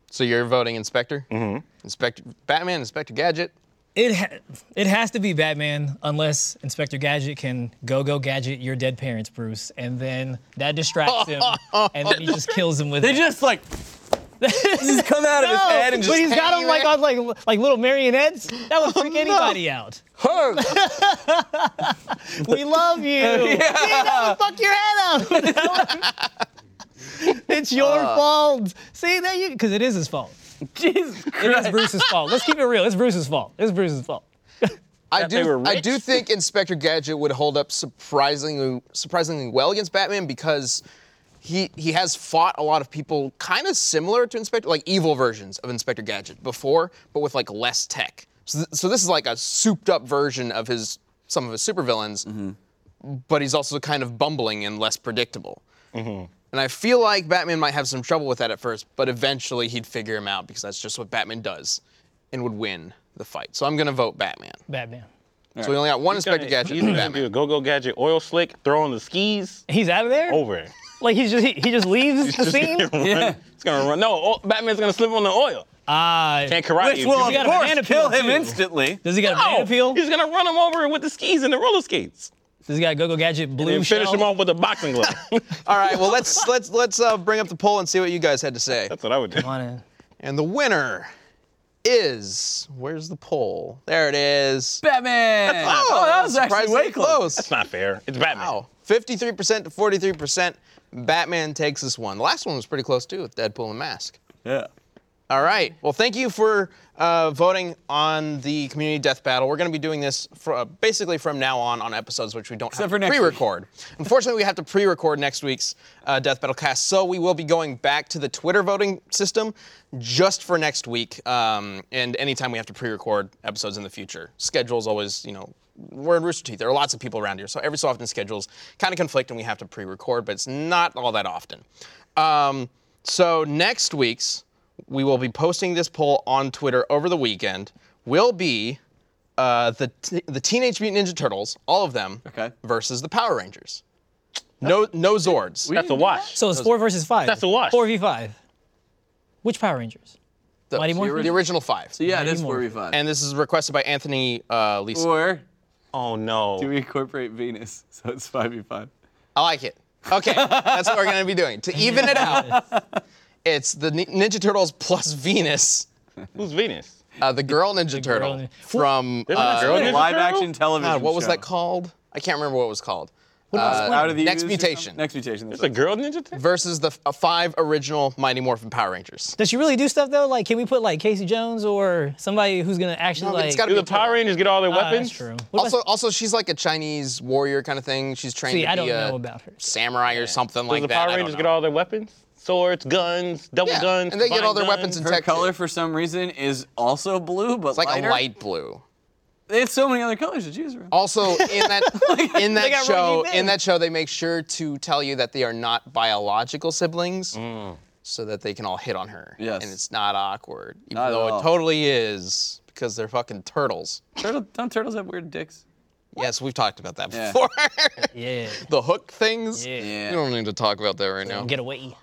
[SPEAKER 1] so you're voting Inspector. Mm-hmm. Inspector Batman, Inspector Gadget.
[SPEAKER 2] It ha- it has to be Batman unless Inspector Gadget can go go gadget your dead parents, Bruce, and then that distracts [laughs] him, and then he just kills him with it.
[SPEAKER 4] just like
[SPEAKER 2] [laughs]
[SPEAKER 4] just come out of his head and
[SPEAKER 2] but
[SPEAKER 4] just.
[SPEAKER 2] he's got them like on like like little marionettes. That would freak anybody out.
[SPEAKER 4] [laughs]
[SPEAKER 2] we love [laughs] you. fuck your head up. [laughs] it's your fault. See, there you because it is his fault.
[SPEAKER 4] Jesus
[SPEAKER 2] It is Bruce's fault. Let's keep it real. It's Bruce's fault. It's Bruce's fault.
[SPEAKER 1] I
[SPEAKER 3] That they were
[SPEAKER 1] do. I
[SPEAKER 3] rich?
[SPEAKER 1] do think Inspector Gadget would hold up surprisingly surprisingly well against Batman because he he has fought a lot of people kind of similar to Inspector, like evil versions of Inspector Gadget before, but with like less tech. So, th- so this is like a souped up version of his some of his supervillains,
[SPEAKER 3] Mm-hmm.
[SPEAKER 1] but he's also kind of bumbling and less predictable.
[SPEAKER 3] Mm-hmm.
[SPEAKER 1] And I feel like Batman might have some trouble with that at first, but eventually he'd figure him out because that's just what Batman does, and would win the fight. So I'm gonna vote Batman.
[SPEAKER 2] Batman.
[SPEAKER 1] So we only got one Inspector
[SPEAKER 3] Gonna-
[SPEAKER 1] Gadget.
[SPEAKER 3] He's
[SPEAKER 1] and
[SPEAKER 3] gonna do
[SPEAKER 1] Batman.
[SPEAKER 3] a go-go gadget oil slick, throw on the skis,
[SPEAKER 2] He's out of there.
[SPEAKER 3] over.
[SPEAKER 2] Like he's just he, he just leaves the scene.
[SPEAKER 3] yeah. It's gonna run. No, oh, Batman's gonna slip on the oil.
[SPEAKER 2] Ah,
[SPEAKER 3] Can't karate.
[SPEAKER 4] Which
[SPEAKER 3] him.
[SPEAKER 4] will
[SPEAKER 2] You got
[SPEAKER 4] of
[SPEAKER 2] a man
[SPEAKER 4] course
[SPEAKER 2] appeal,
[SPEAKER 4] kill him
[SPEAKER 2] too.
[SPEAKER 4] instantly.
[SPEAKER 2] does he got a
[SPEAKER 3] No,
[SPEAKER 2] man appeal?
[SPEAKER 3] He's gonna run him over with the skis and the roller skates,
[SPEAKER 2] Does he got a go-go gadget blue
[SPEAKER 3] and finish
[SPEAKER 2] shell?
[SPEAKER 3] him off with a boxing glove.
[SPEAKER 1] All right, well let's let's let's uh, bring up the poll and see what you guys had to say.
[SPEAKER 3] That's what I would do.
[SPEAKER 2] On it.
[SPEAKER 1] And the winner is where's the poll? There it is.
[SPEAKER 4] Batman. oh, that was actually
[SPEAKER 1] surprisingly
[SPEAKER 4] way close.
[SPEAKER 3] It's not fair. It's Batman.
[SPEAKER 1] Wow, 53% to 43%. Batman takes this one. The last one was pretty close too with Deadpool and Mask.
[SPEAKER 4] Yeah.
[SPEAKER 1] All right. Well, thank you for uh, voting on the community death battle. We're going to be doing this for, uh, basically from now on on episodes which we don't have
[SPEAKER 4] for
[SPEAKER 1] to
[SPEAKER 4] next week.
[SPEAKER 1] pre-record. Unfortunately, we have to pre-record next week's uh, death battle cast, so we will be going back to the Twitter voting system just for next week. Um, and anytime we have to pre-record episodes in the future, schedules always, you know, we're in Rooster Teeth. There are lots of people around here, so every so often schedules kind of conflict and we have to pre-record, but it's not all that often. Um, so next week's we will be posting this poll on Twitter over the weekend. Will be uh, the t- the Teenage Mutant Ninja Turtles, all of them,
[SPEAKER 4] Okay.
[SPEAKER 1] versus the Power Rangers. No, no Zords.
[SPEAKER 3] That's a wash.
[SPEAKER 2] So it's four versus five.
[SPEAKER 3] That's a wash.
[SPEAKER 2] Four v five. Which Power Rangers?
[SPEAKER 1] the,
[SPEAKER 2] Mighty Morphin?
[SPEAKER 1] the original five.
[SPEAKER 4] Yeah, it is
[SPEAKER 2] more.
[SPEAKER 4] 45.
[SPEAKER 1] And this is requested by Anthony uh, Lisa.
[SPEAKER 4] or
[SPEAKER 3] Oh no.
[SPEAKER 4] do we incorporate Venus? [laughs] So it's 5v5.
[SPEAKER 1] I like it. Okay, that's what we're gonna be doing to even it [laughs] out. It's the Ni- Ninja Turtles plus Venus,
[SPEAKER 3] Who's Venus?
[SPEAKER 1] uh, the girl Ninja Turtle
[SPEAKER 2] Nin-
[SPEAKER 1] from
[SPEAKER 3] Isn't that
[SPEAKER 1] uh,
[SPEAKER 3] girl Ninja
[SPEAKER 4] Live
[SPEAKER 3] Turtle?
[SPEAKER 4] action television.
[SPEAKER 1] God, what was
[SPEAKER 4] show.
[SPEAKER 1] that called? I can't remember what it was called. Uh,
[SPEAKER 4] Out of the
[SPEAKER 1] Next
[SPEAKER 4] Us or
[SPEAKER 1] Mutation.
[SPEAKER 4] something? Next mutation.
[SPEAKER 3] It's a girl ninja turtle.
[SPEAKER 1] versus the f- uh, five original Mighty Morphin Power Rangers.
[SPEAKER 2] Does she really do stuff though? Like, can we put like Casey Jones or somebody who's gonna actually
[SPEAKER 1] No, but
[SPEAKER 2] like?
[SPEAKER 1] it's gotta
[SPEAKER 3] Do
[SPEAKER 1] be
[SPEAKER 3] the Power Rangers get all their
[SPEAKER 2] Ah,
[SPEAKER 3] weapons?
[SPEAKER 2] that's true. What
[SPEAKER 1] Also, also she's like a Chinese warrior kind of thing. She's trained
[SPEAKER 2] See,
[SPEAKER 1] to be
[SPEAKER 2] I don't
[SPEAKER 1] a
[SPEAKER 2] know about her.
[SPEAKER 1] samurai or something
[SPEAKER 3] Does
[SPEAKER 1] like
[SPEAKER 3] the
[SPEAKER 1] that.
[SPEAKER 3] Power
[SPEAKER 1] I don't
[SPEAKER 3] Rangers
[SPEAKER 1] know.
[SPEAKER 3] get all their weapons? Swords, guns, double
[SPEAKER 1] Yeah,
[SPEAKER 3] guns.
[SPEAKER 1] and they get all their
[SPEAKER 3] combined
[SPEAKER 1] weapons and
[SPEAKER 3] guns.
[SPEAKER 4] Her
[SPEAKER 1] tech.
[SPEAKER 4] color for some reason is also blue, but
[SPEAKER 1] It's like
[SPEAKER 4] lighter.
[SPEAKER 1] a light blue.
[SPEAKER 4] They had so many other colors to choose from.
[SPEAKER 1] Also, in
[SPEAKER 4] [laughs]
[SPEAKER 1] that in that
[SPEAKER 2] got
[SPEAKER 1] show,
[SPEAKER 2] Reggie Miller.
[SPEAKER 1] in that show, they make sure to tell you that they are not biological siblings, so that they can all hit on her.
[SPEAKER 4] Mm. Yes.
[SPEAKER 1] and it's not awkward, even
[SPEAKER 4] Not at
[SPEAKER 1] though
[SPEAKER 4] all.
[SPEAKER 1] it totally is because they're fucking turtles.
[SPEAKER 4] Turtle, don't turtles have weird dicks?
[SPEAKER 1] Yes, we've talked about that
[SPEAKER 4] Yeah.
[SPEAKER 1] before. [laughs]
[SPEAKER 2] yeah.
[SPEAKER 1] the hook things.
[SPEAKER 2] Yeah.
[SPEAKER 1] You don't need to talk about that right now.
[SPEAKER 2] Get away.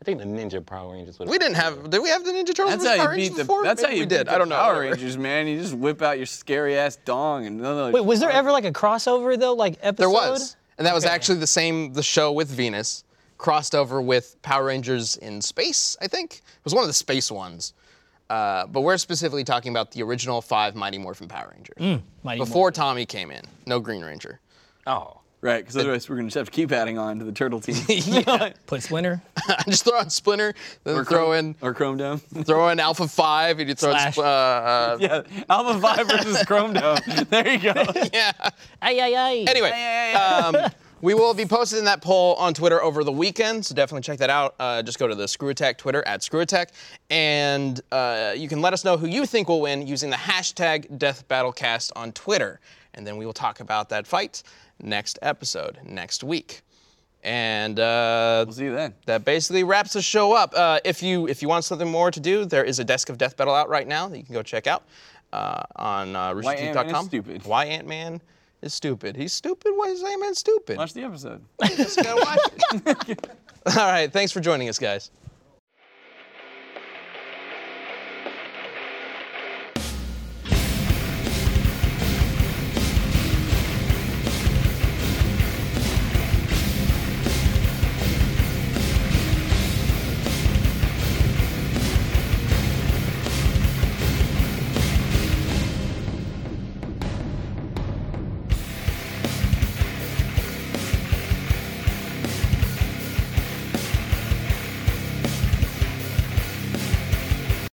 [SPEAKER 3] I think the Ninja Power Rangers. would-
[SPEAKER 1] We didn't have. Did we have the Ninja Turtles?
[SPEAKER 4] That's
[SPEAKER 1] versus
[SPEAKER 4] how
[SPEAKER 1] Power
[SPEAKER 4] you
[SPEAKER 1] Rangers
[SPEAKER 4] beat the.
[SPEAKER 1] Before?
[SPEAKER 4] That's how
[SPEAKER 1] Maybe
[SPEAKER 4] you
[SPEAKER 1] we
[SPEAKER 4] beat
[SPEAKER 1] did.
[SPEAKER 4] the
[SPEAKER 1] I don't know.
[SPEAKER 4] Power
[SPEAKER 1] whatever.
[SPEAKER 4] Rangers, man. You just whip out your scary ass dong and another.
[SPEAKER 2] Wait, was there ever like a crossover though? Like episode?
[SPEAKER 1] Uh, There was, and that was actually the same. The show with Venus crossed over with Power Rangers in space. I think it was one of the space ones. Uh, but we're specifically talking about the original five Mighty Morphin Power Rangers
[SPEAKER 4] Mm,
[SPEAKER 2] Mighty
[SPEAKER 1] before Tommy came in. No Green Ranger. [laughs]
[SPEAKER 3] Oh.
[SPEAKER 4] right? Because otherwise we're gonna just have to keep adding on to the
[SPEAKER 1] [laughs]
[SPEAKER 4] turtle team.
[SPEAKER 2] Morphin. put Splinter.
[SPEAKER 1] Just throw in Splinter, then
[SPEAKER 4] or
[SPEAKER 1] throw
[SPEAKER 4] Chrome-
[SPEAKER 1] in
[SPEAKER 4] or Chrome Dome.
[SPEAKER 1] throw in Alpha Five, and you throw in
[SPEAKER 2] Slash.
[SPEAKER 1] Spl- uh, uh,
[SPEAKER 4] [laughs] yeah, Alpha Five versus
[SPEAKER 1] [laughs]
[SPEAKER 4] Chrome Dome. There you go.
[SPEAKER 2] Ay ay ay.
[SPEAKER 1] Anyway, um, we will be posting that poll on Twitter over the weekend, so definitely check that out. Uh, just go to the Screw Attack Twitter at Screw Attack, and uh, you can let us know who you think will win using the hashtag DeathBattleCast on Twitter, and then we will talk about that fight next episode next week. And uh,
[SPEAKER 4] We'll see you then.
[SPEAKER 1] that basically wraps the show up. Uh, if you if you want something more to do, there is a desk of death battle out right now that you can go check out uh, on uh,
[SPEAKER 4] Why Ant-Man
[SPEAKER 1] roosterteeth.com.
[SPEAKER 4] is stupid.
[SPEAKER 1] Why Ant Man is stupid? He's stupid. Why is Ant Man stupid?
[SPEAKER 4] Watch the episode.
[SPEAKER 1] [laughs] Just gotta watch it. All right. Thanks for joining us, guys.